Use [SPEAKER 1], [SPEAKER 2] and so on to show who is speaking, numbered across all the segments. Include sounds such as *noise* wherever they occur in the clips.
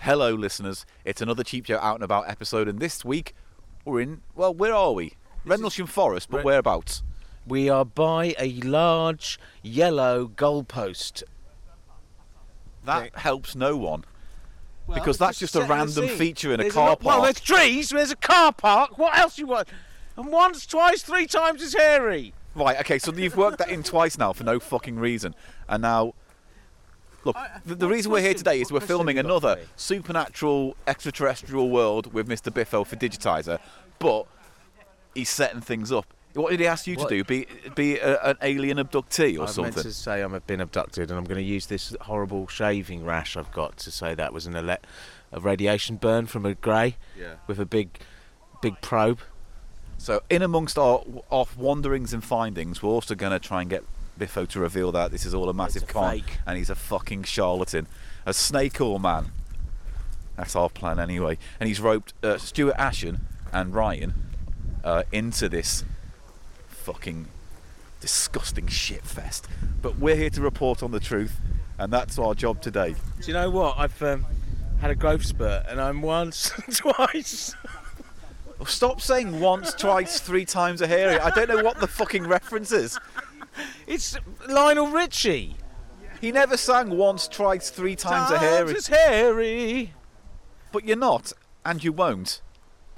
[SPEAKER 1] Hello, listeners. It's another Cheap Joe Out and About episode, and this week we're in, well, where are we? Rendlesham Forest, but
[SPEAKER 2] Ren-
[SPEAKER 1] whereabouts?
[SPEAKER 2] We are by a large yellow goalpost.
[SPEAKER 1] That
[SPEAKER 2] Okay.
[SPEAKER 1] helps no one.
[SPEAKER 2] Well,
[SPEAKER 1] Because
[SPEAKER 2] it's
[SPEAKER 1] that's just a
[SPEAKER 2] setting the
[SPEAKER 1] random
[SPEAKER 2] scene.
[SPEAKER 1] feature in a
[SPEAKER 2] There's
[SPEAKER 1] car
[SPEAKER 2] lot- Well,
[SPEAKER 1] park.
[SPEAKER 2] there's trees, there's a car park. What else you want? And once, twice, three times is hairy.
[SPEAKER 1] Right, okay, so you've worked that in twice now for no fucking reason. And now, look, the, the
[SPEAKER 2] what
[SPEAKER 1] reason we're here
[SPEAKER 2] question-
[SPEAKER 1] today is
[SPEAKER 2] what
[SPEAKER 1] we're
[SPEAKER 2] question
[SPEAKER 1] filming
[SPEAKER 2] have you got for
[SPEAKER 1] another
[SPEAKER 2] me?
[SPEAKER 1] supernatural extraterrestrial world with Mr. Biffo for Digitizer, but he's setting things up. What did he ask you
[SPEAKER 2] What-
[SPEAKER 1] to do? Be be a, an alien abductee or
[SPEAKER 2] I meant
[SPEAKER 1] something?
[SPEAKER 2] to say I've been abducted, and I'm going to use this horrible shaving rash I've got to say that was an ele- a radiation burn from a grey
[SPEAKER 1] Yeah.
[SPEAKER 2] with a big, big probe.
[SPEAKER 1] So, in amongst our, our wanderings and findings, we're also going to try and get Biffo to reveal that this is all a massive
[SPEAKER 2] a
[SPEAKER 1] con
[SPEAKER 2] fake.
[SPEAKER 1] and he's a fucking charlatan. A snake oil man. That's our plan anyway. And he's roped uh, Stuart Ashen and Ryan uh, into this fucking disgusting shit fest. But we're here to report on the truth, and that's our job today.
[SPEAKER 2] Do you know what? I've um, had a growth spurt, and I'm once, *laughs* twice.
[SPEAKER 1] Stop saying once, twice, three times a hairy. I don't know what the fucking reference is.
[SPEAKER 2] It's Lionel Richie.
[SPEAKER 1] He never sang once, twice, three times a hairy.
[SPEAKER 2] Times is hairy.
[SPEAKER 1] But you're not, and you won't.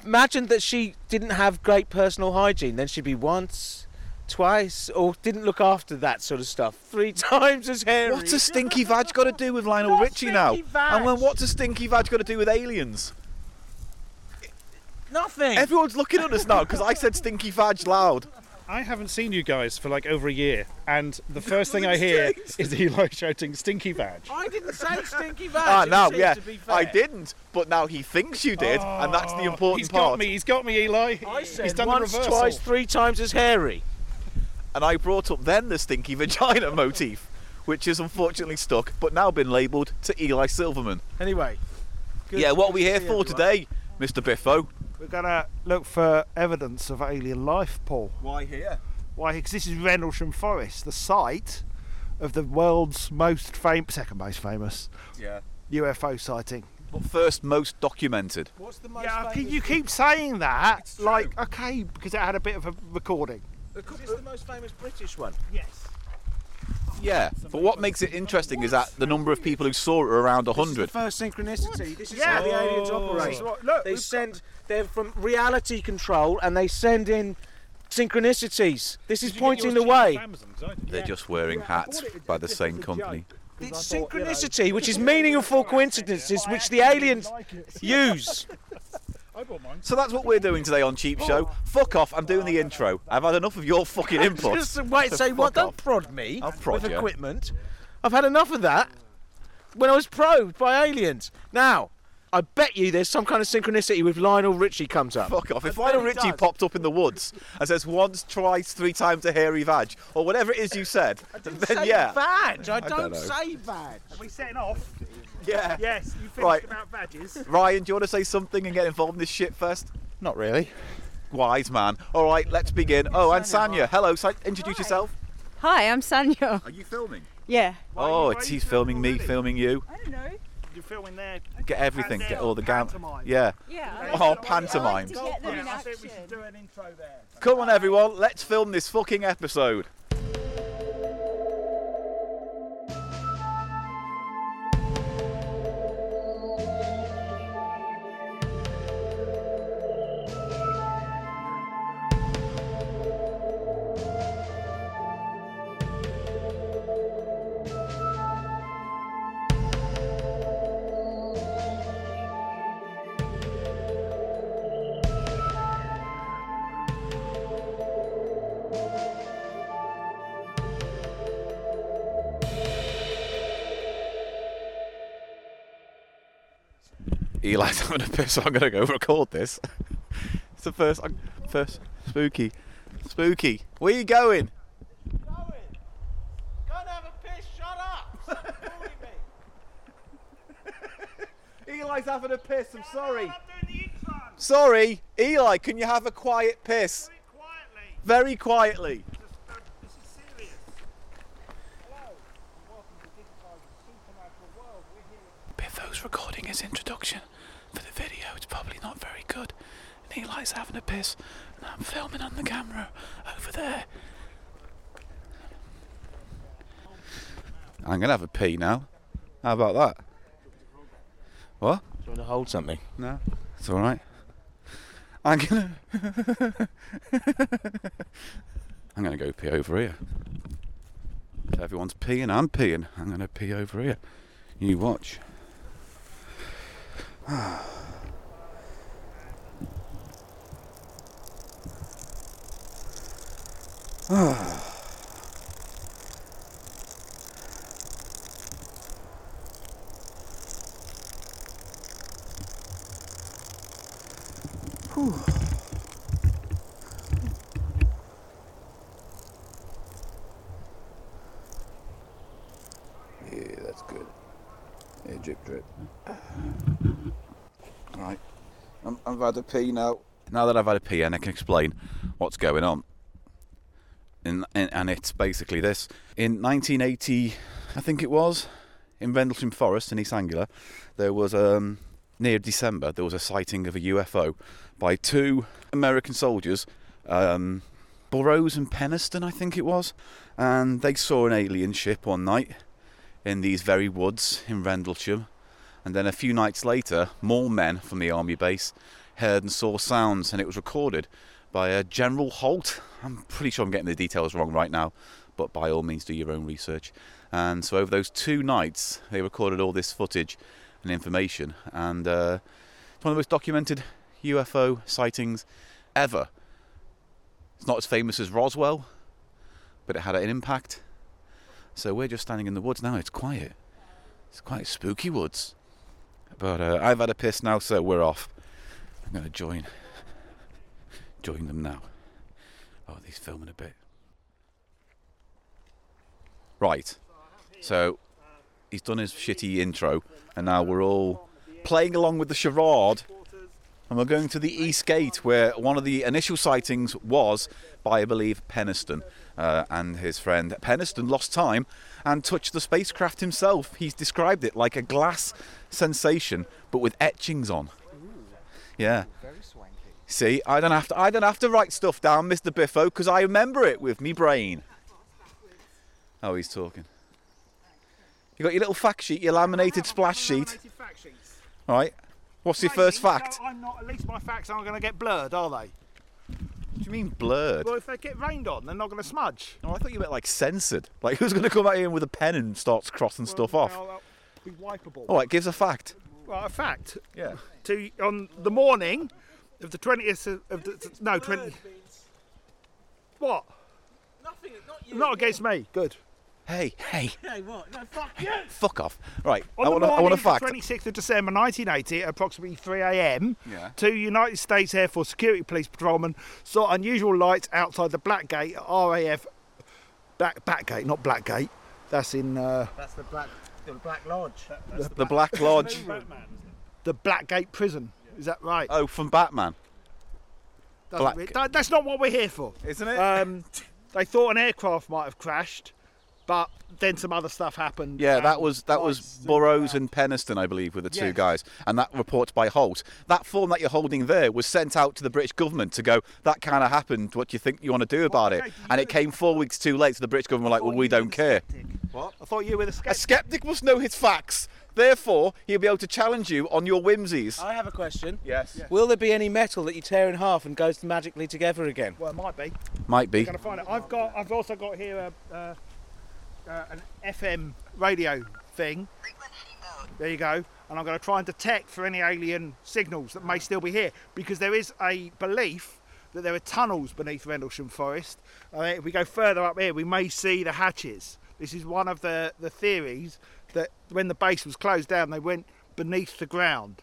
[SPEAKER 2] Imagine that she didn't have great personal hygiene. Then she'd be once, twice, or didn't look after that sort of stuff. Three *laughs* times as hairy.
[SPEAKER 1] What's a stinky vag got to do with Lionel
[SPEAKER 2] Not
[SPEAKER 1] Richie now?
[SPEAKER 2] stinky vag.
[SPEAKER 1] And then what's a stinky vag got to do with aliens?
[SPEAKER 2] Nothing.
[SPEAKER 1] Everyone's looking at us now because I said stinky vag loud.
[SPEAKER 3] I haven't seen you guys for like over a year, and the first thing I hear is Eli shouting
[SPEAKER 2] *laughs*
[SPEAKER 3] "Stinky Badge."
[SPEAKER 2] I didn't say stinky vag.
[SPEAKER 1] Ah,
[SPEAKER 2] it
[SPEAKER 1] now,
[SPEAKER 2] seems
[SPEAKER 1] yeah,
[SPEAKER 2] to be fair. Oh,
[SPEAKER 1] I didn't, but now he thinks you did, and that's the important
[SPEAKER 3] Oh, He's
[SPEAKER 1] part.
[SPEAKER 3] got me. He's got me, Eli.
[SPEAKER 2] I said
[SPEAKER 3] he's done
[SPEAKER 2] once,
[SPEAKER 3] the reversal.
[SPEAKER 2] twice, three times as hairy.
[SPEAKER 1] And I brought up then the stinky *laughs* vagina motif, which is unfortunately stuck, but now been labelled to Eli Silverman.
[SPEAKER 2] Anyway. good
[SPEAKER 1] yeah, what are
[SPEAKER 2] to
[SPEAKER 1] we here
[SPEAKER 2] see
[SPEAKER 1] for
[SPEAKER 2] everyone.
[SPEAKER 1] today, Mr. Biffo?
[SPEAKER 4] We're gonna look for evidence of alien life, Paul.
[SPEAKER 1] Why here?
[SPEAKER 4] Why? Because this is Rendlesham Forest, the site of the world's most famous, second most famous
[SPEAKER 1] Yeah.
[SPEAKER 4] UFO sighting.
[SPEAKER 1] But first, most documented.
[SPEAKER 2] What's the most?
[SPEAKER 4] yeah,
[SPEAKER 2] famous-
[SPEAKER 4] you keep saying that,
[SPEAKER 1] true.
[SPEAKER 4] like, okay, because it had a bit of a recording.
[SPEAKER 2] Is this the uh, most famous British one?
[SPEAKER 3] Yes.
[SPEAKER 1] Yeah, but what makes it interesting is that the number of people who saw it are around
[SPEAKER 2] This is the
[SPEAKER 1] 100.
[SPEAKER 2] first synchronicity. This is
[SPEAKER 4] Yeah.
[SPEAKER 2] how the aliens
[SPEAKER 3] Oh.
[SPEAKER 2] operate.
[SPEAKER 3] This is
[SPEAKER 4] look,
[SPEAKER 2] they
[SPEAKER 4] we've
[SPEAKER 2] send. They're from reality control, and they send in synchronicities. This is pointing the way.
[SPEAKER 1] They're just wearing hats by the same company.
[SPEAKER 2] It's synchronicity, which is meaningful coincidences, which the aliens use.
[SPEAKER 3] I bought mine.
[SPEAKER 1] So that's what we're doing today on Cheap Show. Fuck off, I'm doing the intro. I've had enough of your fucking *laughs* input.
[SPEAKER 2] *laughs* Just wait, say
[SPEAKER 1] fuck
[SPEAKER 2] what?
[SPEAKER 1] off.
[SPEAKER 2] Don't prod me
[SPEAKER 1] I'll prod
[SPEAKER 2] with
[SPEAKER 1] you.
[SPEAKER 2] equipment. I've had enough of that. When I was probed by aliens. Now, I bet you there's some kind of synchronicity with Lionel Richie comes up.
[SPEAKER 1] Fuck off. If Lionel
[SPEAKER 2] bet it
[SPEAKER 1] Richie
[SPEAKER 2] does.
[SPEAKER 1] popped up in the woods and says once, twice, three times a hairy vag, or whatever it is you said, then
[SPEAKER 2] say
[SPEAKER 1] yeah.
[SPEAKER 2] badge. I, don't,
[SPEAKER 1] don't know.
[SPEAKER 2] say badge.
[SPEAKER 3] Are we setting off?
[SPEAKER 1] Yeah.
[SPEAKER 3] Yes. You finished
[SPEAKER 1] Right.
[SPEAKER 3] about badges.
[SPEAKER 1] Ryan, do you want to say something and get involved in this shit first?
[SPEAKER 4] Not really.
[SPEAKER 1] Wise man. All right, let's begin. Oh, and Sanya. Hello, Sa- introduce yourself.
[SPEAKER 5] Hi, I'm Sanyo.
[SPEAKER 1] Are you filming?
[SPEAKER 5] Yeah.
[SPEAKER 1] Oh,
[SPEAKER 3] why
[SPEAKER 1] it's
[SPEAKER 3] are you
[SPEAKER 1] he's filming me,
[SPEAKER 3] filming
[SPEAKER 1] filming
[SPEAKER 3] already?
[SPEAKER 1] you.
[SPEAKER 5] I don't know.
[SPEAKER 3] You're filming there.
[SPEAKER 1] Get everything, get all the gam.
[SPEAKER 4] Pantomime.
[SPEAKER 1] Yeah.
[SPEAKER 5] Yeah. I
[SPEAKER 1] Oh,
[SPEAKER 5] like- I like to
[SPEAKER 1] pantomime.
[SPEAKER 5] get them in
[SPEAKER 3] I think we
[SPEAKER 5] action.
[SPEAKER 3] should do an intro there.
[SPEAKER 1] Come on, everyone, let's film this fucking episode. Eli's *laughs* having a piss, so I'm gonna go record this. *laughs* it's the first, I'm- first spooky, spooky. Where you going? Eli's having a piss. I'm sorry. Sorry, Eli. Can you have a quiet piss? Very quietly.
[SPEAKER 2] uh,
[SPEAKER 1] Biffo was recording his introduction for the video. It's probably not very good. And Eli's having a piss, and I'm filming on the camera over there. I'm gonna have a pee now. How about that? What?
[SPEAKER 2] Do you want to hold something?
[SPEAKER 1] No, it's all right. I'm gonna. *laughs* I'm gonna go pee over here. If everyone's peeing, I'm peeing. I'm gonna pee over here. You watch.
[SPEAKER 6] Yeah, that's good. Yeah,
[SPEAKER 1] *laughs*
[SPEAKER 6] drip drip. Right. I'm, I've had a pee now.
[SPEAKER 1] Now that I've had a pee, and I can explain what's going on. And, and, and it's basically this. In 1980, I think it was, in Rendlesham Forest in East Anglia, there was, um, near December, there was a sighting of a UFO by two American soldiers, um, Burroughs and Peniston, I think it was. And they saw an alien ship one night in these very woods in Rendlesham. And then a few nights later, more men from the army base heard and saw sounds, and it was recorded by uh, General Holt. I'm pretty sure I'm getting the details wrong right now, but by all means, do your own research. And so, over those two nights, they recorded all this footage and information, and uh, it's one of the most documented UFO sightings ever. It's not as famous as Roswell, but it had an impact. So we're just standing in the woods now. It's quiet. It's quite spooky woods. But uh, I've had a piss now, so we're off. I'm going to join. Join them now. Oh, he's filming a bit. Right. So he's done his shitty intro, and now we're all playing along with the charade. And we're going to the East Gate, where one of the initial sightings was by, I believe, Peniston uh, and his friend. Peniston lost time and touched the spacecraft himself. He's described it like a glass sensation, but with etchings on. Yeah. See, I don't have to. I don't have to write stuff down, Mr. Biffo, because I remember it with me brain. Oh, he's talking. You got your little fact sheet, your laminated splash sheet. All right. What's your first fact?
[SPEAKER 3] I'm not. At least my facts aren't going to get blurred, are they?
[SPEAKER 1] What do you mean blurred?
[SPEAKER 3] Well, if they get rained on, they're not going to smudge.
[SPEAKER 1] Oh, I thought you meant like censored. Like who's going to come out here with a pen and starts crossing stuff off?
[SPEAKER 3] Well, that'll Be wipeable.
[SPEAKER 1] All right, gives a fact.
[SPEAKER 3] Well, a fact.
[SPEAKER 1] Yeah.
[SPEAKER 3] To on the morning of the twentieth of the no twenty. What?
[SPEAKER 2] Nothing, not you.
[SPEAKER 3] Not against me. Good.
[SPEAKER 1] Hey, hey,
[SPEAKER 2] Hey, what? No, fuck you.
[SPEAKER 1] fuck off. Right,
[SPEAKER 3] On
[SPEAKER 1] I
[SPEAKER 3] the
[SPEAKER 1] want, a, I
[SPEAKER 3] morning
[SPEAKER 1] want a
[SPEAKER 3] of the
[SPEAKER 1] fact.
[SPEAKER 3] 26th of December 1980, at approximately 3 a.m.,
[SPEAKER 1] Yeah.
[SPEAKER 3] two United States Air Force security police patrolmen saw unusual lights outside the Black Gate at RAF. Back, back Gate, not Black Gate. That's in uh,
[SPEAKER 2] That's the black, the black lodge.
[SPEAKER 1] The Black
[SPEAKER 3] *laughs*
[SPEAKER 1] Lodge.
[SPEAKER 3] the Black Gate prison. Is that right?
[SPEAKER 1] Oh, from Batman,
[SPEAKER 3] Doesn't
[SPEAKER 1] Black-
[SPEAKER 3] re- that- that's not what we're here for.
[SPEAKER 1] isn't it?
[SPEAKER 3] Um, they thought an aircraft might have crashed, but then some other stuff happened. Uh,
[SPEAKER 1] yeah,
[SPEAKER 3] and
[SPEAKER 1] that was that was
[SPEAKER 3] lights and-
[SPEAKER 1] Burroughs and Peniston, I believe, were the two
[SPEAKER 3] Yes.
[SPEAKER 1] guys. And that report by Holt. That form that you're holding there was sent out to the British government to go. That kind of happened. What do you think you want to do about it?
[SPEAKER 3] okay, do you
[SPEAKER 1] And it came four weeks too late. So the British government were like, well, we don't care.
[SPEAKER 3] What? I thought you were the
[SPEAKER 1] A
[SPEAKER 3] skeptic.
[SPEAKER 1] skeptic must know his facts. Therefore, he'll be able to challenge you on your whimsies.
[SPEAKER 4] Uh,
[SPEAKER 2] I have a question.
[SPEAKER 1] Yes.
[SPEAKER 2] Will there be any metal that you tear in half and goes magically together again?
[SPEAKER 3] Well, it might be.
[SPEAKER 1] Might be.
[SPEAKER 3] Gonna find it. I've got. I've also got here a, uh, uh, an FM radio thing. There you go. And I'm going to try and detect for any alien signals that may still be here, because there is a belief that there are tunnels beneath Rendlesham Forest. Uh, if we go further up here, we may see the hatches. This is one of the the theories that when the base was closed down, they went beneath the ground.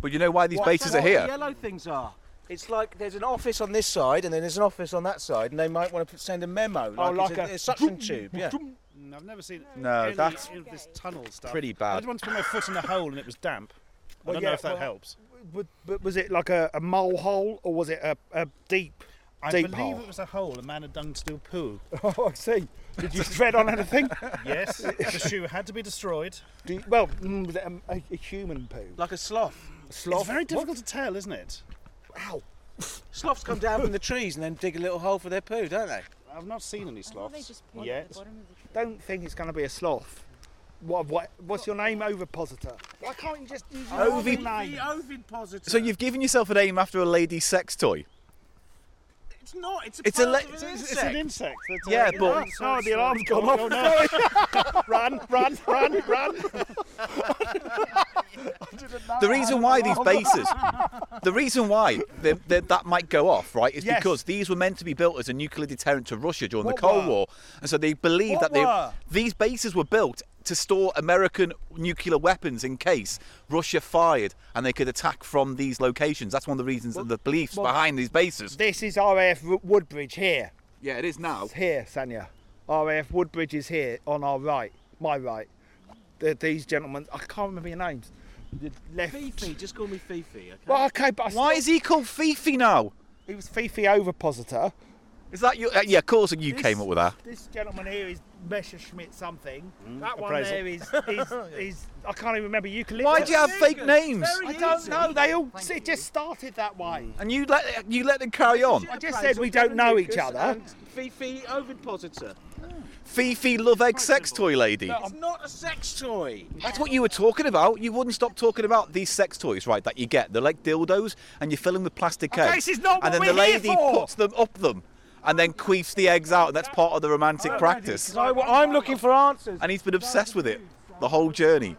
[SPEAKER 1] But you know why these bases are here?
[SPEAKER 2] yellow things are. It's like there's an office on this side and then there's an office on that side, and they might want to send a memo. Like it's
[SPEAKER 3] like
[SPEAKER 2] a,
[SPEAKER 3] a-
[SPEAKER 2] a suction tube. Yeah.
[SPEAKER 4] Mm, I've never seen
[SPEAKER 1] No,
[SPEAKER 4] any
[SPEAKER 1] that's
[SPEAKER 4] of this tunnel stuff.
[SPEAKER 1] pretty
[SPEAKER 4] I
[SPEAKER 1] bad.
[SPEAKER 4] did once put my foot in a hole and it was damp. I
[SPEAKER 3] Well,
[SPEAKER 4] don't
[SPEAKER 3] yeah,
[SPEAKER 4] know if that
[SPEAKER 3] well-
[SPEAKER 4] helps.
[SPEAKER 3] But, but was it like a, a mole hole or was it a, a deep? I
[SPEAKER 2] Deep
[SPEAKER 3] believe
[SPEAKER 2] hole.
[SPEAKER 3] it was a hole a man had done to do a
[SPEAKER 7] *laughs*
[SPEAKER 3] poo.
[SPEAKER 4] Oh, I see. Did you tread on anything?
[SPEAKER 3] Yes, the shoe had to be destroyed.
[SPEAKER 4] Do you, well, mm, was it a, a, a human poo.
[SPEAKER 2] like a sloth.
[SPEAKER 3] It's very difficult to tell, isn't it?
[SPEAKER 2] Sloths come down from the trees and then dig a little hole for their poo, don't they?
[SPEAKER 3] I've not seen any sloths yet.
[SPEAKER 4] Don't think it's going to be a sloth. What, what, what's your name, Overpositor? Why can't you just use your
[SPEAKER 1] Ovi-
[SPEAKER 4] other name?
[SPEAKER 2] Ovid positive.
[SPEAKER 1] So you've given yourself a name after a lady's sex toy.
[SPEAKER 2] it's not. It's a
[SPEAKER 1] It's a part le- of an
[SPEAKER 3] It's, it's an insect. uh, That's
[SPEAKER 1] Yeah,
[SPEAKER 3] a-
[SPEAKER 1] but-
[SPEAKER 4] Oh, the alarm's
[SPEAKER 3] Oh,
[SPEAKER 4] gone off.
[SPEAKER 3] oh, no.
[SPEAKER 7] *laughs*
[SPEAKER 3] run, *laughs* run, run, run.
[SPEAKER 1] The reason why these
[SPEAKER 4] *laughs*
[SPEAKER 1] bases, the reason why they they that might go off, right, is
[SPEAKER 4] Yes.
[SPEAKER 1] because these were meant to be built as a nuclear deterrent to Russia during
[SPEAKER 4] What
[SPEAKER 1] the Cold
[SPEAKER 4] were?
[SPEAKER 1] War, and so they believe that
[SPEAKER 4] What
[SPEAKER 1] they
[SPEAKER 4] were?
[SPEAKER 1] these bases were built to store American nuclear weapons in case Russia fired and they could attack from these locations. That's one of the reasons and the beliefs behind these bases.
[SPEAKER 4] This is RAF Wo- Woodbridge here.
[SPEAKER 8] Yeah, it is now.
[SPEAKER 4] It's here, Sanya. RAF Woodbridge is here on our right, my right. The, these gentlemen, I can't remember your names. The left.
[SPEAKER 2] Fifi, just call me Fifi. Okay?
[SPEAKER 4] Well, okay, but I
[SPEAKER 1] Why
[SPEAKER 4] still-
[SPEAKER 1] is he called Fifi now?
[SPEAKER 4] He was Fifi Overpositor.
[SPEAKER 1] Is that you? Uh, yeah, of course you
[SPEAKER 4] This-
[SPEAKER 1] came up with that.
[SPEAKER 4] This gentleman here is Messerschmitt something. that one
[SPEAKER 3] appraisal.
[SPEAKER 4] there is, is, is I can't even remember eucalyptus.
[SPEAKER 1] Why do you have fake names?
[SPEAKER 4] I don't know. They all it just started that way.
[SPEAKER 1] And you let you let them carry on.
[SPEAKER 4] I just said we don't know each other.
[SPEAKER 2] Fifi, Ovid positive.
[SPEAKER 1] Fifi love egg sex toy lady.
[SPEAKER 2] It's not a sex toy.
[SPEAKER 1] That's what you were talking about. You wouldn't stop talking about these sex toys, right? That you get. They're like dildos, and you fill them with plastic
[SPEAKER 4] Okay,
[SPEAKER 1] eggs.
[SPEAKER 4] this is not
[SPEAKER 1] and
[SPEAKER 4] what
[SPEAKER 1] then the
[SPEAKER 4] we're here
[SPEAKER 1] lady
[SPEAKER 4] for.
[SPEAKER 1] puts them up them, and then queefs the eggs out. And that's part of the romantic practice.
[SPEAKER 2] No, well, I'm looking for answers.
[SPEAKER 1] And he's been obsessed with it the whole journey.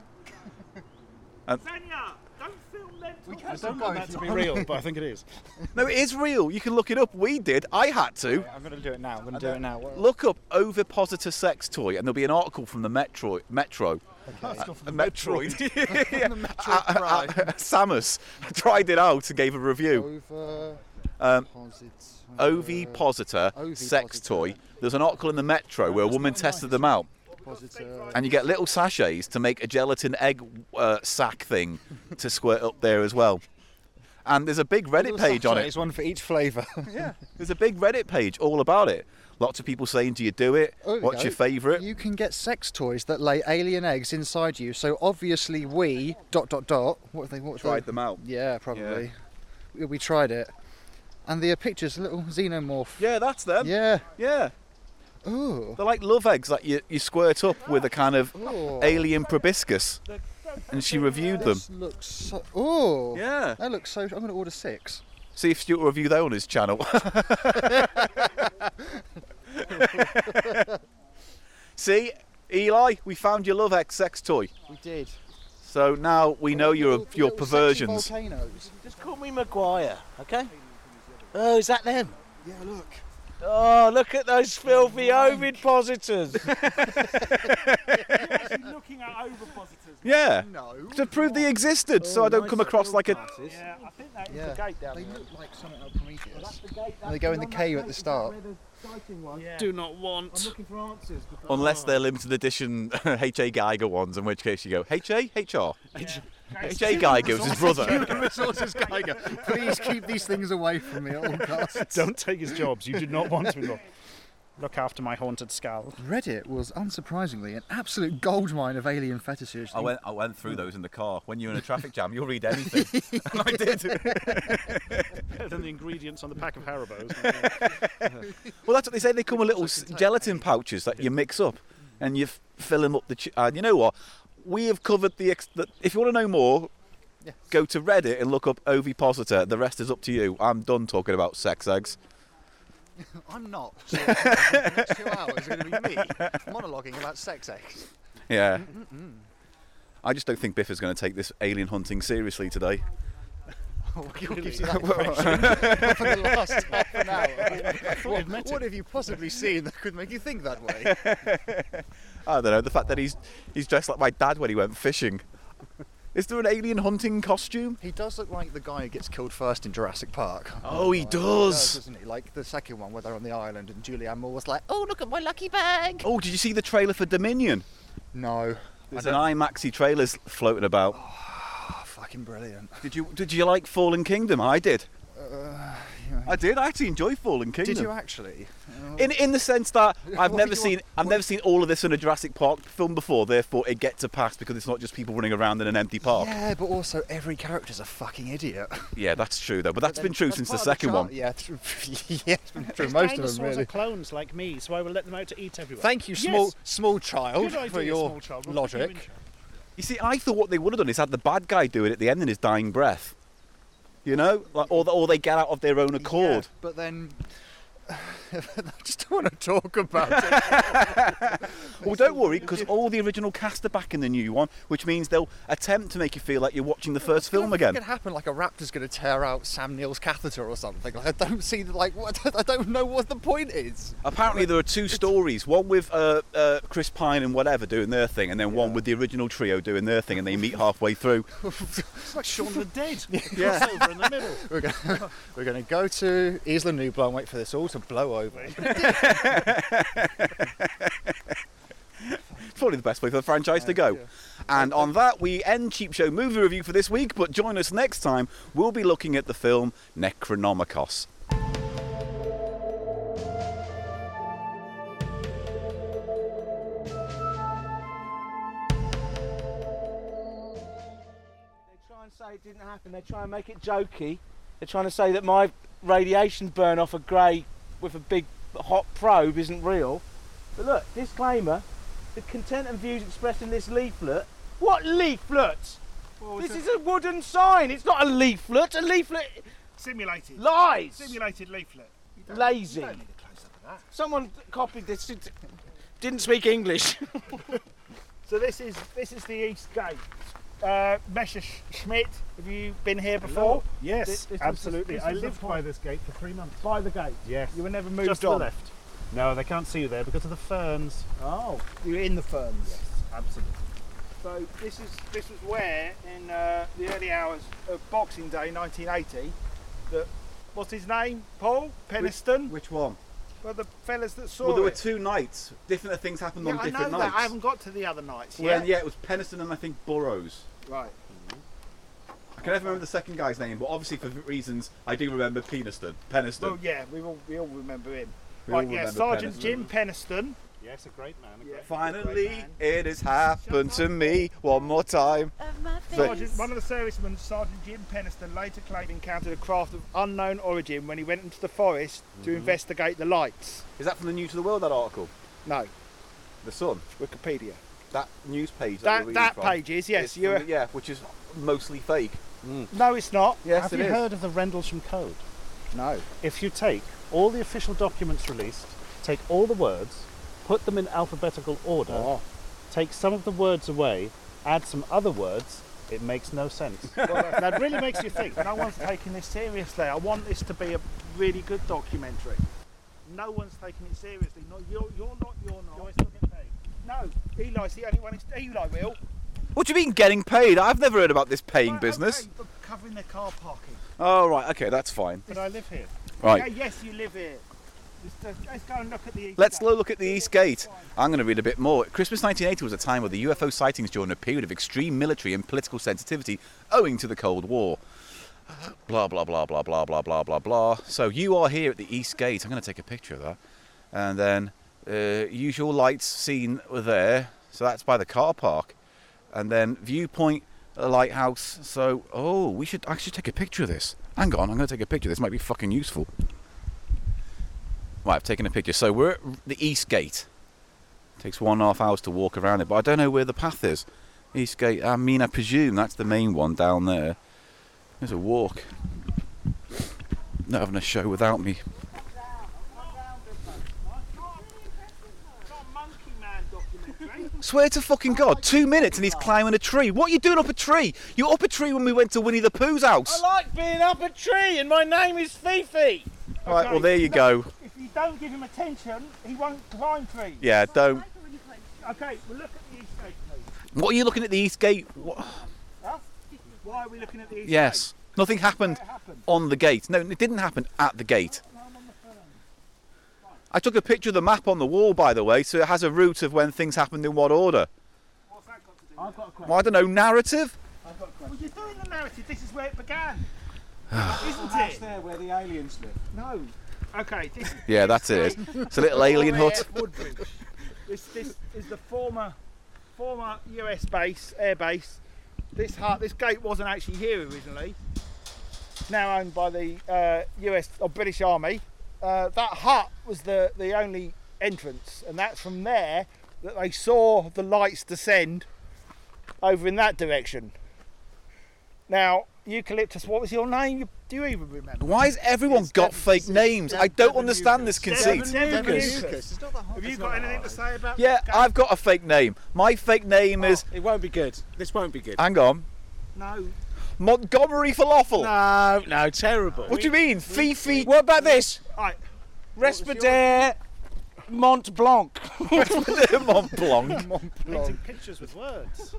[SPEAKER 4] Sanya, don't film them.
[SPEAKER 3] I don't want that to be real, but I think it is.
[SPEAKER 1] No, it is real. You can look it up. We did. I had to
[SPEAKER 3] I'm going to do it now. I'm going to do it now.
[SPEAKER 1] look up overpositor sex toy, and there'll be an article from the Metro Metro. Uh, Metroid. *laughs* Yeah. Uh, uh, *laughs* Samus tried it out and gave a review.
[SPEAKER 7] Over.
[SPEAKER 1] Um,
[SPEAKER 7] posits-
[SPEAKER 1] OV positor
[SPEAKER 7] OV
[SPEAKER 1] sex
[SPEAKER 7] positor.
[SPEAKER 1] toy. There's an article in the Metro where a woman tested them out,
[SPEAKER 7] positor-
[SPEAKER 1] and you get little sachets to make a gelatin egg uh, sack thing to squirt up there as well. And there's a big Reddit page on it.
[SPEAKER 7] It's one for each flavour.
[SPEAKER 1] There's a big Reddit page all about it. Lots of people saying, "Do you do it?
[SPEAKER 7] Oh, there we
[SPEAKER 1] What's
[SPEAKER 7] go.
[SPEAKER 1] your favourite?"
[SPEAKER 7] *laughs* You can get sex toys that lay alien eggs inside you. So obviously we dot dot dot. What they what
[SPEAKER 1] Tried them out.
[SPEAKER 7] Yeah, probably. We, we tried it, and the pictures a little xenomorph.
[SPEAKER 1] Yeah, that's them.
[SPEAKER 7] Yeah.
[SPEAKER 1] Yeah.
[SPEAKER 7] Ooh.
[SPEAKER 1] They're like love eggs that you, you squirt up with a kind of
[SPEAKER 7] Ooh.
[SPEAKER 1] alien proboscis. And she reviewed them.
[SPEAKER 7] This looks so. Ooh.
[SPEAKER 1] Yeah.
[SPEAKER 7] That looks so. I'm going to order six.
[SPEAKER 1] See if Stuart will review that on his channel. *laughs* See, Eli, we found your love ex sex toy.
[SPEAKER 7] We did. Oh,
[SPEAKER 1] So now we know your your perversions.
[SPEAKER 7] Volcanoes.
[SPEAKER 2] Just call me Maguire, okay? Oh, is that them?
[SPEAKER 7] Yeah, look.
[SPEAKER 2] Oh, look at those filthy Ovid positors.
[SPEAKER 4] looking at overpositors.
[SPEAKER 1] Yeah,
[SPEAKER 7] No. Oh,
[SPEAKER 1] to prove they existed, so I don't come across like a.
[SPEAKER 4] Yeah, I think that is
[SPEAKER 7] Yeah.
[SPEAKER 4] the gate down
[SPEAKER 7] They
[SPEAKER 4] there.
[SPEAKER 7] look like something out of Prometheus. And they go in the cave at the start.
[SPEAKER 4] Yeah.
[SPEAKER 3] Do not want.
[SPEAKER 1] Unless they're limited edition *laughs* H.A. Geiger ones, in which case you go H.A. H.R. H.A. Geiger was his brother.
[SPEAKER 7] Resources Geiger. Please keep these things away from me at all
[SPEAKER 3] *laughs*
[SPEAKER 7] costs.
[SPEAKER 3] Don't take his jobs. You do not want to look. Look after my haunted skull.
[SPEAKER 7] *laughs* Reddit was unsurprisingly an absolute goldmine of alien fetishes.
[SPEAKER 1] I went I went through those in the car. When you're in a traffic jam, you'll read anything. *laughs* and I did.
[SPEAKER 3] Better than the ingredients on the pack of *laughs* Haribo's.
[SPEAKER 1] Well, that's what they say. They come with little s- gelatin pouches that you mix up, and you f- fill them up. The ch- and you know what? We have covered the, ex- the. If you want to know more, go to Reddit and look up ovipositor. The rest is up to you. I'm done talking about sex eggs. *laughs*
[SPEAKER 7] I'm not. So the next two hours are going to be me monologuing about sex eggs.
[SPEAKER 1] Yeah. I just don't think Biff is going to take this alien hunting seriously today.
[SPEAKER 7] *laughs* What gives you
[SPEAKER 1] *laughs*
[SPEAKER 7] that impression for the last half an hour? What, what have you possibly seen that could make you think that
[SPEAKER 1] *laughs*
[SPEAKER 7] way?
[SPEAKER 1] I don't know. The fact that he's he's dressed like my dad when he went fishing. Is there an alien hunting costume?
[SPEAKER 7] He does look like the guy who gets killed first in Jurassic Park.
[SPEAKER 1] Oh, he
[SPEAKER 7] does,
[SPEAKER 1] does.
[SPEAKER 7] doesn't he? Like the second one where they're on the island and Julianne Moore was like, "Oh, look at my lucky bag."
[SPEAKER 1] Oh, did you see the trailer for Dominion?
[SPEAKER 7] No,
[SPEAKER 1] There's an IMAXy trailer's floating about.
[SPEAKER 7] oh, fucking brilliant.
[SPEAKER 1] Did you did you like Fallen Kingdom? I did.
[SPEAKER 7] Uh, Yeah,
[SPEAKER 1] I did. I actually enjoyed Fallen Kingdom.
[SPEAKER 7] Did you actually?
[SPEAKER 1] in in the sense
[SPEAKER 7] *laughs*
[SPEAKER 1] that I've never seen I've never seen all of this in a Jurassic Park film before. Therefore, it gets a pass because it's not just people running around in an empty park. Yeah,
[SPEAKER 7] Yeah, but also every character's a fucking idiot.
[SPEAKER 1] that's true though. But
[SPEAKER 7] *laughs*
[SPEAKER 1] that's been true
[SPEAKER 7] That's
[SPEAKER 1] since the
[SPEAKER 7] part of
[SPEAKER 1] second
[SPEAKER 7] charm.
[SPEAKER 1] one.
[SPEAKER 7] Yeah, through, *laughs* yeah, it's been true
[SPEAKER 3] These
[SPEAKER 7] most of
[SPEAKER 3] dinosaurs
[SPEAKER 7] them really.
[SPEAKER 3] are clones like me, so I will let them out to eat everyone.
[SPEAKER 7] Thank you,
[SPEAKER 3] Yes.
[SPEAKER 7] small small child,
[SPEAKER 3] Good idea,
[SPEAKER 7] for your
[SPEAKER 3] small child. We'll put you in
[SPEAKER 7] logic.
[SPEAKER 1] You see, I thought what they would have done is had the bad guy do it at the end in his dying breath. You know, like or, or they get out of their own accord.
[SPEAKER 7] Yeah, but then. *laughs* I just don't want to talk about it.
[SPEAKER 1] Well, don't worry because all the original cast are back in the new one, which means they'll attempt to make you feel like you're watching the first *laughs* film
[SPEAKER 7] It
[SPEAKER 1] again.
[SPEAKER 7] could happen like a raptor's going to tear out Sam Neill's catheter or something. Like, I don't see, the- like, *laughs* what, I don't know what the point is.
[SPEAKER 1] Apparently, there are two stories: one with uh, uh, Chris Pine and whatever doing their thing, and then one with the original trio doing their thing, and they meet halfway through.
[SPEAKER 3] It's like Shaun of the *laughs* Dead.
[SPEAKER 7] Yeah.
[SPEAKER 3] Crossover in the middle.
[SPEAKER 7] We're going we're gonna *laughs* go to Isla Nublar and wait for this all to blow over.
[SPEAKER 1] It's probably the best way for the franchise to go. And on that, we end Cheap Show movie review for this week. But join us next time. We'll be looking at the film Necronomicon.
[SPEAKER 2] They try and say it didn't happen. They try and make it jokey. They're trying to say that my radiation burn off a grey with a big hot probe isn't real. But look, disclaimer: the content and views expressed in this leaflet. What leaflet? this is a wooden sign. It's not a leaflet. A leaflet
[SPEAKER 8] Simulated.
[SPEAKER 2] lies.
[SPEAKER 8] Simulated leaflet.
[SPEAKER 2] Lazy. Someone copied this. It Didn't speak English. *laughs*
[SPEAKER 8] So this is this is the East Gate. Uh, Messerschmitt, have you been here before?
[SPEAKER 3] Yes,
[SPEAKER 8] This- this is-
[SPEAKER 3] absolutely.
[SPEAKER 8] this
[SPEAKER 3] I
[SPEAKER 8] is the
[SPEAKER 3] lived
[SPEAKER 8] point.
[SPEAKER 3] by this gate for three months.
[SPEAKER 8] By the gate.
[SPEAKER 3] Yes.
[SPEAKER 8] You were never moved
[SPEAKER 3] Just to the
[SPEAKER 8] on.
[SPEAKER 3] left. No, Oh, they can't see you there because of the ferns.
[SPEAKER 8] Oh, you were in the ferns.
[SPEAKER 3] Absolutely.
[SPEAKER 8] So this is this was where in uh, the early hours of Boxing Day 1980, that what's his name? Paul Peniston.
[SPEAKER 1] Which one?
[SPEAKER 8] Well, the fellas that saw
[SPEAKER 1] Well, there were
[SPEAKER 8] it.
[SPEAKER 1] two nights. Different things happened
[SPEAKER 8] yeah,
[SPEAKER 1] on
[SPEAKER 8] I know
[SPEAKER 1] different nights.
[SPEAKER 8] that. I haven't got to the other nights
[SPEAKER 1] Well,
[SPEAKER 8] yet.
[SPEAKER 1] yeah, it was Peniston and I think Burrows.
[SPEAKER 8] Right.
[SPEAKER 1] I can never remember the second guy's name, but obviously for reasons I do remember Peniston. Peniston.
[SPEAKER 8] Well, yeah, we all we all remember him.
[SPEAKER 1] We all
[SPEAKER 8] right. Yeah,
[SPEAKER 1] remember
[SPEAKER 8] Sergeant
[SPEAKER 1] Peniston.
[SPEAKER 8] Jim Peniston.
[SPEAKER 3] Yes, a great man. A
[SPEAKER 8] Yeah.
[SPEAKER 3] great
[SPEAKER 1] Finally, it has happened to me one more time.
[SPEAKER 8] Sergeant, one of the servicemen, Sergeant Jim Peniston, later claimed he encountered a craft of unknown origin when he went into the forest
[SPEAKER 1] Mm-hmm.
[SPEAKER 8] to investigate the lights.
[SPEAKER 1] Is that from the News of the World, that article?
[SPEAKER 8] No,
[SPEAKER 1] The Sun?
[SPEAKER 8] Wikipedia.
[SPEAKER 1] That news page that, we're reading
[SPEAKER 8] That, that
[SPEAKER 1] from
[SPEAKER 8] page is,
[SPEAKER 1] is
[SPEAKER 8] yes.
[SPEAKER 1] from
[SPEAKER 8] You're,
[SPEAKER 1] the-
[SPEAKER 8] Mm.
[SPEAKER 1] yeah, which is mostly fake.
[SPEAKER 8] No, it's not.
[SPEAKER 1] Yes,
[SPEAKER 3] Have
[SPEAKER 1] it
[SPEAKER 3] you
[SPEAKER 1] is.
[SPEAKER 3] heard of the Rendlesham Code?
[SPEAKER 8] No.
[SPEAKER 3] If you take all the official documents released, take all the words, put them in alphabetical order,
[SPEAKER 4] Oh.
[SPEAKER 3] take some of the words away, add some other words, it makes no
[SPEAKER 4] *laughs*
[SPEAKER 3] sense.
[SPEAKER 8] that really makes you think. No one's taking this seriously. I want this to be a really good documentary. No one's taking it seriously. No, you're, you're not. You're not. No, Eli's the only one. It's Eli will.
[SPEAKER 1] What do you mean getting paid? I've never heard about this paying
[SPEAKER 8] Right,
[SPEAKER 1] business.
[SPEAKER 8] okay, but covering their car parking.
[SPEAKER 1] Oh, right, okay, that's fine.
[SPEAKER 3] but I live here.
[SPEAKER 8] Yeah,
[SPEAKER 1] Right.
[SPEAKER 8] yes, you live here. Let's, let's go and look at the. East
[SPEAKER 1] Let's
[SPEAKER 8] Gate.
[SPEAKER 1] look at the East Gate. I'm going to read a bit more. Christmas 1980 was a time where the UFO sightings during a period of extreme military and political sensitivity owing to the Cold War. *sighs* Blah, blah, blah, blah, blah, blah, blah, blah, blah. So you are here at the East Gate. I'm going to take a picture of that. And then uh, usual lights seen were there. So that's by the car park. And then viewpoint uh, lighthouse. So, oh, we should, I should take a picture of this. Hang on, I'm going to take a picture. This might be fucking useful. Right, I've taken a picture. So we're at the East Gate. Takes one and a half hours to walk around it, but I don't know where the path is. East Gate. I mean, I presume that's the main one down there. There's a walk. Not having a show without me.
[SPEAKER 8] It's not a Monkey Man documentary.
[SPEAKER 1] Swear to fucking God, two minutes and he's climbing a tree. What are you doing up a tree? You were up a tree when we went to Winnie the Pooh's
[SPEAKER 2] I
[SPEAKER 1] house.
[SPEAKER 2] like being up a tree, and my name is Fifi.
[SPEAKER 1] All right, well there you go.
[SPEAKER 8] if you don't give him attention, he won't climb trees.
[SPEAKER 1] Yeah, don't.
[SPEAKER 8] Okay, well look at the East Gate, please.
[SPEAKER 1] What are you looking at the East Gate? What?
[SPEAKER 8] Huh? Why are we looking at the East Gate?
[SPEAKER 1] Yes, nothing happened
[SPEAKER 8] What happened?
[SPEAKER 1] on the gate. No, it didn't happen at the gate. I took a picture of the map on the wall, by the way, so it has a route of when things happened in what order.
[SPEAKER 8] What's that got to do? I've got a question.
[SPEAKER 1] Well, I don't know, narrative? *sighs*
[SPEAKER 8] I've got a question. Well, you're doing the narrative. This is where it began.
[SPEAKER 4] Isn't
[SPEAKER 2] That's
[SPEAKER 4] it?
[SPEAKER 2] there where the aliens live.
[SPEAKER 4] No. Okay, this,
[SPEAKER 1] Yeah, that's it. It's a little alien
[SPEAKER 4] *laughs*
[SPEAKER 1] hut. *laughs*
[SPEAKER 4] Woodbridge. This, this is the former former US base, air base. This heart, this gate wasn't actually here originally. Now owned by the uh, US or British Army. Uh, that hut was the, the only entrance, and that's from there that they saw the lights descend over in that direction. Now, Eucalyptus, what was your name? You- Do you even remember?
[SPEAKER 1] Why has everyone
[SPEAKER 7] It's
[SPEAKER 1] got
[SPEAKER 7] Devon-
[SPEAKER 1] fake
[SPEAKER 7] it's
[SPEAKER 1] names? I
[SPEAKER 7] Devon
[SPEAKER 1] don't understand this
[SPEAKER 7] Eucharist.
[SPEAKER 1] conceit.
[SPEAKER 4] Devon Eucharist.
[SPEAKER 7] It's not that hard.
[SPEAKER 4] Have you
[SPEAKER 7] it's
[SPEAKER 4] got
[SPEAKER 7] not that
[SPEAKER 4] anything to
[SPEAKER 7] hard.
[SPEAKER 4] say about
[SPEAKER 1] Yeah,
[SPEAKER 4] this?
[SPEAKER 1] I've got a fake name. My fake name is.
[SPEAKER 2] It won't be good. This won't be good.
[SPEAKER 1] Hang on.
[SPEAKER 4] No.
[SPEAKER 1] Montgomery Falafel.
[SPEAKER 2] No, no, terrible.
[SPEAKER 1] What do you mean? Fifi.
[SPEAKER 2] What about this?
[SPEAKER 4] Right.
[SPEAKER 2] Respedare Mont Blanc.
[SPEAKER 1] Mont Blanc.
[SPEAKER 3] Painting pictures with words.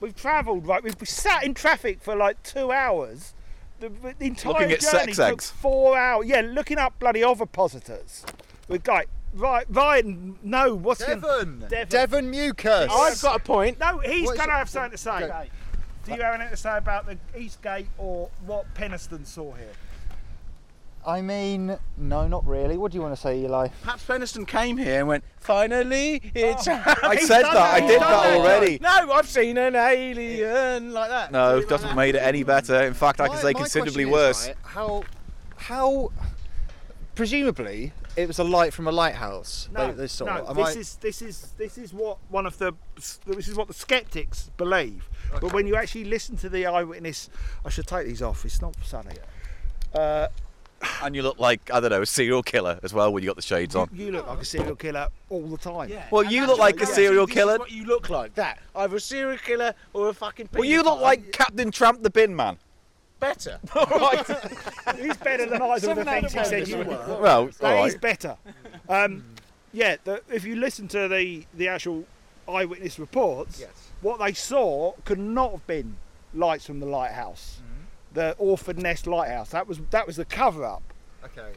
[SPEAKER 4] We've travelled, right? We've we sat in traffic for like two hours. The, the entire
[SPEAKER 1] Looking at
[SPEAKER 4] journey
[SPEAKER 1] sex
[SPEAKER 4] took
[SPEAKER 1] eggs.
[SPEAKER 4] four hours. Oh, Yeah, looking up bloody ovipositors. We're like, right, Ryan, no, what's going
[SPEAKER 7] Devon.
[SPEAKER 4] Devon.
[SPEAKER 7] Devon Mucus.
[SPEAKER 2] I've got a point.
[SPEAKER 4] No, he's
[SPEAKER 7] What is
[SPEAKER 4] going to
[SPEAKER 7] it?
[SPEAKER 4] have something to say.
[SPEAKER 7] Okay.
[SPEAKER 4] Do you have anything to say about the Eastgate or what Peniston saw here?
[SPEAKER 7] I mean, no, not really. What do you want to say, Eli?
[SPEAKER 2] Perhaps Peniston came here and went, finally, it's
[SPEAKER 1] I said that. I did that already.
[SPEAKER 2] No, I've seen an alien like that.
[SPEAKER 1] No, it doesn't made it any better. In fact, I can
[SPEAKER 7] My-
[SPEAKER 1] say
[SPEAKER 7] my
[SPEAKER 1] considerably
[SPEAKER 7] question is,
[SPEAKER 1] worse.
[SPEAKER 7] right, how, how, presumably it was a light from a lighthouse. they, they saw.
[SPEAKER 4] no.
[SPEAKER 7] Am
[SPEAKER 4] this
[SPEAKER 7] I-
[SPEAKER 4] is this is this is what one of the this is what the skeptics believe. But when you actually listen to the eyewitness, I should take these off. It's not sunny. Uh,
[SPEAKER 1] And you look like, I don't know, a serial killer as well when you got the shades on.
[SPEAKER 4] you look like a serial killer all the time.
[SPEAKER 2] Yeah.
[SPEAKER 1] Well,
[SPEAKER 2] and
[SPEAKER 1] you
[SPEAKER 2] that's
[SPEAKER 1] look
[SPEAKER 2] what
[SPEAKER 1] like
[SPEAKER 2] you
[SPEAKER 1] a
[SPEAKER 2] are.
[SPEAKER 1] serial
[SPEAKER 2] This is
[SPEAKER 1] killer.
[SPEAKER 2] what you look like, that. Either a serial killer or a fucking
[SPEAKER 1] Well, you look
[SPEAKER 2] paedophile.
[SPEAKER 1] like Captain Tramp the Bin Man.
[SPEAKER 2] Better.
[SPEAKER 1] *laughs* All right.
[SPEAKER 4] He's better than either of the things he said you were.
[SPEAKER 1] Well, all
[SPEAKER 4] That is
[SPEAKER 1] right.
[SPEAKER 4] better. Um, yeah, the, if you listen to the, the actual eyewitness reports, what they saw could not have been lights from the lighthouse, the Orford Nest lighthouse. That was that was the cover up
[SPEAKER 7] Okay.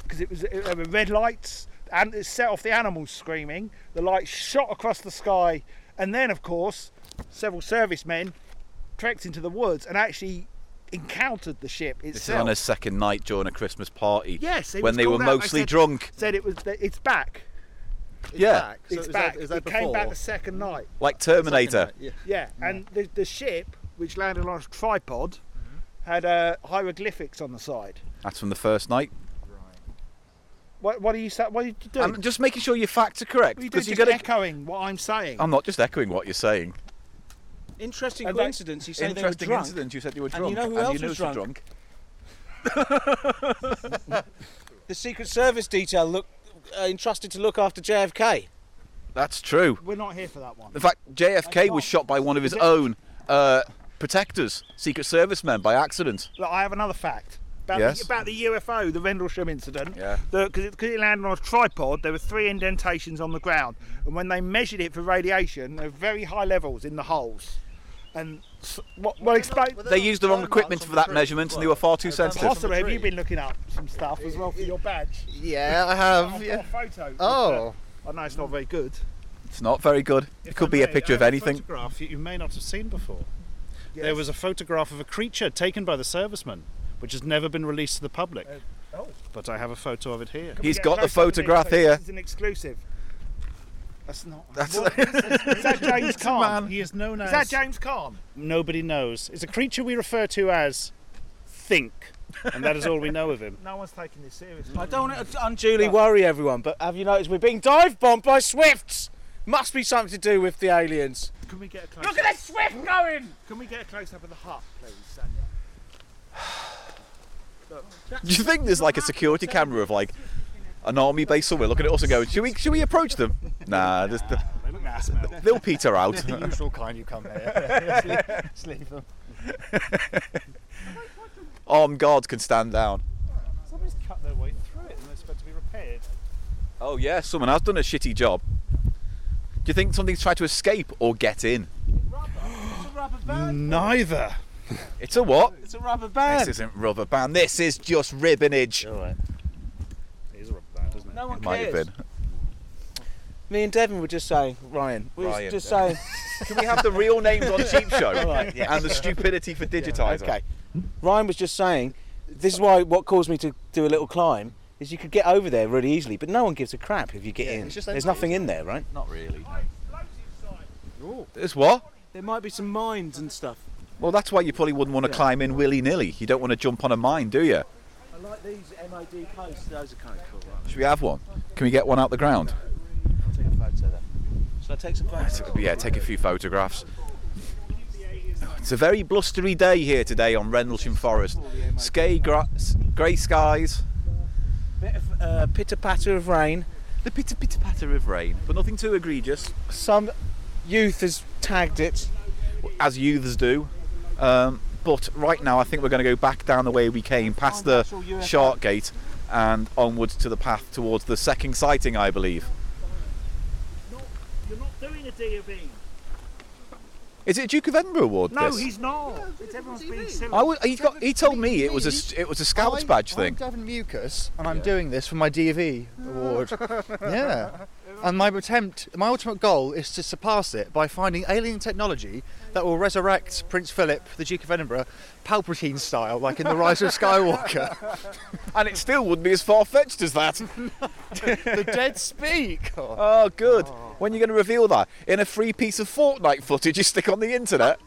[SPEAKER 4] because it was it, there were red lights and it set off the animals screaming. The lights shot across the sky, and then of course several servicemen trekked into the woods and actually encountered the ship itself.
[SPEAKER 1] This is on a second night during a Christmas party.
[SPEAKER 4] Yes, it
[SPEAKER 1] when
[SPEAKER 4] was
[SPEAKER 1] they were
[SPEAKER 4] called out. I
[SPEAKER 1] mostly
[SPEAKER 4] said-
[SPEAKER 1] drunk.
[SPEAKER 4] said it was it's back.
[SPEAKER 1] Yeah.
[SPEAKER 7] Back. So
[SPEAKER 4] it's
[SPEAKER 7] is
[SPEAKER 4] back.
[SPEAKER 7] That, is that
[SPEAKER 4] it came back
[SPEAKER 7] before? Mm.
[SPEAKER 4] the second night.
[SPEAKER 1] Like
[SPEAKER 7] Second
[SPEAKER 1] Terminator.
[SPEAKER 7] night, Yeah.
[SPEAKER 4] Yeah, and the, the ship, which landed on a tripod,
[SPEAKER 7] Mm-hmm.
[SPEAKER 4] had uh, hieroglyphics on the side.
[SPEAKER 1] That's from the first night.
[SPEAKER 4] What, what are you sa- What are you doing?
[SPEAKER 1] I'm just making sure your facts are correct.
[SPEAKER 4] you do
[SPEAKER 1] Because
[SPEAKER 4] just
[SPEAKER 1] you got to.
[SPEAKER 4] echoing what I'm saying.
[SPEAKER 1] I'm not just echoing what you're saying.
[SPEAKER 2] Interesting
[SPEAKER 4] And that-
[SPEAKER 2] coincidence. You say they were
[SPEAKER 1] Interesting
[SPEAKER 2] drunk.
[SPEAKER 1] incident. You said you were
[SPEAKER 2] And
[SPEAKER 1] drunk.
[SPEAKER 2] you know who else was drunk? The Secret Service detail look, uh, entrusted to look after JFK.
[SPEAKER 1] That's true.
[SPEAKER 4] We're not here for that one.
[SPEAKER 1] In fact, JFK was shot by one of his own uh, protectors, Secret Service men, by accident.
[SPEAKER 4] Look, I have another fact about,
[SPEAKER 1] Yes?
[SPEAKER 4] the, about the UFO, the Rendlesham incident.
[SPEAKER 1] Yeah.
[SPEAKER 4] Because it, 'cause it landed on a tripod, there were three indentations on the ground, and when they measured it for radiation, there were very high levels in the holes. And s what, well, explain.
[SPEAKER 7] Were there
[SPEAKER 1] They
[SPEAKER 7] not
[SPEAKER 1] used the wrong
[SPEAKER 7] burn marks
[SPEAKER 1] equipment
[SPEAKER 7] on
[SPEAKER 1] for
[SPEAKER 7] the
[SPEAKER 1] that
[SPEAKER 7] tree
[SPEAKER 1] measurement
[SPEAKER 7] as
[SPEAKER 1] and they
[SPEAKER 7] well?
[SPEAKER 1] were far too
[SPEAKER 7] Are burn marks
[SPEAKER 1] sensitive.
[SPEAKER 7] on the
[SPEAKER 4] Possibly, have you
[SPEAKER 7] tree?
[SPEAKER 4] been looking up some stuff as well for your badge?
[SPEAKER 7] Yeah, I have. Yeah.
[SPEAKER 4] I've got a photo.
[SPEAKER 7] Oh.
[SPEAKER 4] I know it's not very good.
[SPEAKER 1] It's not very good. It
[SPEAKER 3] If
[SPEAKER 1] could
[SPEAKER 3] I
[SPEAKER 1] be a
[SPEAKER 3] may,
[SPEAKER 1] picture
[SPEAKER 7] uh,
[SPEAKER 3] I
[SPEAKER 1] of
[SPEAKER 3] have a
[SPEAKER 1] anything.
[SPEAKER 3] photograph that you may not have seen before. There
[SPEAKER 4] Yes.
[SPEAKER 3] was a photograph of a creature taken by the servicemen, which has never been released to the public.
[SPEAKER 4] oh.
[SPEAKER 3] But I have a photo of it here.
[SPEAKER 1] He's
[SPEAKER 4] Get
[SPEAKER 1] got the
[SPEAKER 4] close up to me,
[SPEAKER 1] photograph
[SPEAKER 4] so
[SPEAKER 1] here.
[SPEAKER 4] This is an exclusive. That's not.
[SPEAKER 1] That's-
[SPEAKER 4] What is this? Is that
[SPEAKER 3] *laughs*
[SPEAKER 4] James Caan?
[SPEAKER 3] He is known
[SPEAKER 4] Is
[SPEAKER 3] as.
[SPEAKER 4] that James Caan?
[SPEAKER 3] Nobody knows. It's a creature we refer to as Think, and that is all we know of *laughs* him.
[SPEAKER 4] No one's taking this seriously.
[SPEAKER 2] I don't want to unduly worry everyone, but have you noticed we're being dive bombed by swifts? Must be something to do with the aliens.
[SPEAKER 4] Can we get a close
[SPEAKER 2] Look at that swift going!
[SPEAKER 4] Can we get a close up of the hut, please, Sanya?
[SPEAKER 1] Do you think there's like a security camera of like an army base somewhere looking at us and going, should we, should we approach them? Nah, just,
[SPEAKER 3] They look nice now.
[SPEAKER 1] they'll peter out.
[SPEAKER 7] the usual kind you
[SPEAKER 1] *laughs*
[SPEAKER 7] come here. Sleep- sleep them.
[SPEAKER 1] Armed guards can stand down.
[SPEAKER 3] Somebody's cut their way through it, and they're supposed to be repaired.
[SPEAKER 1] Oh yeah, someone has done a shitty job. Do you think something's tried to escape or get in?
[SPEAKER 2] It's a rubber band.
[SPEAKER 3] Neither.
[SPEAKER 1] It's a what?
[SPEAKER 2] It's a rubber
[SPEAKER 1] This
[SPEAKER 2] band.
[SPEAKER 1] isn't rubber band. This is just ribbonage.
[SPEAKER 3] All right. It is a rubber band, isn't it?
[SPEAKER 2] No one
[SPEAKER 1] Might have
[SPEAKER 2] cares.
[SPEAKER 1] been.
[SPEAKER 2] Me and Devin were just saying, Ryan. We were
[SPEAKER 1] Ryan,
[SPEAKER 2] just
[SPEAKER 1] Devin.
[SPEAKER 2] saying.
[SPEAKER 1] Can we have the real names on
[SPEAKER 2] *laughs*
[SPEAKER 1] Cheap Show
[SPEAKER 2] All right, yes.
[SPEAKER 1] and the stupidity for digitising?
[SPEAKER 2] Okay. Ryan was just saying, this is why what caused me to do a little climb is you could get over there really easily, but no one gives a crap if you get
[SPEAKER 7] Yeah,
[SPEAKER 2] in.
[SPEAKER 7] it's just
[SPEAKER 2] There's
[SPEAKER 7] empty,
[SPEAKER 2] nothing in there, right?
[SPEAKER 1] Not really. It's what?
[SPEAKER 2] There might be some mines and stuff.
[SPEAKER 1] Well, that's why you probably wouldn't want to
[SPEAKER 2] Yeah.
[SPEAKER 1] climb in willy nilly. You don't want to jump on a mine, do you?
[SPEAKER 2] I like these MOD posts. Those are kind of cool. Right?
[SPEAKER 1] Should we have one? Can we get one out the ground?
[SPEAKER 2] I'll take a photo then. Shall I take some photos?
[SPEAKER 1] Yeah, take a few photographs. It's a very blustery day here today on Rendlesham Forest. Sky gra- s- grey skies,
[SPEAKER 2] Bit of uh, pitter patter of rain.
[SPEAKER 1] the pitter pitter patter of rain, but nothing too egregious,
[SPEAKER 2] Some youth has tagged it.
[SPEAKER 1] as youths do. Um, but right now, I think we're going to go back down the way we came, past the Shark Gate, and onwards to the path towards the second sighting, I believe.
[SPEAKER 4] You're not doing a D of E.
[SPEAKER 1] Is it Duke of Edinburgh Award?
[SPEAKER 4] No,
[SPEAKER 1] this?
[SPEAKER 4] he's not. It's everyone's being silly.
[SPEAKER 1] I was, he, got, he told me it was a s- it was a Scouts badge
[SPEAKER 7] I'm
[SPEAKER 1] thing.
[SPEAKER 7] Davin Mucus, and I'm doing this for my DV award. yeah. And my attempt, my ultimate goal is to surpass it by finding alien technology that will resurrect Prince Philip, the Duke of Edinburgh, Palpatine style, like in The Rise of Skywalker.
[SPEAKER 1] And it still wouldn't be as far fetched as
[SPEAKER 4] *laughs*
[SPEAKER 1] that.
[SPEAKER 7] the dead speak. Oh,
[SPEAKER 1] Oh, good. When are you going to reveal that? In a free piece of Fortnite footage you stick on the
[SPEAKER 4] *laughs*
[SPEAKER 1] internet?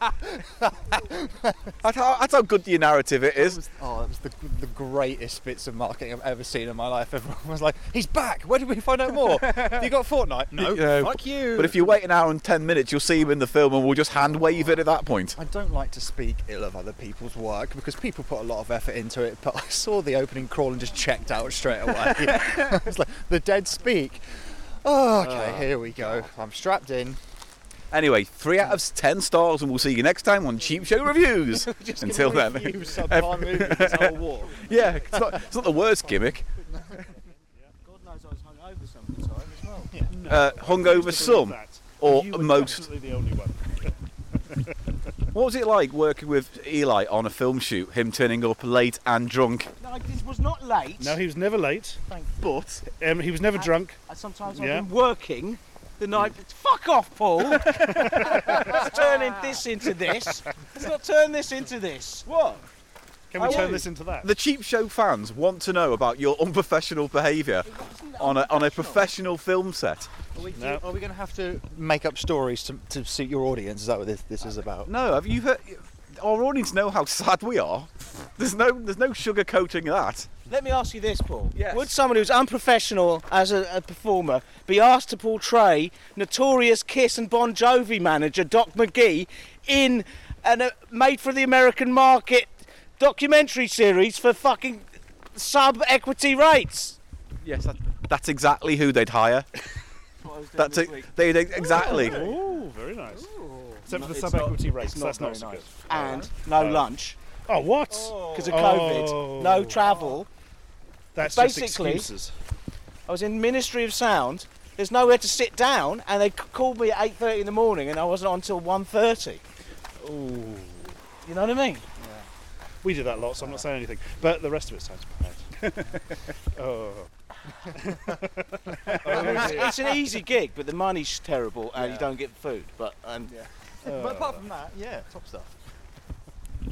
[SPEAKER 1] that's, how, that's how good your narrative it is.
[SPEAKER 7] oh, that was the, the greatest bits of marketing I've ever seen in my life. Everyone was like, "He's back! Where did we find out more? Have you got Fortnite?
[SPEAKER 1] *laughs*
[SPEAKER 7] No,
[SPEAKER 1] Yeah,
[SPEAKER 7] fuck you."
[SPEAKER 1] But if you wait an hour and 10 minutes, you'll see him in the film and we'll just hand wave it at that point.
[SPEAKER 7] I don't like to speak ill of other people's work because people put a lot of effort into it, but I saw the opening crawl and just checked out straight away. *laughs* it's like the dead speak. Oh, okay, here we go. I'm strapped in.
[SPEAKER 1] Anyway, three out of 10 stars, and we'll see you next time on Cheap Show Reviews. Until then. *laughs* yeah, it's not, it's not the worst gimmick.
[SPEAKER 2] God knows I was hungover some of the time as well.
[SPEAKER 1] Uh, hungover some or most.
[SPEAKER 3] the only one.
[SPEAKER 1] What was it like working with Eli on a film shoot? Him turning up late and drunk.
[SPEAKER 2] No, I just was not late.
[SPEAKER 3] No, he was never late.
[SPEAKER 1] But
[SPEAKER 3] Um, he was never drunk.
[SPEAKER 4] Uh,
[SPEAKER 2] I- Sometimes
[SPEAKER 3] Yeah.
[SPEAKER 2] I've been working the night. Fuck off, Paul! *laughs* it's turning this into this. Let's not turn this into this. What?
[SPEAKER 3] Can we
[SPEAKER 2] I
[SPEAKER 3] turn
[SPEAKER 2] was.
[SPEAKER 3] this into that?
[SPEAKER 1] the Cheap Show fans want to know about your unprofessional behaviour on a, on a professional film set.
[SPEAKER 7] Are we,
[SPEAKER 3] No.
[SPEAKER 7] going to have to make up stories to, to suit your audience? Is that what this, this is about?
[SPEAKER 1] No, have you heard? Our audience know how sad we are. There's no there's no sugarcoating that.
[SPEAKER 2] Let me ask you this, Paul.
[SPEAKER 1] Yes.
[SPEAKER 2] Would someone who's unprofessional as a, a performer be asked to portray notorious Kiss and Bon Jovi manager Doc McGee in an uh, made for the American market documentary series for fucking sub equity rates?
[SPEAKER 1] Yes, that, that's exactly who they'd hire. That's it. They'd exactly.
[SPEAKER 3] Ooh, very nice. Except for the
[SPEAKER 2] It's not-
[SPEAKER 3] sub-equity rates,
[SPEAKER 2] not
[SPEAKER 3] that's not
[SPEAKER 2] very
[SPEAKER 3] so good.
[SPEAKER 2] nice. And no lunch
[SPEAKER 3] Oh, what?
[SPEAKER 2] because of COVID, no
[SPEAKER 3] Oh.
[SPEAKER 2] travel.
[SPEAKER 3] That's just
[SPEAKER 2] Basically-
[SPEAKER 3] excuses.
[SPEAKER 2] I was in Ministry of Sound. There's nowhere to sit down, and they c- called me at 8:30 in the morning, and I wasn't on until 1:30.
[SPEAKER 3] Ooh.
[SPEAKER 2] You know what I mean?
[SPEAKER 3] We do that lot, so I'm not saying anything. But the rest of it sounds bad. oh.
[SPEAKER 2] it's, it's an easy gig, but the money's terrible, and you don't get food. But um,
[SPEAKER 1] Oh.
[SPEAKER 7] but apart from that, yeah, top stuff.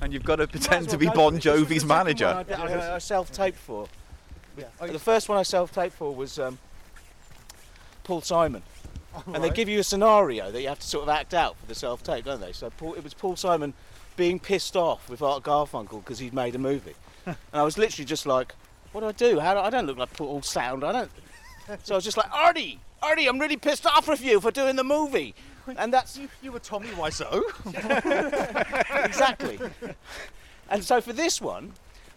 [SPEAKER 1] And you've got to pretend to be Bon Jovi's manager.
[SPEAKER 2] I, I- I self-taped for.
[SPEAKER 7] Yeah.
[SPEAKER 2] The first one I self-taped for was um, Paul Simon, and they give you a scenario that you have to sort of act out for the self-tape, don't they? So Paul, it was Paul Simon being pissed off with Art Garfunkel because he'd made a
[SPEAKER 7] *laughs*
[SPEAKER 2] movie, and I was literally just like, "What do I do? How do I don't look like Paul Sound? I don't." So I was just like, "Artie, Artie, I'm really pissed off with you for doing the movie," and that's
[SPEAKER 7] You, you were Tommy Wiseau.
[SPEAKER 2] *laughs* exactly. and so for this one,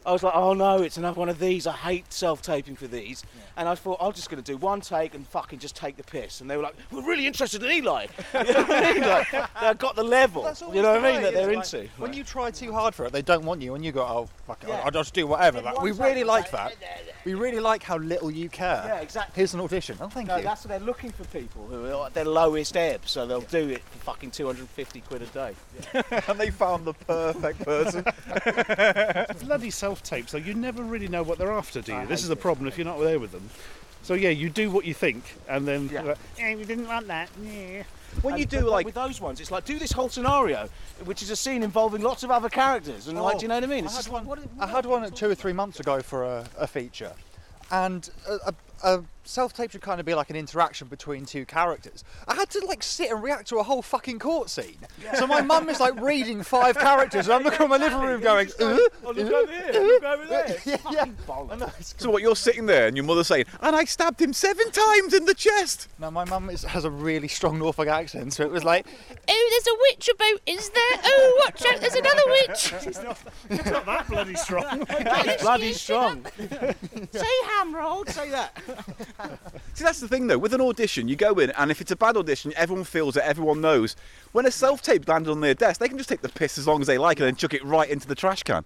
[SPEAKER 2] I was like, oh no, it's another one of these. I hate self-taping for these. And I thought, I'm just going to do one take and fucking just take the piss. And they were like, we're really interested in Eli. *laughs* you know what I mean? Like, they got the level.
[SPEAKER 7] That's
[SPEAKER 2] You
[SPEAKER 7] always
[SPEAKER 2] know what
[SPEAKER 7] the
[SPEAKER 2] I mean?
[SPEAKER 7] way,
[SPEAKER 2] That they're
[SPEAKER 7] isn't it?
[SPEAKER 2] into.
[SPEAKER 7] Like, When you try too hard for it, they don't want you, and you go, "Oh, fuck it,
[SPEAKER 2] Yeah.
[SPEAKER 7] I'll just do whatever." Like, we
[SPEAKER 2] Once
[SPEAKER 7] really
[SPEAKER 2] I-
[SPEAKER 7] like that. We really like how little you care.
[SPEAKER 2] Yeah, exactly.
[SPEAKER 7] Here's an audition. Oh, thank
[SPEAKER 2] No,
[SPEAKER 7] you.
[SPEAKER 2] that's what they're looking for people who are at their lowest ebb, so they'll do it for fucking 250 quid a day.
[SPEAKER 1] And they found the perfect person.
[SPEAKER 3] bloody self tapes though you never really know what they're after do you this is the problem if you're not there with them So yeah, you do what you think, and then
[SPEAKER 2] Yeah.
[SPEAKER 3] like, "Eh, you didn't want that. Yeah.
[SPEAKER 2] When you
[SPEAKER 3] And-
[SPEAKER 2] do
[SPEAKER 3] but- but
[SPEAKER 2] like
[SPEAKER 3] with-
[SPEAKER 2] with those ones, it's like do this whole scenario, which is a scene involving lots of other characters, and like, do you know what Oh, I mean? It's
[SPEAKER 7] I had
[SPEAKER 2] just
[SPEAKER 7] one.
[SPEAKER 2] like, what-
[SPEAKER 7] I had one two or three months ago for a, a feature, and a, a, a self-tape should kind of be like an interaction between two characters. I had to like sit and react to a whole fucking court scene. So my mum is like reading five characters, and I'm looking at my living room *laughs* going, "Uh,
[SPEAKER 2] Oh, look over here, look over there.
[SPEAKER 7] *laughs* yeah, yeah.
[SPEAKER 2] Bollocks.
[SPEAKER 1] So what? You're sitting there, and your mother saying, "And I stabbed him seven times in the chest."
[SPEAKER 7] Now my mum is, has a really strong Norfolk accent, so it was *laughs* like,
[SPEAKER 5] Oh, there's a witch about, is there? Oh, watch out, there's another witch.
[SPEAKER 3] Not that
[SPEAKER 2] *laughs*
[SPEAKER 3] bloody strong.
[SPEAKER 2] Bloody strong.
[SPEAKER 5] Say Hamrold.
[SPEAKER 2] Say that.
[SPEAKER 1] See, that's the thing though. With an audition, you go in, and if it's a bad audition, everyone feels it, everyone knows. When a self tape lands on their desk, they can just take the piss as long as they like and then chuck it right into the trash can.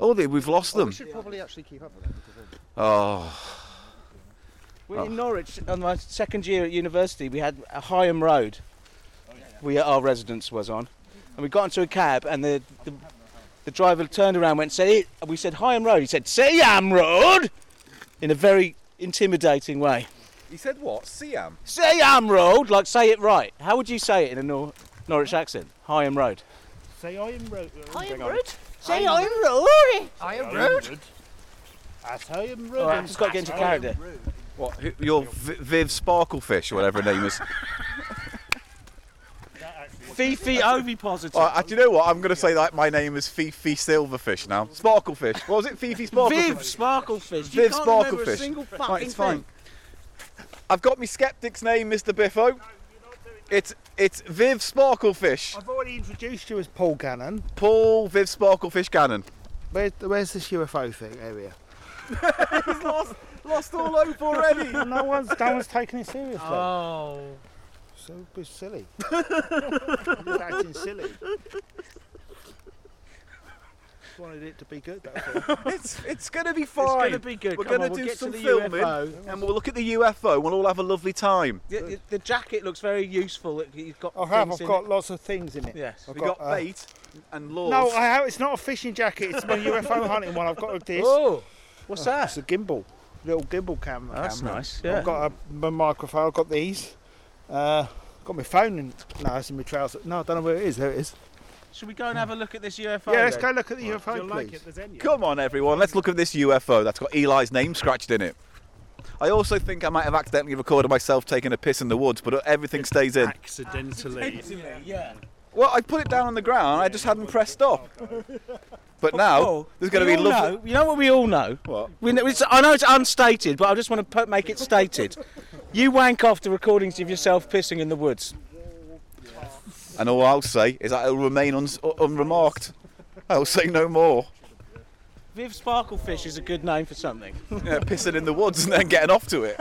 [SPEAKER 1] Oh, they, we've lost them.
[SPEAKER 7] should probably actually keep up with that. uh,
[SPEAKER 1] Oh,
[SPEAKER 2] We're in Norwich on my second year at university. We had a Higham Road. We uh, our residence was on, and we got into a cab, and the the, the driver turned around, and went said, "It." and We said Higham Road. He said Siam Road, in a very intimidating way.
[SPEAKER 1] he said what? Siam.
[SPEAKER 2] Siam Road, like say it right. How would you say it in a Nor- Norwich accent? Higham Road.
[SPEAKER 3] Say I am road.
[SPEAKER 5] I am
[SPEAKER 3] hang on.
[SPEAKER 5] rude. Say I am rude.
[SPEAKER 3] I
[SPEAKER 7] I am
[SPEAKER 3] am
[SPEAKER 7] rude.
[SPEAKER 3] rude. As I am rude.
[SPEAKER 2] All right,
[SPEAKER 3] and
[SPEAKER 2] just got to get into
[SPEAKER 3] as I am
[SPEAKER 2] character.
[SPEAKER 1] What? who- Your v- Viv Sparklefish, or whatever her name is.
[SPEAKER 2] Fifi ovipositor.
[SPEAKER 1] Oh, uh, do you know what? I'm going to say that my name is Fifi Silverfish now. Sparklefish. What was it? Fifi Sparklefish.
[SPEAKER 2] Viv Sparklefish. You
[SPEAKER 1] Viv
[SPEAKER 2] can't remember
[SPEAKER 1] Sparklefish.
[SPEAKER 2] A single
[SPEAKER 1] Right,
[SPEAKER 2] fucking
[SPEAKER 1] it's fine.
[SPEAKER 2] thing.
[SPEAKER 1] I've got my skeptic's name, Mr. Biffo. It's it's Viv Sparklefish.
[SPEAKER 4] I've already introduced you as Paul Gannon.
[SPEAKER 1] Paul Viv Sparklefish Gannon.
[SPEAKER 4] Where's, where's this UFO thing area?
[SPEAKER 1] lost, lost all hope already. *laughs*
[SPEAKER 3] rude. No one's, no one's taking it seriously.
[SPEAKER 4] So bit silly. You're acting silly. *laughs* Just wanted it to be good. That's all.
[SPEAKER 1] It's it's gonna be
[SPEAKER 2] It's
[SPEAKER 1] fine.
[SPEAKER 2] gonna be good.
[SPEAKER 1] We're
[SPEAKER 2] Come
[SPEAKER 1] gonna
[SPEAKER 2] on, we'll
[SPEAKER 1] do
[SPEAKER 2] get
[SPEAKER 1] some
[SPEAKER 2] to the
[SPEAKER 1] filming,
[SPEAKER 2] UFO.
[SPEAKER 1] and we'll look at the UFO. and We'll all have a lovely time.
[SPEAKER 2] The, the, the jacket looks very useful. It- You've got.
[SPEAKER 4] I have.
[SPEAKER 2] things
[SPEAKER 4] I've
[SPEAKER 2] in
[SPEAKER 4] got
[SPEAKER 2] it.
[SPEAKER 4] lots of things in it.
[SPEAKER 2] Yes.
[SPEAKER 4] I've
[SPEAKER 1] We got,
[SPEAKER 4] uh,
[SPEAKER 1] bait and lures.
[SPEAKER 4] No, I have. It's not a fishing jacket. It's my *laughs* UFO hunting one. I've got this.
[SPEAKER 2] Oh, what's
[SPEAKER 4] It's
[SPEAKER 2] that?
[SPEAKER 4] a gimbal, little gimbal camera.
[SPEAKER 2] Oh, That's
[SPEAKER 4] camera.
[SPEAKER 2] nice, yeah.
[SPEAKER 4] I've got a, my microphone. I've got these. Uh, got my phone and no, it's in my trousers. No, I don't know where it is. There it is.
[SPEAKER 2] Should we go and have a look at this UFO?
[SPEAKER 4] yeah, let's
[SPEAKER 2] then?
[SPEAKER 4] go look at the UFO,
[SPEAKER 3] You'll
[SPEAKER 4] please.
[SPEAKER 3] like it. There's any.
[SPEAKER 1] Come on, everyone. Let's look at this UFO that's got Eli's name scratched in it. I also think I might have accidentally recorded myself taking a piss in the woods, but everything stays in.
[SPEAKER 3] Accidentally.
[SPEAKER 2] Yeah.
[SPEAKER 1] Well, I put it down on the ground. I just hadn't pressed stop.
[SPEAKER 4] Oh,
[SPEAKER 1] But now
[SPEAKER 2] Paul,
[SPEAKER 1] there's going
[SPEAKER 2] Oh, we
[SPEAKER 1] to be
[SPEAKER 2] all
[SPEAKER 1] lovely.
[SPEAKER 2] Know, you know what we all know.
[SPEAKER 1] What?
[SPEAKER 2] We know it's, I know it's unstated, but I just want to put, make it stated. You wank off the recordings of yourself pissing in the woods.
[SPEAKER 1] And all I'll say is that it'll remain uns unremarked. I'll say no more.
[SPEAKER 2] Viv Sparklefish is a good name for something.
[SPEAKER 1] Yeah, pissing in the woods and then getting off to it.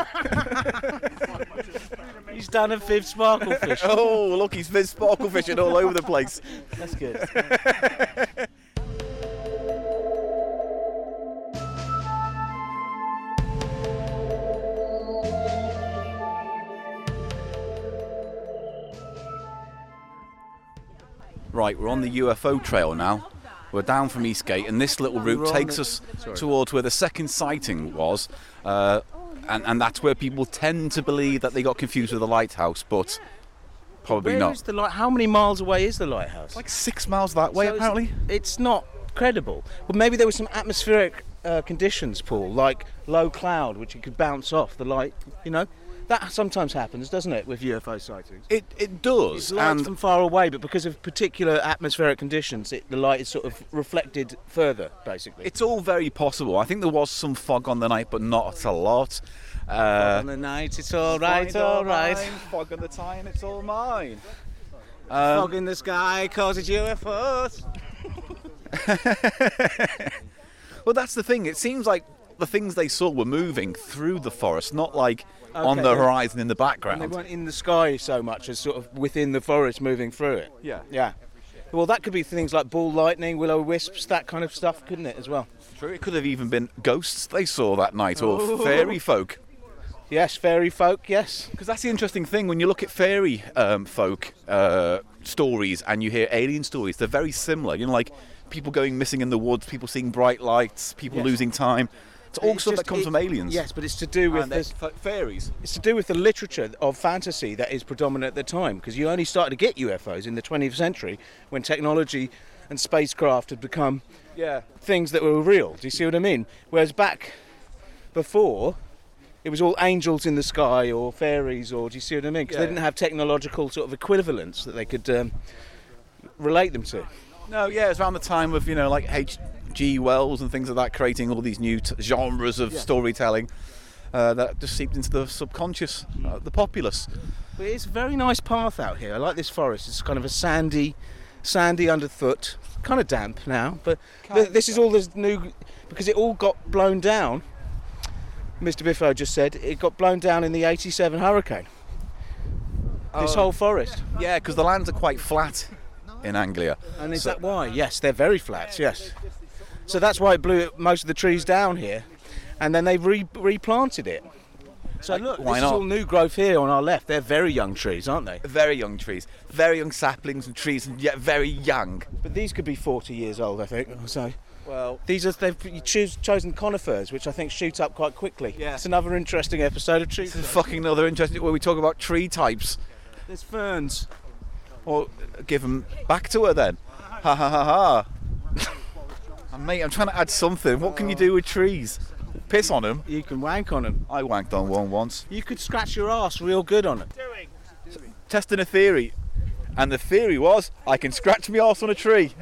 [SPEAKER 1] *laughs*
[SPEAKER 2] He's done a Viv *laughs* Sparklefish.
[SPEAKER 1] Oh, look, he's been sparkle fishing all over the place.
[SPEAKER 2] That's good.
[SPEAKER 1] Right, we're on the UFO trail now. We're down from Eastgate, and this little route takes us towards where the second sighting was. Uh, and, and that's where people tend to believe that they got confused with the lighthouse, but probably
[SPEAKER 2] Where
[SPEAKER 1] not.
[SPEAKER 2] is the light? How many miles away is the lighthouse?
[SPEAKER 1] like six miles that way,
[SPEAKER 2] So it's-
[SPEAKER 1] apparently.
[SPEAKER 2] It's not credible. Well, maybe there were some atmospheric uh, conditions, Paul, like low cloud, which you could bounce off the light. You know, that sometimes happens, doesn't it, with UFO sightings?
[SPEAKER 1] It, it does.
[SPEAKER 2] It's light
[SPEAKER 1] and
[SPEAKER 2] from far away, but because of particular atmospheric conditions, it, the light is sort of reflected further, basically.
[SPEAKER 1] it's all very possible. I think there was some fog on the night, but not a lot. Uh,
[SPEAKER 2] on the night, it's all right, all right.
[SPEAKER 1] Fog on the tie, and it's all mine.
[SPEAKER 2] Fog in the sky causes UFOs.
[SPEAKER 1] Well, that's the thing. It seems like the things they saw were moving through the forest, not like on
[SPEAKER 2] Okay,
[SPEAKER 1] the
[SPEAKER 2] yeah.
[SPEAKER 1] horizon in the
[SPEAKER 2] And they
[SPEAKER 1] background.
[SPEAKER 2] weren't in the sky so much as sort of within the forest, moving through it.
[SPEAKER 1] Yeah,
[SPEAKER 2] Yeah. Well, that could be things like ball lightning, willow wisps, that kind of stuff, couldn't it, as well?
[SPEAKER 1] true. It could have even been ghosts they saw that night or fairy folk.
[SPEAKER 2] Yes, fairy folk, yes.
[SPEAKER 1] Because that's the interesting thing when you look at fairy um, folk uh, stories and you hear alien stories, they're very similar. You know, like people going missing in the woods, people seeing bright lights, people
[SPEAKER 2] Yes.
[SPEAKER 1] losing time. It's all
[SPEAKER 2] It's
[SPEAKER 1] stuff
[SPEAKER 2] just-
[SPEAKER 1] that comes
[SPEAKER 2] it-
[SPEAKER 1] from aliens.
[SPEAKER 2] Yes, but it's to do with
[SPEAKER 1] and
[SPEAKER 2] this,
[SPEAKER 1] they're f- fairies.
[SPEAKER 2] it's to do with the literature of fantasy that is predominant at the time because you only started to get UFOs in the 20th century when technology and spacecraft had become
[SPEAKER 1] Yeah.
[SPEAKER 2] things that were real. Do you see what I mean? Whereas back before, it was all angels in the sky or fairies or do you see what I mean? Because
[SPEAKER 1] Yeah.
[SPEAKER 2] they didn't have technological sort of equivalents that they could um, relate them to.
[SPEAKER 1] No, yeah, it's around the time of you know like H.G. Wells and things like that, creating all these new t- genres of storytelling uh, that just seeped into the subconscious, uh, the populace.
[SPEAKER 2] But it's a very nice path out here. I like this forest. It's kind of a sandy, sandy underfoot. Kind of damp now, but th- this is all this new because it all got blown down. Mr. Biffo just said it got blown down in the '87 hurricane. This whole forest.
[SPEAKER 1] Yeah, because the lands are quite flat in Anglia.
[SPEAKER 2] And is
[SPEAKER 1] So-
[SPEAKER 2] that why? Yes, they're very flat. Yes. So that's why it blew most of the trees down here, and then they re- replanted it. So look,
[SPEAKER 1] why
[SPEAKER 2] this is
[SPEAKER 1] not?
[SPEAKER 2] all new growth here on our left. They're very young trees, aren't they?
[SPEAKER 1] Very young trees, very young saplings and trees, and yet very young.
[SPEAKER 2] But these could be 40 years old, I think. or So
[SPEAKER 1] Well,
[SPEAKER 2] These are they've you choose, chosen conifers, which I think shoot up quite quickly.
[SPEAKER 1] Yeah.
[SPEAKER 2] It's another interesting episode of Tree.
[SPEAKER 1] this is fucking another interesting where we talk about tree types.
[SPEAKER 2] There's ferns.
[SPEAKER 1] Or give them back to her then. Ha ha ha ha. *laughs* And Mate, I'm trying to add something. What can you do with trees? Piss on them.
[SPEAKER 2] You can wank on them.
[SPEAKER 1] I wanked on one once.
[SPEAKER 2] You could scratch your ass real good on them.
[SPEAKER 1] Testing a theory. And the theory was I can scratch my arse on a tree.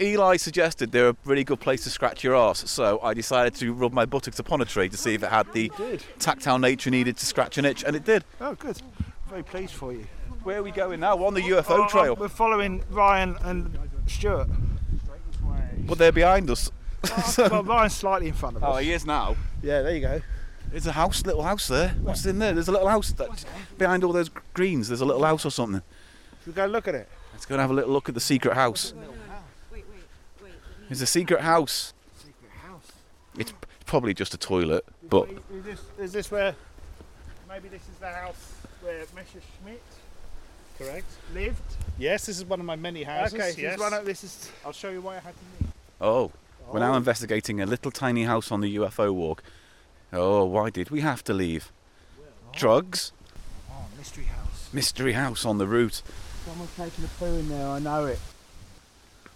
[SPEAKER 1] Eli suggested they're a really good place to scratch your arse, so I decided to rub my buttocks upon a tree to see if it had the tactile nature needed to scratch an itch, and it did.
[SPEAKER 4] Oh, good. Very pleased for you.
[SPEAKER 1] Where are we going now? We're on the UFO
[SPEAKER 4] Oh,
[SPEAKER 1] trail,
[SPEAKER 4] We're following Ryan and Stuart.
[SPEAKER 1] but they're behind us. Oh,
[SPEAKER 4] well, Ryan's slightly in front of us.
[SPEAKER 1] he is now.
[SPEAKER 4] yeah, there you go.
[SPEAKER 1] There's a house, little house there. What's in there? There's a little house that behind all those gr- greens. There's a little house or something.
[SPEAKER 4] Should we go look at it?
[SPEAKER 1] Let's go and have a little look at the secret house. It's a secret house. It's p- probably just a toilet, but
[SPEAKER 4] Is this, is this where? Maybe this is the house where Mr. Schmidt
[SPEAKER 3] Correct.
[SPEAKER 4] lived.
[SPEAKER 3] Yes, this is one of my many houses.
[SPEAKER 4] okay, so
[SPEAKER 3] yes.
[SPEAKER 4] this, one, up- this is.
[SPEAKER 3] I'll show you why I had to leave.
[SPEAKER 1] oh, we're now investigating a little tiny house on the UFO walk. Oh, why did we have to leave? Drugs?
[SPEAKER 4] Oh, mystery house.
[SPEAKER 1] Mystery house on the route.
[SPEAKER 4] Someone's taking a poo in there. I know it.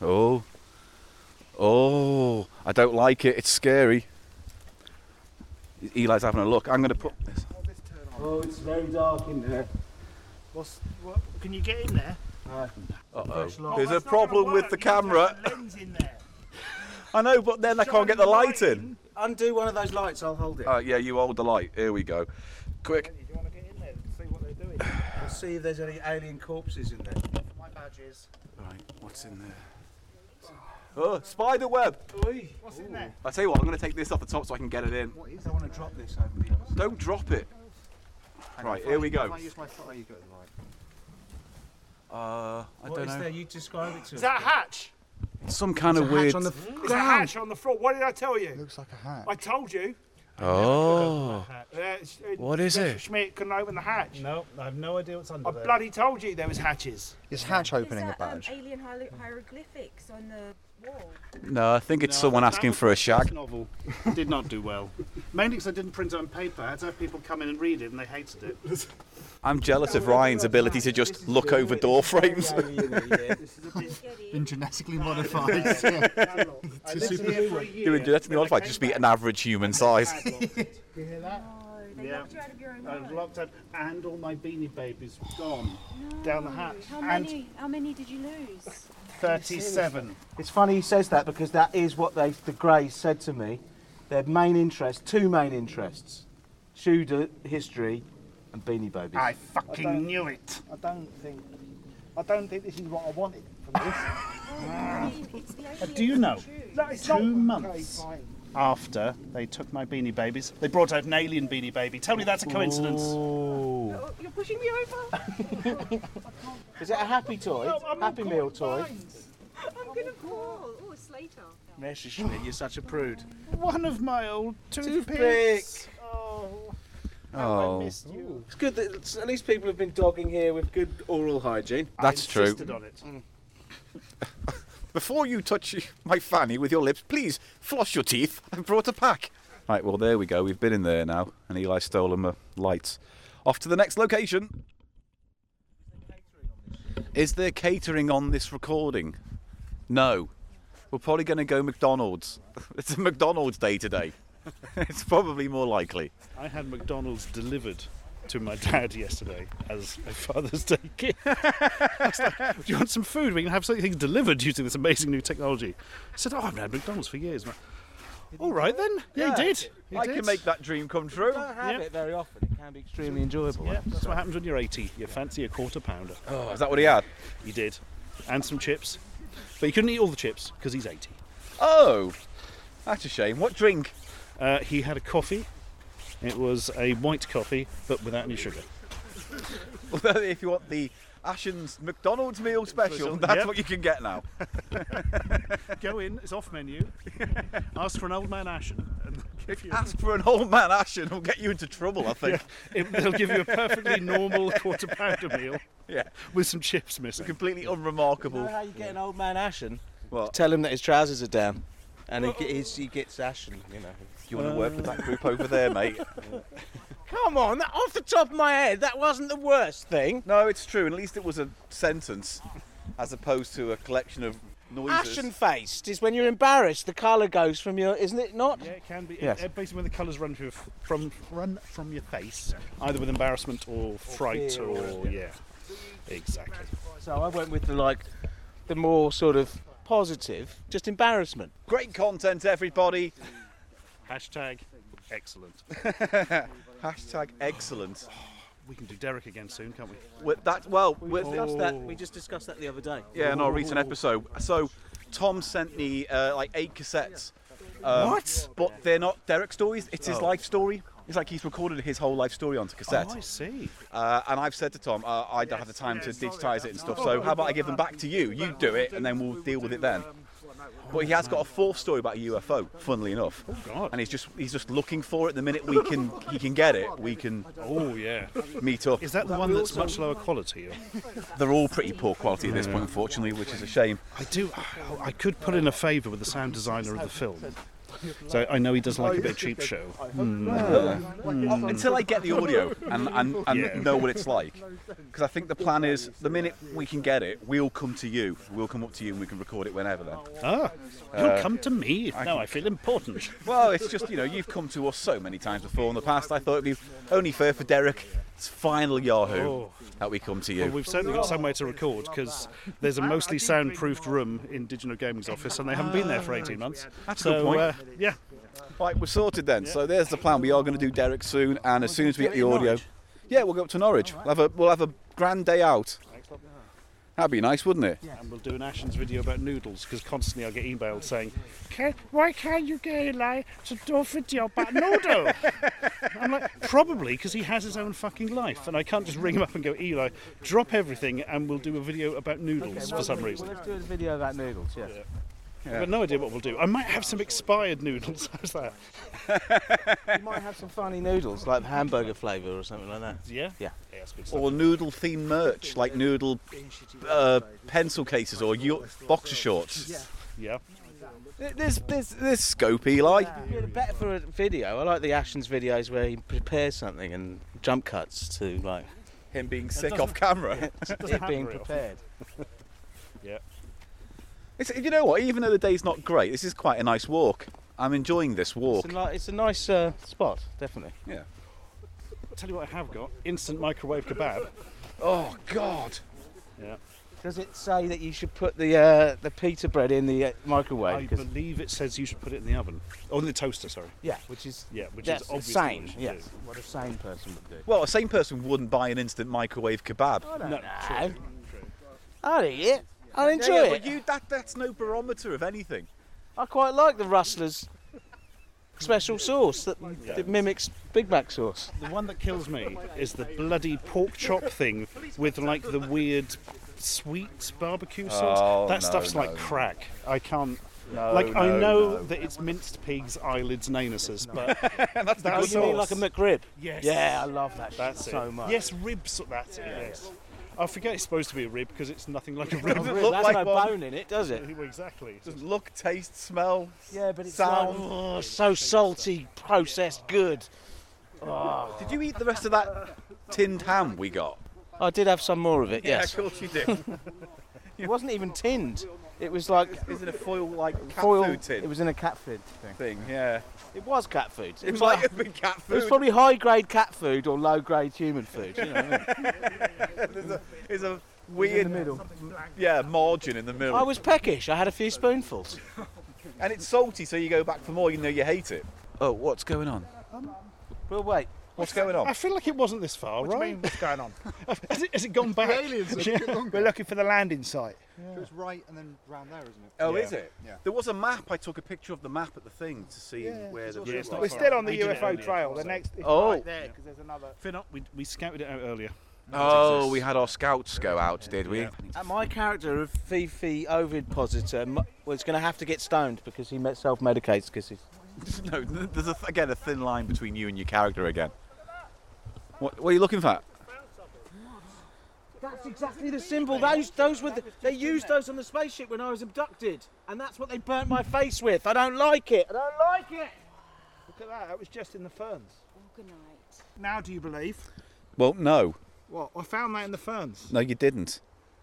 [SPEAKER 1] Oh. Oh, I don't like it. It's scary. Eli's having a look. I'm going to put this.
[SPEAKER 2] Oh, it's very dark in there.
[SPEAKER 4] What's, what, can you get in there?
[SPEAKER 1] Uh-oh.
[SPEAKER 4] Flashlight. Oh,
[SPEAKER 1] There's a
[SPEAKER 4] that's not gonna
[SPEAKER 1] problem with
[SPEAKER 4] work.
[SPEAKER 1] the
[SPEAKER 4] You need to have
[SPEAKER 1] camera.
[SPEAKER 4] a lens in there.
[SPEAKER 1] I know, but then I can't get the light in.
[SPEAKER 2] Undo one of those lights. I'll hold it.
[SPEAKER 1] Uh, yeah, you hold the light. Here we go. Quick.
[SPEAKER 4] Do you want to get in there and see what they're doing?
[SPEAKER 2] I'll see if there's any alien corpses in there.
[SPEAKER 4] My badges.
[SPEAKER 1] Right, what's in there? Oh, spider web.
[SPEAKER 4] What's in there?
[SPEAKER 1] I tell you what, I'm going to take this off the top so I can get it in.
[SPEAKER 2] What is? I want to drop this over here.
[SPEAKER 1] Don't drop it. Right, here we go.
[SPEAKER 2] my foot, you got the light.
[SPEAKER 1] Uh, I
[SPEAKER 2] What
[SPEAKER 1] don't
[SPEAKER 2] is
[SPEAKER 1] know.
[SPEAKER 2] there? You describe it to
[SPEAKER 4] Is
[SPEAKER 2] us.
[SPEAKER 4] that a hatch?
[SPEAKER 1] Some kind of weird.
[SPEAKER 2] Hatch on the
[SPEAKER 4] It's a hatch on the floor. What did I tell you? Looks like a hatch. I told you.
[SPEAKER 1] oh.
[SPEAKER 4] Uh, it's- uh,
[SPEAKER 1] What is
[SPEAKER 4] Mr.
[SPEAKER 1] it?
[SPEAKER 4] Schmidt couldn't open the hatch.
[SPEAKER 3] No, I have no idea what's under
[SPEAKER 4] I
[SPEAKER 3] there.
[SPEAKER 4] bloody told you there was hatches.
[SPEAKER 7] Is hatch opening
[SPEAKER 9] Is
[SPEAKER 7] a
[SPEAKER 9] that, um,
[SPEAKER 7] badge?
[SPEAKER 9] alien hiero- hieroglyphics on the wall?
[SPEAKER 1] No, I think it's
[SPEAKER 3] No,
[SPEAKER 1] someone
[SPEAKER 3] that
[SPEAKER 1] asking
[SPEAKER 3] was
[SPEAKER 1] for a
[SPEAKER 3] the first
[SPEAKER 1] shag.
[SPEAKER 3] Novel did not do well, mainly because I didn't print it on paper. I had to have people come in and read it, and they hated
[SPEAKER 4] *laughs*
[SPEAKER 3] it.
[SPEAKER 1] I'm jealous
[SPEAKER 2] Oh,
[SPEAKER 1] of Ryan's ability to just look over door frames.
[SPEAKER 7] Been genetically modified.
[SPEAKER 1] *laughs* It would let me off. I'd just be an average human
[SPEAKER 2] *laughs*
[SPEAKER 1] size.
[SPEAKER 9] Oh, they
[SPEAKER 3] Yeah.
[SPEAKER 9] locked you out of your own
[SPEAKER 3] I was
[SPEAKER 9] mind.
[SPEAKER 3] locked up, and all my beanie babies were gone down the hatch.
[SPEAKER 9] How
[SPEAKER 3] and
[SPEAKER 9] many? How many did you lose?
[SPEAKER 3] 37.
[SPEAKER 2] It's funny he says that because that is what they, the Greys said to me. Their main interest, two main interests, Tudor history and Beanie Babies.
[SPEAKER 3] I fucking knew it.
[SPEAKER 4] I don't think. I don't think this is what I wanted from this.
[SPEAKER 9] It's the alien
[SPEAKER 3] do you know?
[SPEAKER 9] truth.
[SPEAKER 4] no, it's
[SPEAKER 3] Two
[SPEAKER 4] not.
[SPEAKER 3] months after they took my beanie babies, they brought out an alien beanie baby. Tell me that's a coincidence.
[SPEAKER 9] Oh, you're pushing me over. *laughs*
[SPEAKER 2] Is it a happy toy? happy meal toy?
[SPEAKER 9] I'm gonna fall. Oh, it's Slater.
[SPEAKER 2] Messerschmitt, you're such a prude.
[SPEAKER 3] One of my old
[SPEAKER 2] Toothpick.
[SPEAKER 3] toothpicks. Oh,
[SPEAKER 1] Oh,
[SPEAKER 3] I missed you.
[SPEAKER 2] It's good that it's- at least people have been dogging here with good oral hygiene.
[SPEAKER 1] that's
[SPEAKER 3] I
[SPEAKER 1] true.
[SPEAKER 3] insisted on it.
[SPEAKER 1] Before you touch *laughs* my fanny with your lips, please floss your teeth. I've brought a pack. Right, well, there we go. We've been in there now, and Eli stole him a light. Off to the next location. Is there catering on this recording? No. We're probably going to go McDonald's. *laughs* It's a McDonald's day today. *laughs* it's probably more likely.
[SPEAKER 3] I had McDonald's delivered to my dad yesterday as a Father's Day gift. *laughs* I was like, Do you want some food? We can have something delivered using this amazing new technology. He said, Oh, I've not had McDonald's for years. I'm like, All right then. Yeah, he
[SPEAKER 2] Yeah.
[SPEAKER 3] did. He
[SPEAKER 1] I
[SPEAKER 3] did.
[SPEAKER 1] can make that dream come true.
[SPEAKER 2] Don't have
[SPEAKER 3] Yeah.
[SPEAKER 2] it very often. It can be extremely enjoyable.
[SPEAKER 3] Yeah, that's what happens when you're 80. You fancy a quarter pounder.
[SPEAKER 1] Oh, is that what he had?
[SPEAKER 3] He did. And some chips. But he couldn't eat all the chips because he's 80.
[SPEAKER 1] Oh, that's a shame. What drink?
[SPEAKER 3] Uh, he had a coffee. It was a white coffee, but without any sugar.
[SPEAKER 1] Well, if you want the Ashen's McDonald's meal special,
[SPEAKER 3] Special,
[SPEAKER 1] that's
[SPEAKER 3] yep.
[SPEAKER 1] what you can get now. *laughs*
[SPEAKER 3] Go in, it's off menu. *laughs* Ask for an old man Ashen. And they'll give you,
[SPEAKER 1] Ask for an old man Ashen, will get you into trouble, I *laughs* think.
[SPEAKER 3] it- they'll give you a perfectly normal quarter pounder meal
[SPEAKER 1] Yeah.
[SPEAKER 3] with some chips missing.
[SPEAKER 1] Completely
[SPEAKER 2] You know
[SPEAKER 1] unremarkable.
[SPEAKER 2] how you get an old man ashen?
[SPEAKER 1] What?
[SPEAKER 2] Tell him that his trousers are down, and he, ge- he's, he gets ashen. You know.
[SPEAKER 1] You want to work with that group over *laughs* there, mate?
[SPEAKER 2] Come on, that, off the top of my head, that wasn't the worst thing.
[SPEAKER 1] No, it's true. and At least it was a sentence as opposed to a collection of noises.
[SPEAKER 2] Ashen faced is when you're embarrassed. The colour goes from your, isn't it not?
[SPEAKER 3] Yeah, it can be.
[SPEAKER 2] Yes.
[SPEAKER 3] Uh, basically, when the colours run through, from run from your face, either with embarrassment or fright,
[SPEAKER 2] fear
[SPEAKER 3] or,
[SPEAKER 2] or-
[SPEAKER 3] yeah, exactly.
[SPEAKER 2] So I went with the like, the more sort of positive, just embarrassment.
[SPEAKER 1] Great content, everybody.
[SPEAKER 3] Hashtag excellent.
[SPEAKER 1] Hashtag excellent.
[SPEAKER 3] We can do Derek again soon, can't we?
[SPEAKER 1] Well, that, well, with-
[SPEAKER 2] Discussed that- we just discussed that the other day.
[SPEAKER 1] yeah, in our recent episode. So, Tom sent me uh, like eight cassettes. Um, what? But they're not Derek's stories. It's his life story. It's like he's recorded his whole life story onto cassette.
[SPEAKER 3] Oh, I see.
[SPEAKER 1] Uh, and I've said to Tom, uh, I don't have the time to digitise it and stuff. So how about I give them back to you? You do it, and then we'll deal with it then. But he has got a fourth story about a UFO, funnily enough.
[SPEAKER 3] God.
[SPEAKER 1] And he's just he's just looking for it. The minute we can he can get it, we can
[SPEAKER 3] Oh, yeah.
[SPEAKER 1] meet up.
[SPEAKER 3] Is that the one that's much lower quality? Or?
[SPEAKER 1] They're all pretty poor quality at this point, unfortunately, which is a shame.
[SPEAKER 3] I do. I- I could put in a favour with the sound designer of the film. So I know he does like a bit of cheap show.
[SPEAKER 1] Until I get the audio and,
[SPEAKER 3] *laughs*
[SPEAKER 1] and, and
[SPEAKER 3] Yeah.
[SPEAKER 1] know what it's like. Because I think the plan is the minute we can get it, we'll come to you. We'll come up to you and we can record it whenever then.
[SPEAKER 3] Ah, you'll come to me. Now I feel important.
[SPEAKER 1] Well, it's just, you know, you've come to us so many times before in the past. I thought it'd be only fair for Derek. It's final Yahoo
[SPEAKER 3] Oh.
[SPEAKER 1] that we come to you.
[SPEAKER 3] Well, we've certainly got somewhere to record because there's a mostly soundproofed room in Digital Gaming's office, and they haven't been there for 18 months.
[SPEAKER 1] That's a
[SPEAKER 3] so,
[SPEAKER 1] good point.
[SPEAKER 3] Uh, yeah,
[SPEAKER 1] Right, we're sorted then. So there's the plan. We are going to do Derek soon, and as soon as we get the audio, yeah, we'll go up to Norwich. We'll have a we'll have a grand day out. That'd be nice, wouldn't it?
[SPEAKER 3] and we'll do an Ashens video about noodles because constantly I get emailed saying, "Ca- "Why can't you get Eli to do a video about noodle?" I'm like, probably because he has his own fucking life, and I can't just ring him up and go, "Eli, drop everything, and we'll do a video about noodles for some reason."
[SPEAKER 2] Let's do a video about noodles. Yes.
[SPEAKER 3] I've got no idea what we'll do. I might have some expired noodles. *laughs* How's that?
[SPEAKER 2] You might have some funny noodles, like hamburger flavour or something like that.
[SPEAKER 3] Yeah.
[SPEAKER 2] Yeah.
[SPEAKER 3] that's good stuff.
[SPEAKER 1] Or noodle themed merch, like noodle uh, pencil cases or yo- boxer shorts.
[SPEAKER 3] Yeah.
[SPEAKER 1] There's there's there's scope, Eli.
[SPEAKER 2] Yeah, the better for a video. I like the Ashens videos where he prepares something and jump cuts to like
[SPEAKER 1] Him being sick off
[SPEAKER 2] *laughs*
[SPEAKER 1] camera.
[SPEAKER 2] it
[SPEAKER 3] happen
[SPEAKER 2] being
[SPEAKER 3] very often.
[SPEAKER 2] prepared.
[SPEAKER 1] It's, you know what? Even though the day's not great, this is quite a nice walk. I'm enjoying this
[SPEAKER 2] It's
[SPEAKER 1] walk.
[SPEAKER 2] a, ni- it's a nice uh, spot, definitely.
[SPEAKER 1] Yeah.
[SPEAKER 3] Tell you what I have got: instant microwave kebab.
[SPEAKER 1] Oh God.
[SPEAKER 3] Yeah.
[SPEAKER 2] Does it say that you should put the uh, the pita bread in the uh,
[SPEAKER 3] I
[SPEAKER 2] microwave? 'Cause-
[SPEAKER 3] believe it says you should put it in the oven. Oh, in the toaster, sorry.
[SPEAKER 2] yeah, which is
[SPEAKER 3] Yeah, which
[SPEAKER 2] that's
[SPEAKER 3] is obviously
[SPEAKER 2] sane.
[SPEAKER 3] What you should
[SPEAKER 2] Yes, what a sane person would do.
[SPEAKER 1] Well, a sane person wouldn't buy an instant microwave kebab.
[SPEAKER 3] do. No,
[SPEAKER 2] No. I'll eat it. I'll enjoy
[SPEAKER 1] yeah,
[SPEAKER 2] it.
[SPEAKER 1] But you, that, that's no barometer of anything.
[SPEAKER 2] I quite like the Rustlers special sauce that, that mimics Big Mac sauce.
[SPEAKER 3] The one that kills me is the bloody pork chop thing with like the weird sweet barbecue sauce.
[SPEAKER 1] Oh,
[SPEAKER 3] that
[SPEAKER 1] no,
[SPEAKER 3] stuff's like
[SPEAKER 1] no.
[SPEAKER 3] crack. I can't. like I
[SPEAKER 1] no,
[SPEAKER 3] know
[SPEAKER 1] no.
[SPEAKER 3] that it's minced pigs, eyelids, and anuses, but
[SPEAKER 1] *laughs* That's the
[SPEAKER 3] that
[SPEAKER 2] Oh,
[SPEAKER 1] good
[SPEAKER 3] sauce.
[SPEAKER 2] You mean like a McRib?
[SPEAKER 3] Yes.
[SPEAKER 2] Yeah, I love that shit
[SPEAKER 3] That's
[SPEAKER 2] so
[SPEAKER 3] it.
[SPEAKER 2] much.
[SPEAKER 3] Yes, ribs. That's it. Yes. I forget it's supposed to be a rib because it's nothing
[SPEAKER 4] *laughs*
[SPEAKER 3] like a rib. *laughs*
[SPEAKER 1] Doesn't look
[SPEAKER 2] That's
[SPEAKER 1] like
[SPEAKER 2] no
[SPEAKER 1] one.
[SPEAKER 2] bone in it, does it?
[SPEAKER 3] exactly.
[SPEAKER 1] Doesn't look, taste, smell.
[SPEAKER 2] Yeah, but it's
[SPEAKER 1] Sound.
[SPEAKER 2] like, oh, so salty, processed good.
[SPEAKER 1] Did you eat the rest of that tinned ham we got?
[SPEAKER 2] I did have some more of it, yes.
[SPEAKER 1] Yeah, of course you
[SPEAKER 2] *laughs*
[SPEAKER 1] did.
[SPEAKER 2] It wasn't even tinned. It was like
[SPEAKER 1] It's in a foil like cat
[SPEAKER 2] foil.
[SPEAKER 1] food tin
[SPEAKER 2] It was in a cat food thing.
[SPEAKER 1] thing. Yeah,
[SPEAKER 2] It was cat food.
[SPEAKER 1] it was like a big cat
[SPEAKER 2] It was
[SPEAKER 1] food.
[SPEAKER 2] probably high grade cat food or low grade human food. You know what I, mean?
[SPEAKER 1] There's a, it's a weird,
[SPEAKER 2] middle.
[SPEAKER 1] yeah, margin in the middle.
[SPEAKER 2] I was peckish. I had a few spoonfuls.
[SPEAKER 1] and it's salty, so you go back for more, even though you hate it. Oh, what's going on?
[SPEAKER 2] Well, wait.
[SPEAKER 1] What's going
[SPEAKER 3] I
[SPEAKER 1] on?
[SPEAKER 3] feel like it wasn't this far,
[SPEAKER 4] What do you
[SPEAKER 3] right?
[SPEAKER 4] mean? What's going on?
[SPEAKER 3] *laughs* has, it, has it gone back? *laughs*
[SPEAKER 4] We're looking for the landing site.
[SPEAKER 7] It's right and then round there, isn't it?
[SPEAKER 1] Oh,
[SPEAKER 3] Yeah.
[SPEAKER 1] is it?
[SPEAKER 7] Yeah.
[SPEAKER 1] There was a map. I took a picture of the map at the thing to see
[SPEAKER 3] Yeah.
[SPEAKER 1] where the.
[SPEAKER 3] Yeah, it's not
[SPEAKER 4] We're
[SPEAKER 3] far.
[SPEAKER 4] still on
[SPEAKER 3] We
[SPEAKER 4] the
[SPEAKER 3] did it
[SPEAKER 4] UFO
[SPEAKER 3] earlier,
[SPEAKER 4] trail. The
[SPEAKER 3] so-
[SPEAKER 4] next, it's
[SPEAKER 1] Oh.
[SPEAKER 4] right there because there's another.
[SPEAKER 3] Finn, we, we scouted it out earlier.
[SPEAKER 1] Oh, we had our scouts go out, did we?
[SPEAKER 2] Uh, my character of Fifi Ovid Positor m- was going to have to get stoned because he self medicates because he's.
[SPEAKER 1] *laughs* no, th- there's a th- again a thin line between you and your character again. What, what are you looking for?
[SPEAKER 2] That's exactly the symbol. Those, those were the, they used those on the spaceship when I was abducted, and that's what they burnt my face with. I don't like it. I don't like it.
[SPEAKER 4] Look at that. That was just in the ferns.
[SPEAKER 9] Organite.
[SPEAKER 4] Now, do you believe?
[SPEAKER 1] Well, no,
[SPEAKER 4] What? I found that in the ferns.
[SPEAKER 1] no, you didn't.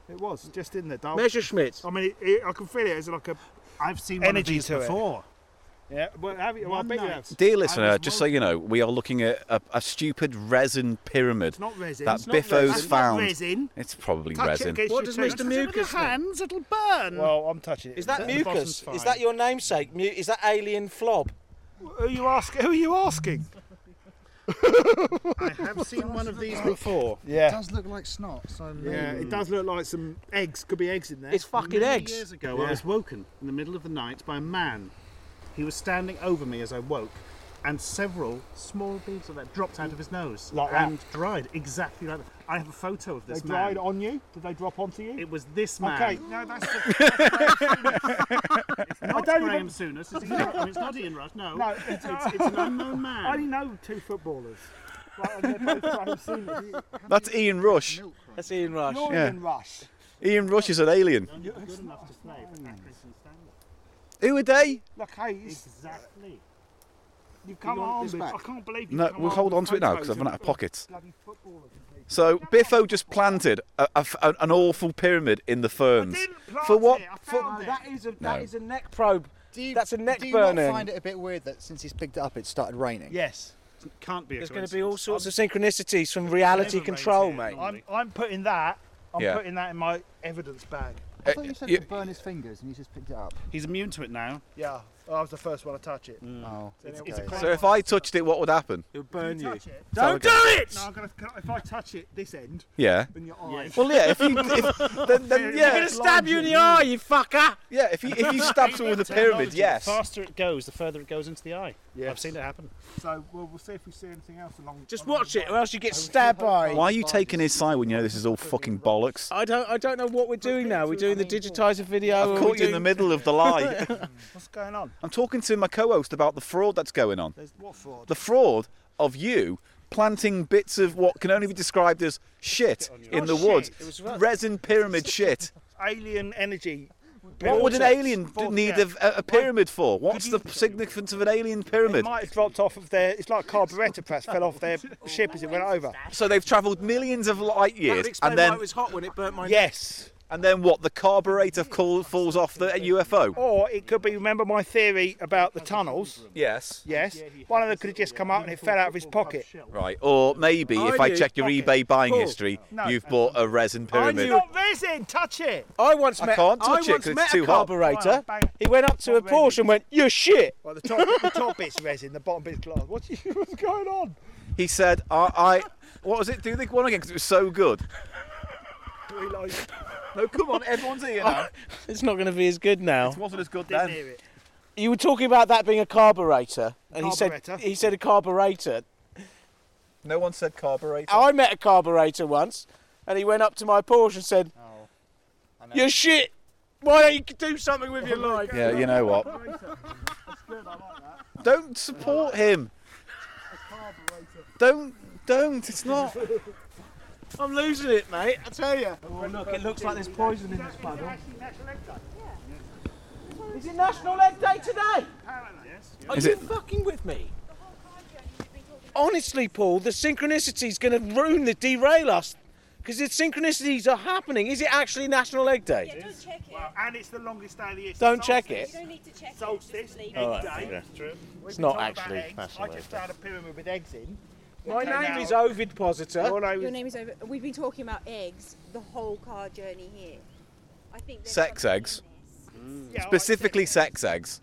[SPEAKER 4] It was just in there. Dark.
[SPEAKER 2] Messerschmitt.
[SPEAKER 4] I mean, it, it, I can feel it as like a
[SPEAKER 6] I've seen one of
[SPEAKER 4] energy
[SPEAKER 6] these
[SPEAKER 4] to
[SPEAKER 6] before.
[SPEAKER 4] it. Yeah, well, have you, well, I
[SPEAKER 6] One
[SPEAKER 4] bet you
[SPEAKER 6] night.
[SPEAKER 4] have.
[SPEAKER 1] Dear listener, just so you know, we are looking at a, a stupid resin pyramid.
[SPEAKER 4] It's not resin.
[SPEAKER 1] That
[SPEAKER 4] It's not
[SPEAKER 1] Biffo's
[SPEAKER 4] resin. That's
[SPEAKER 1] found.
[SPEAKER 4] Not resin.
[SPEAKER 1] It's probably
[SPEAKER 4] Touch It
[SPEAKER 1] resin.
[SPEAKER 4] against
[SPEAKER 2] What
[SPEAKER 4] your
[SPEAKER 2] does Mr.
[SPEAKER 4] teeth.
[SPEAKER 2] Mucus think?
[SPEAKER 6] Hands, it'll burn.
[SPEAKER 4] Well, I'm touching it.
[SPEAKER 2] Is that
[SPEAKER 4] The bottom's
[SPEAKER 2] mucus?
[SPEAKER 4] fine.
[SPEAKER 2] Is that your namesake? Mu- is that alien flob?
[SPEAKER 4] Who are you asking? Who are you asking?
[SPEAKER 6] I have seen one of these before.
[SPEAKER 7] It
[SPEAKER 4] Yeah.
[SPEAKER 7] does look like snot, so maybe.
[SPEAKER 4] Yeah, it does look like some eggs. Could be eggs in there.
[SPEAKER 2] It's fucking
[SPEAKER 6] Many
[SPEAKER 2] eggs.
[SPEAKER 6] Years ago,
[SPEAKER 4] Yeah.
[SPEAKER 6] I was woken in the middle of the night by a man. He was standing over me as I woke, and several small beads of that dropped out of his nose
[SPEAKER 4] Like that?
[SPEAKER 6] and dried exactly like that. I have a photo of
[SPEAKER 4] they
[SPEAKER 6] this man.
[SPEAKER 4] dried on you. Did they drop onto you?
[SPEAKER 6] It was this man.
[SPEAKER 4] Okay, no, that's. The,
[SPEAKER 6] Not
[SPEAKER 4] don't
[SPEAKER 6] Graham
[SPEAKER 4] even-
[SPEAKER 6] Souness. It's, Ian, I mean, it's not Ian Rush. No,
[SPEAKER 4] No,
[SPEAKER 6] it's, it's, it's an unknown man.
[SPEAKER 4] I only know two footballers. Right, and they're both Graham Souness. You-
[SPEAKER 1] That's Ian Rush.
[SPEAKER 2] That's Ian Rush.
[SPEAKER 4] You're
[SPEAKER 1] Yeah.
[SPEAKER 4] in Rush.
[SPEAKER 1] Ian Rush is an alien.
[SPEAKER 6] You're good enough to play for Accrington Stanley.
[SPEAKER 1] Who are they?
[SPEAKER 4] Look, hey, it's-
[SPEAKER 6] Exactly.
[SPEAKER 4] you've come
[SPEAKER 6] You want
[SPEAKER 4] on.
[SPEAKER 6] this
[SPEAKER 4] with-
[SPEAKER 6] back?
[SPEAKER 4] I can't believe you.
[SPEAKER 1] No, we'll hold on to it now because I've run out of pockets.
[SPEAKER 4] Bloody footballers. and people.
[SPEAKER 1] So Biffo just planted a, a f- an- an awful pyramid in the ferns.
[SPEAKER 4] Didn't plant
[SPEAKER 1] Mm. For what?
[SPEAKER 4] It, I
[SPEAKER 1] For-
[SPEAKER 4] found
[SPEAKER 2] No,
[SPEAKER 4] it.
[SPEAKER 2] that is a that
[SPEAKER 1] No.
[SPEAKER 2] is a neck probe.
[SPEAKER 7] Do you,
[SPEAKER 2] That's a neck
[SPEAKER 7] do you
[SPEAKER 2] burning.
[SPEAKER 7] not find it a bit weird that since he's picked it up, it started raining?
[SPEAKER 4] Yes.
[SPEAKER 6] Can't be a
[SPEAKER 2] There's going to be
[SPEAKER 6] coincidence.
[SPEAKER 2] all sorts of synchronicities from reality
[SPEAKER 6] Never
[SPEAKER 2] control,
[SPEAKER 6] rated
[SPEAKER 2] mate.
[SPEAKER 6] it.
[SPEAKER 4] I'm, I'm putting that. I'm
[SPEAKER 1] Yeah.
[SPEAKER 4] putting that in my evidence bag.
[SPEAKER 7] I thought you said
[SPEAKER 1] you-
[SPEAKER 7] it would burn his fingers and he's just picked it up.
[SPEAKER 6] He's immune to it now.
[SPEAKER 4] Yeah, I was the first one to touch it.
[SPEAKER 2] Mm.
[SPEAKER 7] Oh.
[SPEAKER 6] It's a
[SPEAKER 7] Okay.
[SPEAKER 1] So if I touched it, what would happen?
[SPEAKER 2] It'll burn you.
[SPEAKER 4] Touch it.
[SPEAKER 2] Don't do it!
[SPEAKER 4] No, I'm gonna. If I touch it this end,
[SPEAKER 1] Yeah.
[SPEAKER 4] then your eye.
[SPEAKER 1] Well, yeah. If you, if, then,
[SPEAKER 4] *laughs*
[SPEAKER 1] then
[SPEAKER 2] I'm
[SPEAKER 1] yeah,
[SPEAKER 2] going to stab you in the eye, you fucker!
[SPEAKER 1] yeah. If you if you stab someone with a pyramid,
[SPEAKER 6] Technology,
[SPEAKER 1] yes.
[SPEAKER 6] The faster it goes, the further it goes into the eye.
[SPEAKER 4] Yes.
[SPEAKER 6] I've seen it happen.
[SPEAKER 4] So we'll, we'll see if we see anything else along.
[SPEAKER 2] Just
[SPEAKER 4] along
[SPEAKER 2] watch
[SPEAKER 4] the
[SPEAKER 2] it,
[SPEAKER 4] way.
[SPEAKER 2] or else you get stabbed by.
[SPEAKER 1] Why are you taking his side when you know this is all fucking bollocks?
[SPEAKER 2] I don't. I don't know what we're doing now. We're doing the digitizer video.
[SPEAKER 1] I've
[SPEAKER 2] or
[SPEAKER 1] caught
[SPEAKER 2] we're
[SPEAKER 1] you in the
[SPEAKER 2] doing-
[SPEAKER 1] middle of the
[SPEAKER 2] *laughs*
[SPEAKER 1] lie.
[SPEAKER 4] What's going on?
[SPEAKER 1] I'm talking to my co-host about the fraud that's going on.
[SPEAKER 4] There's what fraud?
[SPEAKER 1] The fraud of you planting bits of what can only be described as shit in the
[SPEAKER 4] Not shit,
[SPEAKER 1] woods,
[SPEAKER 4] it was
[SPEAKER 1] resin pyramid shit.
[SPEAKER 4] Alien energy.
[SPEAKER 1] What would an
[SPEAKER 4] vortex.
[SPEAKER 1] alien d-
[SPEAKER 4] Vortex.
[SPEAKER 1] need of a, a pyramid for? What's the significance of an alien
[SPEAKER 4] It
[SPEAKER 1] pyramid?
[SPEAKER 4] might have dropped off of their. It's like a carburetor press fell off *laughs* their ship as it went over.
[SPEAKER 1] So they've travelled millions of light
[SPEAKER 2] That would
[SPEAKER 1] years,
[SPEAKER 2] explain
[SPEAKER 1] and then
[SPEAKER 2] why it was hot when it burnt my.
[SPEAKER 4] Yes.
[SPEAKER 1] and then what? The carburetor call, falls off the UFO.
[SPEAKER 4] Or it could be. Remember my theory about the tunnels?
[SPEAKER 1] Yes.
[SPEAKER 4] Yes. One of them could have just come out and it fell out of his pocket.
[SPEAKER 1] Right. Or maybe
[SPEAKER 2] I
[SPEAKER 1] if I
[SPEAKER 2] knew-
[SPEAKER 1] check your
[SPEAKER 2] Okay.
[SPEAKER 1] eBay buying
[SPEAKER 2] Cool.
[SPEAKER 1] history,
[SPEAKER 4] No.
[SPEAKER 1] you've bought a resin
[SPEAKER 4] It's
[SPEAKER 1] pyramid.
[SPEAKER 2] knew-
[SPEAKER 4] not resin. Touch it.
[SPEAKER 2] I once
[SPEAKER 1] I
[SPEAKER 2] met.
[SPEAKER 1] can't touch it
[SPEAKER 2] once
[SPEAKER 1] 'cause it's
[SPEAKER 2] met
[SPEAKER 1] too
[SPEAKER 2] a
[SPEAKER 1] hot.
[SPEAKER 6] Oh,
[SPEAKER 2] carburetor.
[SPEAKER 4] Bang.
[SPEAKER 2] He went up to a
[SPEAKER 4] Already.
[SPEAKER 2] Porsche and went, "You're shit."
[SPEAKER 4] Well, the top, the top bit's resin, the bottom bit's glass. What's, what's going on?
[SPEAKER 1] He said, "I." I what was it? Do the one again because it was so good.
[SPEAKER 4] We like
[SPEAKER 1] No, come on, everyone's here now.
[SPEAKER 2] It's not going to be as good now.
[SPEAKER 1] It wasn't as good
[SPEAKER 4] didn't
[SPEAKER 1] then.
[SPEAKER 4] hear it.
[SPEAKER 2] You were talking about that being a carburetor, and he
[SPEAKER 4] Carburetor.
[SPEAKER 2] said he said a carburetor.
[SPEAKER 1] *laughs* No one said carburetor.
[SPEAKER 2] Oh, I met a carburetor once, and he went up to my Porsche and said,
[SPEAKER 4] Oh,
[SPEAKER 2] "You're shit. Why don't you do something with your life?"
[SPEAKER 1] Yeah, you know what? Don't support him. Don't, don't. It's not.
[SPEAKER 2] I'm losing it, mate. I tell you. Oh, look, it looks like there's poison in this puddle. Is it National Egg Day today? Are
[SPEAKER 1] Is
[SPEAKER 2] you
[SPEAKER 1] it-
[SPEAKER 2] fucking with me? Honestly, Paul, the synchronicity's going to ruin the derail us because the synchronicities are happening. Is it actually National Egg Day?
[SPEAKER 9] Yeah, don't check it.
[SPEAKER 4] Well, and it's the longest day of the year.
[SPEAKER 2] Don't check it.
[SPEAKER 9] You don't need to check it.
[SPEAKER 4] Solstice,
[SPEAKER 9] Just leave
[SPEAKER 4] egg
[SPEAKER 5] Oh.
[SPEAKER 9] it.
[SPEAKER 4] day.
[SPEAKER 2] Oh, It's not actually
[SPEAKER 4] I just found a pyramid with eggs in.
[SPEAKER 2] My
[SPEAKER 4] Okay,
[SPEAKER 2] name
[SPEAKER 4] now-
[SPEAKER 2] is Ovid Positor.
[SPEAKER 4] All I
[SPEAKER 9] Your
[SPEAKER 4] was
[SPEAKER 9] name is over. We've been talking about eggs the whole car journey here. I think there's
[SPEAKER 1] Sex
[SPEAKER 9] something in
[SPEAKER 1] eggs?
[SPEAKER 9] this. Uh,
[SPEAKER 1] Specifically sex eggs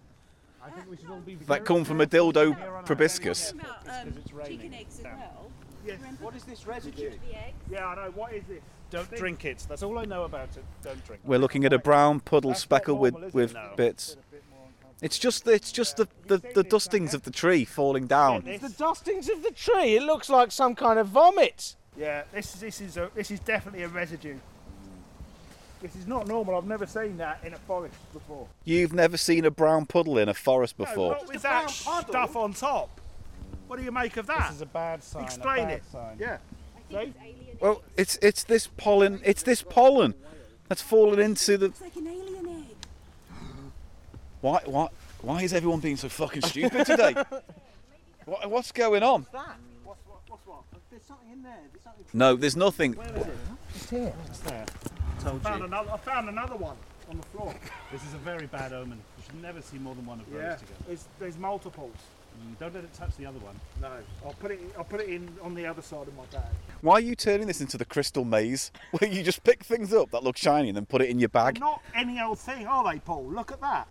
[SPEAKER 6] I think we should all be
[SPEAKER 1] that come from a dildo proboscis.
[SPEAKER 9] Talking about um, chicken eggs as well.
[SPEAKER 4] Yes.
[SPEAKER 9] Remember
[SPEAKER 2] What is this residue?
[SPEAKER 9] the eggs?
[SPEAKER 4] Yeah, I know. What is this?
[SPEAKER 6] Don't drink it. That's all I know about it. Don't drink.
[SPEAKER 1] We're looking at a brown puddle
[SPEAKER 4] That's not
[SPEAKER 1] speckled with,
[SPEAKER 4] normal, is it?
[SPEAKER 1] with
[SPEAKER 6] No.
[SPEAKER 1] bits. It's just the, it's just the, the, the dustings of the tree falling down.
[SPEAKER 4] This-
[SPEAKER 2] The dustings of the tree. It looks like some kind of vomit.
[SPEAKER 4] Yeah, this is this is a this is definitely a residue. This is not normal. I've never seen that in a forest before.
[SPEAKER 1] You've never seen a brown puddle in a forest before.
[SPEAKER 4] What was that stuff on top? What do you make of that?
[SPEAKER 6] This is a bad sign. a
[SPEAKER 4] Ah, Explain
[SPEAKER 6] bad
[SPEAKER 4] it.
[SPEAKER 6] sign.
[SPEAKER 4] Yeah.
[SPEAKER 9] I think it's alien.
[SPEAKER 1] Well, it's it's this pollen. It's this pollen that's fallen into the.
[SPEAKER 9] It's like an alien egg.
[SPEAKER 1] Why why why is everyone being so fucking stupid
[SPEAKER 4] *laughs*
[SPEAKER 1] today? what, what's going on?
[SPEAKER 2] There's something in there. There's something
[SPEAKER 1] No, there's nothing.
[SPEAKER 6] Told
[SPEAKER 4] Found
[SPEAKER 6] you.
[SPEAKER 4] another. I found another one on the floor.
[SPEAKER 6] This is a very bad omen. You should never see more than one of those
[SPEAKER 4] Yeah.
[SPEAKER 6] together.
[SPEAKER 4] It's, there's multiples.
[SPEAKER 6] Mm, Don't let it touch the other one.
[SPEAKER 4] No. I'll put it. I'll put it in on the other side of my bag.
[SPEAKER 1] Why are you turning this into the crystal maze *laughs* where you just pick things up that look shiny and then put it in your bag?
[SPEAKER 4] Not any old thing, are they, Paul? Look at that.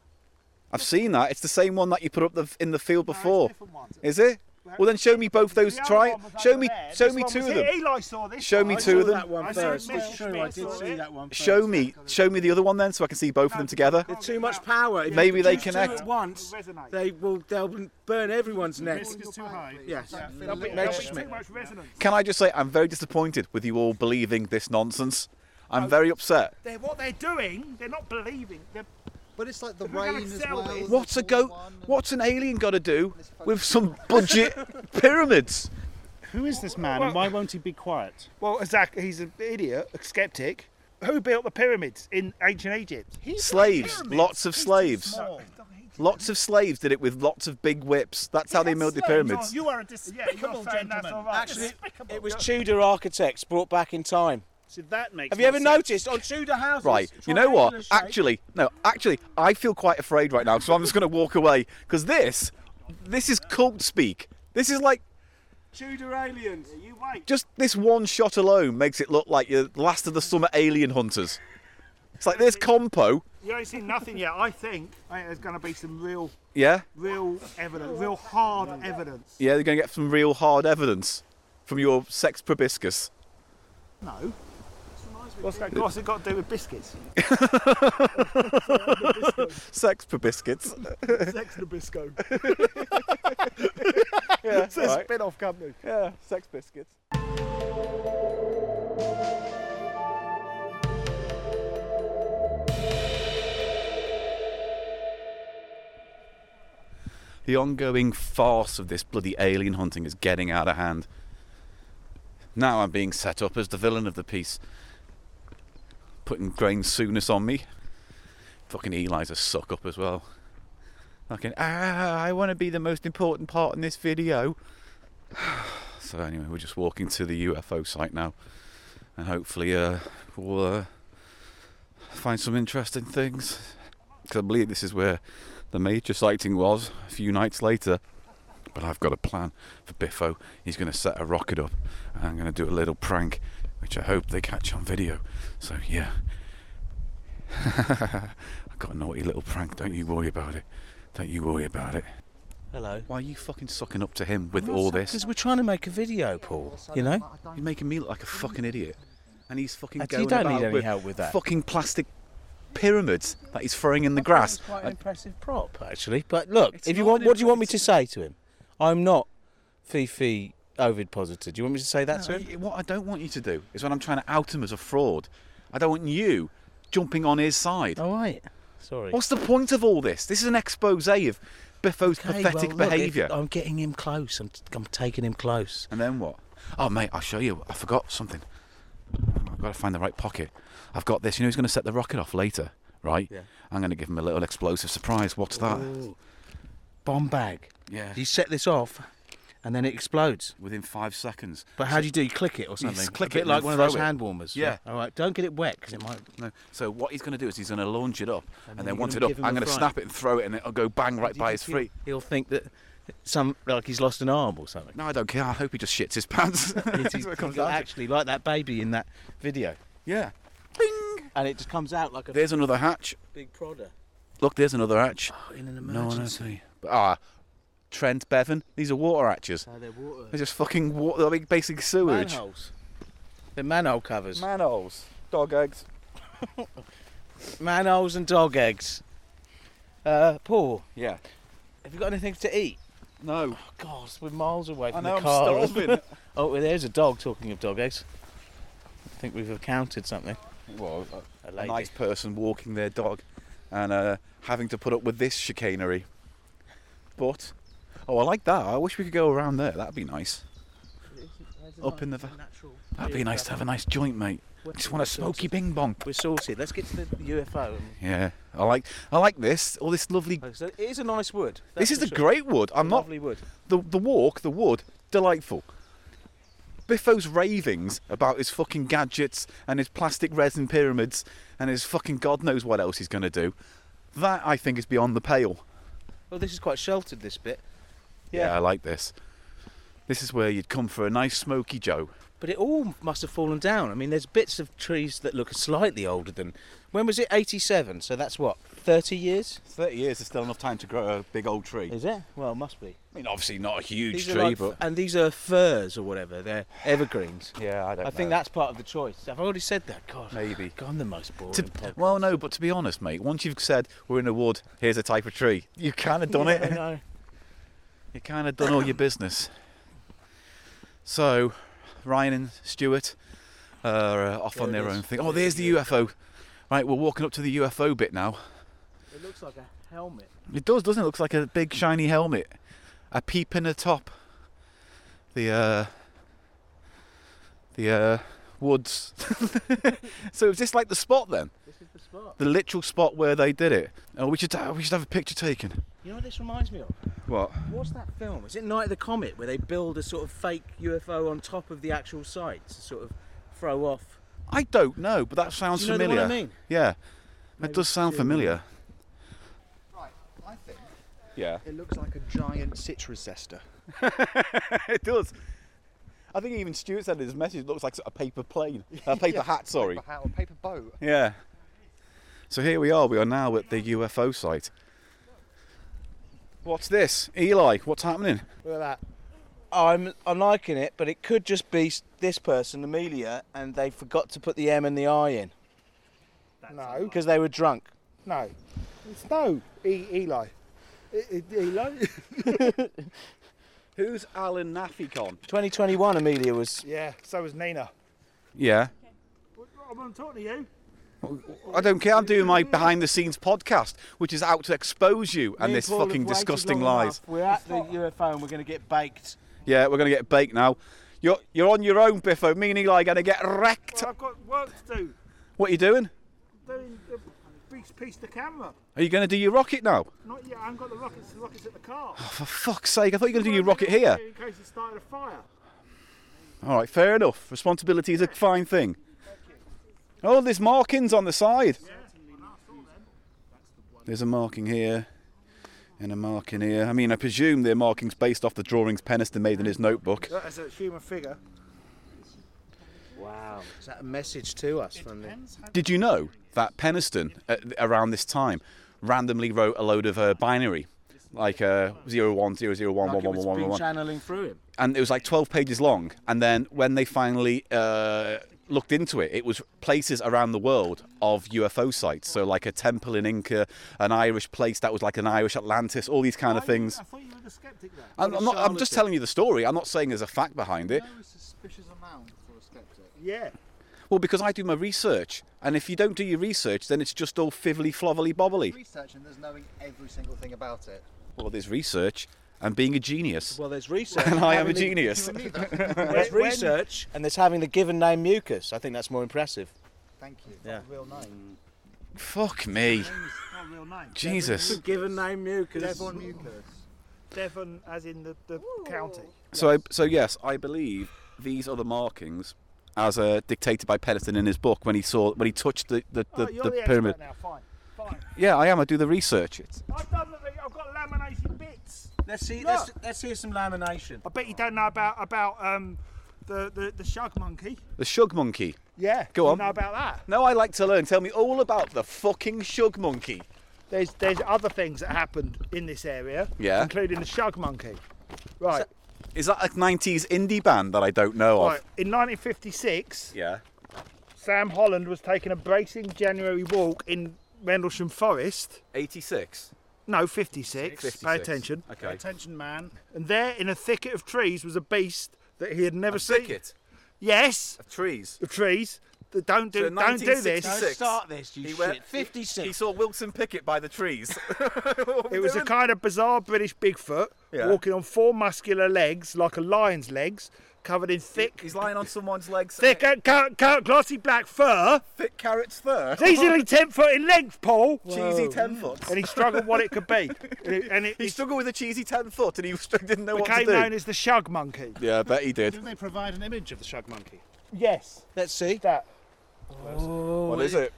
[SPEAKER 1] I've seen that. It's the same one that you put up the, in the field
[SPEAKER 4] No, it's
[SPEAKER 1] before.
[SPEAKER 4] different ones.
[SPEAKER 1] Is it? Well, then show me both those.
[SPEAKER 4] The other
[SPEAKER 1] Try.
[SPEAKER 4] one was
[SPEAKER 1] Show
[SPEAKER 4] over
[SPEAKER 1] me.
[SPEAKER 4] there.
[SPEAKER 1] Show
[SPEAKER 4] This
[SPEAKER 1] me
[SPEAKER 4] one
[SPEAKER 1] two
[SPEAKER 4] was
[SPEAKER 1] of
[SPEAKER 4] here.
[SPEAKER 1] them.
[SPEAKER 4] Eli saw this.
[SPEAKER 1] Show me
[SPEAKER 4] one.
[SPEAKER 1] two of them.
[SPEAKER 4] I
[SPEAKER 2] one
[SPEAKER 4] saw
[SPEAKER 2] first.
[SPEAKER 4] it, Mr.
[SPEAKER 2] It's true. I
[SPEAKER 4] Smith
[SPEAKER 2] did
[SPEAKER 4] saw
[SPEAKER 2] see
[SPEAKER 4] it.
[SPEAKER 2] that one first.
[SPEAKER 1] Show me. Show me the other one then, so I can see both of them together.
[SPEAKER 2] There's too much power. If
[SPEAKER 1] Maybe
[SPEAKER 2] you
[SPEAKER 1] they
[SPEAKER 2] do two
[SPEAKER 1] connect.
[SPEAKER 2] at once.
[SPEAKER 4] It'll resonate.
[SPEAKER 2] They will. They'll burn everyone's neck.
[SPEAKER 6] Risk is too high.
[SPEAKER 2] Yes.
[SPEAKER 4] There'll be,
[SPEAKER 2] Meg
[SPEAKER 4] there'll be
[SPEAKER 2] Schmidt.
[SPEAKER 4] too much resonance.
[SPEAKER 1] Can I just say I'm very disappointed with you all believing this nonsense.
[SPEAKER 6] Oh.
[SPEAKER 1] I'm very upset.
[SPEAKER 4] They're, what they're doing, they're not believing. They're,
[SPEAKER 10] But it's like the
[SPEAKER 4] If we're gonna
[SPEAKER 10] rain as
[SPEAKER 4] sell
[SPEAKER 10] well.
[SPEAKER 4] this-
[SPEAKER 10] and
[SPEAKER 1] What's a
[SPEAKER 10] the
[SPEAKER 1] go?
[SPEAKER 10] one and-
[SPEAKER 1] What's an alien got to do with some
[SPEAKER 6] *laughs*
[SPEAKER 1] budget pyramids?
[SPEAKER 6] Who is this man and why won't he be quiet?
[SPEAKER 4] well, Zach, he's an idiot, a skeptic. Who built the pyramids in ancient Egypt?
[SPEAKER 1] Slaves, lots of slaves,
[SPEAKER 6] small.
[SPEAKER 1] lots of slaves did it with lots of big whips. That's how they made the pyramids.
[SPEAKER 6] You are
[SPEAKER 4] you're
[SPEAKER 6] a despicable
[SPEAKER 4] saying that's all
[SPEAKER 6] gentleman.
[SPEAKER 4] right.
[SPEAKER 2] Actually, it was Tudor architects brought back in time.
[SPEAKER 6] So that makes.
[SPEAKER 2] Have you
[SPEAKER 6] no
[SPEAKER 2] ever
[SPEAKER 6] sense.
[SPEAKER 2] noticed on Tudor houses?
[SPEAKER 1] Right, you know
[SPEAKER 2] triangular
[SPEAKER 1] what?
[SPEAKER 2] shape-
[SPEAKER 1] Actually, no, actually, I feel quite afraid right now, so I'm just going to walk away because this, this is cult speak. This is like
[SPEAKER 4] Tudor aliens. You wait.
[SPEAKER 1] just this one shot alone makes it look like you're the last of the summer alien hunters. It's like this compo,
[SPEAKER 4] You ain't seen nothing yet. I think I think there's going to be some real,
[SPEAKER 1] yeah,
[SPEAKER 4] real evidence, real hard evidence.
[SPEAKER 1] yeah. They're going to get some real hard evidence from your sex proboscis.
[SPEAKER 4] No. What's that, what's it got to do with biscuits?
[SPEAKER 1] Sex proboscis.
[SPEAKER 4] Sex Nabisco. *laughs*
[SPEAKER 1] Yeah,
[SPEAKER 4] It's a spin off company.
[SPEAKER 1] yeah, sex biscuits. The ongoing farce of this bloody alien hunting is getting out of hand. Now I'm being set up as the villain of the piece. Putting grain sooness on me. Fucking Eli's a suck up as well. Fucking, ah, I want to be the most important part in this video. So anyway, we're just walking to the UFO site now, and hopefully uh, we'll uh, find some interesting things. Because I believe this is where the major sighting was a few nights later. But I've got a plan for Biffo. He's going to set a rocket up, and I'm going to do a little prank, which I hope they catch on video. So yeah, *laughs* I've got a naughty little prank. Don't you worry about it. Don't you worry about it.
[SPEAKER 2] Hello.
[SPEAKER 1] Why are you fucking sucking up to him with all this?
[SPEAKER 2] Because we're trying to make a video, Paul. You know.
[SPEAKER 1] You're making me look like a fucking idiot. And he's fucking
[SPEAKER 2] And you
[SPEAKER 1] going
[SPEAKER 2] don't
[SPEAKER 1] about
[SPEAKER 2] need any
[SPEAKER 1] with
[SPEAKER 2] help with that.
[SPEAKER 1] fucking plastic pyramids that he's throwing in the grass.
[SPEAKER 2] Quite an
[SPEAKER 1] And
[SPEAKER 2] impressive prop, actually. But look,
[SPEAKER 1] It's
[SPEAKER 2] if you
[SPEAKER 1] not
[SPEAKER 2] want,
[SPEAKER 1] an
[SPEAKER 2] what do you want me to say to him? I'm not Fifi Ovid positive. Do you want me to say that
[SPEAKER 1] no,
[SPEAKER 2] to him?
[SPEAKER 1] I- what I don't want you to do is when I'm trying to out him as a fraud, I don't want you jumping on his side.
[SPEAKER 2] All right. Sorry.
[SPEAKER 1] What's the point of all this? This is an expose of Biffo's
[SPEAKER 2] Okay,
[SPEAKER 1] pathetic
[SPEAKER 2] well, look, if-
[SPEAKER 1] behaviour.
[SPEAKER 2] I'm getting him close. I'm, I'm taking him close.
[SPEAKER 1] And then what? Oh, mate, I'll show you. I forgot something. I've got to find the right pocket. I've got this. You know, he's going to set the rocket off later, right?
[SPEAKER 2] Yeah.
[SPEAKER 1] I'm going to give him a little explosive surprise. What's that?
[SPEAKER 2] Bomb bag.
[SPEAKER 1] Yeah.
[SPEAKER 2] You set this off, and then it explodes.
[SPEAKER 1] Within five seconds.
[SPEAKER 2] But how do you do? You click it or something?
[SPEAKER 1] click
[SPEAKER 2] a bit
[SPEAKER 1] it and
[SPEAKER 2] like
[SPEAKER 1] then
[SPEAKER 2] one of those
[SPEAKER 1] throw it.
[SPEAKER 2] hand warmers.
[SPEAKER 1] Yeah.
[SPEAKER 2] All right. Don't get it wet because it might.
[SPEAKER 1] No. So what he's going to do is he's going to launch it up, and,
[SPEAKER 2] you're
[SPEAKER 1] then once it
[SPEAKER 2] gonna
[SPEAKER 1] up,
[SPEAKER 2] give him
[SPEAKER 1] I'm
[SPEAKER 2] a
[SPEAKER 1] going to
[SPEAKER 2] fright.
[SPEAKER 1] snap it and throw it, and it'll go bang right by his feet.
[SPEAKER 2] He'll think that some like he's lost an arm or something.
[SPEAKER 1] No, I don't care. I hope he just shits his
[SPEAKER 2] *laughs*
[SPEAKER 1] pants.
[SPEAKER 2] It
[SPEAKER 1] *laughs* That's
[SPEAKER 2] is-
[SPEAKER 1] what it comes
[SPEAKER 2] he'll
[SPEAKER 1] down to.
[SPEAKER 2] actually like that baby in that video,
[SPEAKER 1] Yeah.
[SPEAKER 2] and it just comes out like a
[SPEAKER 1] There's another hatch.
[SPEAKER 2] big prodder.
[SPEAKER 1] Look, there's another hatch.
[SPEAKER 2] In an
[SPEAKER 1] No one
[SPEAKER 2] emergency.
[SPEAKER 1] else. But ah, Trent Bevan. These are water hatches.
[SPEAKER 2] No, Uh, they're water.
[SPEAKER 1] They're just fucking water. They're like basically sewage.
[SPEAKER 2] Manholes. They're manhole covers.
[SPEAKER 1] Manholes. Dog eggs.
[SPEAKER 2] manholes and dog eggs. Uh, Paul,
[SPEAKER 1] Yeah.
[SPEAKER 2] have you got anything to eat?
[SPEAKER 1] No.
[SPEAKER 2] Oh, God, we're miles away
[SPEAKER 1] I
[SPEAKER 2] from
[SPEAKER 1] know.
[SPEAKER 2] the
[SPEAKER 1] I'm
[SPEAKER 2] car.
[SPEAKER 1] starving. it
[SPEAKER 2] *laughs* Oh, well, there's a dog talking of dog eggs. I think we've accounted something.
[SPEAKER 1] was a- a
[SPEAKER 2] A lady.
[SPEAKER 1] nice person walking their dog, and uh, having to put up with this chicanery. But oh, I like that. I wish we could go around there. That'd be nice. Up in the. Va- That'd be nice to have a nice joint, mate. I just want a smoky bing bong.
[SPEAKER 2] We're sorted. Let's get to the UFO. and-
[SPEAKER 1] Yeah, I like I like this. All this lovely.
[SPEAKER 2] oh, so it is a nice wood.
[SPEAKER 1] This
[SPEAKER 2] that's
[SPEAKER 1] is
[SPEAKER 2] for
[SPEAKER 1] a
[SPEAKER 2] sure.
[SPEAKER 1] great wood. I'm not
[SPEAKER 2] Lovely wood.
[SPEAKER 1] the the walk, the wood, delightful. Biffo's ravings about his fucking gadgets and his plastic resin pyramids and his fucking god knows what else he's going to do. That I think is beyond the pale.
[SPEAKER 2] Well, this is quite sheltered. This bit,
[SPEAKER 1] Yeah,
[SPEAKER 2] Yeah.
[SPEAKER 1] I like this. This is where you'd come for a nice smoky Joe.
[SPEAKER 2] but it all must have fallen down. I mean, there's bits of trees that look slightly older than. When was it? 87. So that's what 30 years.
[SPEAKER 1] 30 years is still enough time to grow a big old tree.
[SPEAKER 2] Is it? Well, must be.
[SPEAKER 1] I mean, obviously not a huge
[SPEAKER 2] These are
[SPEAKER 1] tree,
[SPEAKER 2] like-
[SPEAKER 1] but.
[SPEAKER 2] and these are firs or whatever. They're *sighs* evergreens.
[SPEAKER 1] Yeah,
[SPEAKER 2] I,
[SPEAKER 1] don't
[SPEAKER 2] think that's part of the choice. I've already said that. God,
[SPEAKER 1] Maybe.
[SPEAKER 2] God, I'm the most boring.
[SPEAKER 1] To,
[SPEAKER 2] podcast.
[SPEAKER 1] well, no, but to be honest, mate, once you've said we're in a wood, here's a type of tree, you kind of done
[SPEAKER 2] Yeah, *laughs*
[SPEAKER 1] it.
[SPEAKER 2] I know.
[SPEAKER 1] You kind of done all your business. So, Ryan and Stuart are uh, off on their own thing. Oh, there's the UFO. Right, we're walking up to the UFO bit now.
[SPEAKER 2] It looks like a helmet.
[SPEAKER 1] It does, doesn't it? Looks like a big shiny helmet, a peep in the top. The uh, the uh, woods. *laughs* so is this like the spot then?
[SPEAKER 2] This is the spot.
[SPEAKER 1] The literal spot where they did it. Oh, we should uh, we should have a picture taken.
[SPEAKER 2] You know what this reminds me of?
[SPEAKER 1] What?
[SPEAKER 2] What's that film? Is it Night of the Comet where they build a sort of fake UFO on top of the actual site to sort of throw off?
[SPEAKER 1] I don't know, but that sounds
[SPEAKER 2] Do you know the
[SPEAKER 1] familiar.
[SPEAKER 2] one I mean?
[SPEAKER 1] Yeah,
[SPEAKER 2] Maybe
[SPEAKER 1] that does sound
[SPEAKER 2] two.
[SPEAKER 1] familiar.
[SPEAKER 7] Right, I think
[SPEAKER 1] Yeah,
[SPEAKER 7] it looks like a giant citrus zester.
[SPEAKER 1] *laughs* it does. I think even Stuart said in his message it looks like a paper
[SPEAKER 7] *laughs*
[SPEAKER 1] plane, a paper hat. Sorry.
[SPEAKER 7] Paper hat or paper boat.
[SPEAKER 1] Yeah. So here we are. We are now at the UFO site. What's this, Eli? What's happening?
[SPEAKER 2] Look at that. I'm, I'm liking it, but it could just be s- this person, Amelia, and they forgot to put the M and the I in
[SPEAKER 4] No,
[SPEAKER 2] because they were drunk.
[SPEAKER 4] no. It's no e- Eli. E- e- Eli?
[SPEAKER 1] Who's Alan Nafikon?
[SPEAKER 2] 2021, Amelia was.
[SPEAKER 4] yeah, so is Nina.
[SPEAKER 1] Yeah.
[SPEAKER 4] I'm not talking to you.
[SPEAKER 1] I don't care. I'm doing my behind the scenes podcast, which is out to expose you and
[SPEAKER 2] Me
[SPEAKER 1] this
[SPEAKER 2] Paul have
[SPEAKER 1] fucking
[SPEAKER 2] waited
[SPEAKER 1] disgusting
[SPEAKER 2] long
[SPEAKER 1] lies.
[SPEAKER 2] enough. We're at the UFO and we're going to get baked.
[SPEAKER 1] Yeah, we're gonna get baked now. You're you're on your own, Biffo. Me and Eli are gonna get wrecked.
[SPEAKER 4] Well, I've got work to do.
[SPEAKER 1] What are you doing?
[SPEAKER 4] Doing the big piece to camera.
[SPEAKER 1] Are you gonna do your rocket now?
[SPEAKER 4] Not yet. I haven't got the rockets. The rockets at the car.
[SPEAKER 1] For fuck's sake! I thought you were gonna do your rocket here.
[SPEAKER 4] In case it started a fire.
[SPEAKER 1] All right, fair enough. Responsibility is a fine thing. Oh, there's markings on the side. There's a marking here and a marking here. I mean, I presume they're markings based off the drawings Peniston made in his notebook.
[SPEAKER 4] That's a human figure.
[SPEAKER 2] Wow. Is that a message to us from the.
[SPEAKER 1] Did you know that Peniston, uh, around this time, randomly wrote a load of uh, binary? Like uh, 01, 001,
[SPEAKER 2] Like it was
[SPEAKER 1] 111,
[SPEAKER 2] been channeling through him.
[SPEAKER 1] and it was like 12 pages long. And then when they finally uh, looked into it, it was places around the world of UFO sites. So, like a temple in Inca, an Irish place that was like an Irish Atlantis, all these kind of things.
[SPEAKER 4] I thought you were the skeptic there.
[SPEAKER 1] I'm, I'm, not, I'm just telling you the story. I'm not saying there's a fact behind it.
[SPEAKER 7] No suspicious amount for a skeptic.
[SPEAKER 4] Yeah.
[SPEAKER 1] Well, because I do my research. And if you don't do your research, then it's just all fiddly, flovelly, bobbly.
[SPEAKER 7] Research and there's knowing every single thing about it.
[SPEAKER 1] Well, there's research and being a *laughs* genius.
[SPEAKER 2] Well, there's research.
[SPEAKER 1] And I am a genius.
[SPEAKER 2] There's research, and there's having the given name mucus. I think that's more impressive.
[SPEAKER 6] Thank you.
[SPEAKER 2] Yeah.
[SPEAKER 6] Real name.
[SPEAKER 1] Fuck me.
[SPEAKER 4] Not a real name.
[SPEAKER 1] Jesus.
[SPEAKER 2] given name mucus.
[SPEAKER 4] Devon Mucus. Devon, as in the, the county.
[SPEAKER 1] So, I, so yes, I believe these are the markings as uh, dictated by Pedersen in his book when he saw when he touched the the, the,
[SPEAKER 4] Oh, you're
[SPEAKER 1] the
[SPEAKER 4] the,
[SPEAKER 1] pyramid.
[SPEAKER 4] expert now. Fine, fine.
[SPEAKER 1] Yeah, I am. I do the research. It's,
[SPEAKER 4] I've done the. I've got laminated bits.
[SPEAKER 2] Let's see.
[SPEAKER 4] Look.
[SPEAKER 2] Let's, let's hear some lamination.
[SPEAKER 4] I bet you don't know about about um, the, the the shug monkey.
[SPEAKER 1] the shug monkey.
[SPEAKER 4] Yeah.
[SPEAKER 1] Go
[SPEAKER 4] you
[SPEAKER 1] on.
[SPEAKER 4] Know about that?
[SPEAKER 1] Now I like to learn. Tell me all about the fucking shug monkey.
[SPEAKER 4] There's there's other things that happened in this area.
[SPEAKER 1] Yeah.
[SPEAKER 4] Including the shug monkey. Right.
[SPEAKER 1] Is that a 90s indie band that I don't know
[SPEAKER 4] right.
[SPEAKER 1] of?
[SPEAKER 4] In 1956,
[SPEAKER 1] Yeah.
[SPEAKER 4] Sam Holland was taking a bracing January walk in Rendlesham Forest.
[SPEAKER 1] 86.
[SPEAKER 4] No, 56. Pay attention.
[SPEAKER 1] Okay.
[SPEAKER 6] Attention, man.
[SPEAKER 4] And there, in a thicket of trees, was a beast that he had never
[SPEAKER 1] A
[SPEAKER 4] seen.
[SPEAKER 1] thicket
[SPEAKER 4] Yes,
[SPEAKER 1] of trees.
[SPEAKER 4] of trees. That don't do
[SPEAKER 1] So
[SPEAKER 4] don't do this.
[SPEAKER 1] 1966.
[SPEAKER 2] Don't start this, you
[SPEAKER 1] He
[SPEAKER 2] shit.
[SPEAKER 1] went- He
[SPEAKER 2] 56.
[SPEAKER 1] saw Wilson Pickett by the trees. *laughs*
[SPEAKER 4] It was a kind of bizarre British Bigfoot
[SPEAKER 1] Yeah.
[SPEAKER 4] walking on four muscular legs, like a lion's legs, covered in thick,
[SPEAKER 1] He's lying on someone's legs.
[SPEAKER 4] thick, uh, ca- ca- glossy black fur.
[SPEAKER 1] Thick carrots there.
[SPEAKER 4] It's easily ten foot in length, Paul.
[SPEAKER 1] Cheesy ten foot.
[SPEAKER 4] And he struggled what it
[SPEAKER 1] *laughs*
[SPEAKER 4] could be. And it, and it,
[SPEAKER 1] He
[SPEAKER 4] it
[SPEAKER 1] struggled with a cheesy ten foot, and he *laughs* str- didn't know what to
[SPEAKER 4] became
[SPEAKER 1] do.
[SPEAKER 4] known as the Shug Monkey.
[SPEAKER 1] yeah, I bet he did.
[SPEAKER 6] Didn't they provide an image of the shug monkey?
[SPEAKER 4] Yes,
[SPEAKER 2] Let's see.
[SPEAKER 4] that.
[SPEAKER 1] what is it?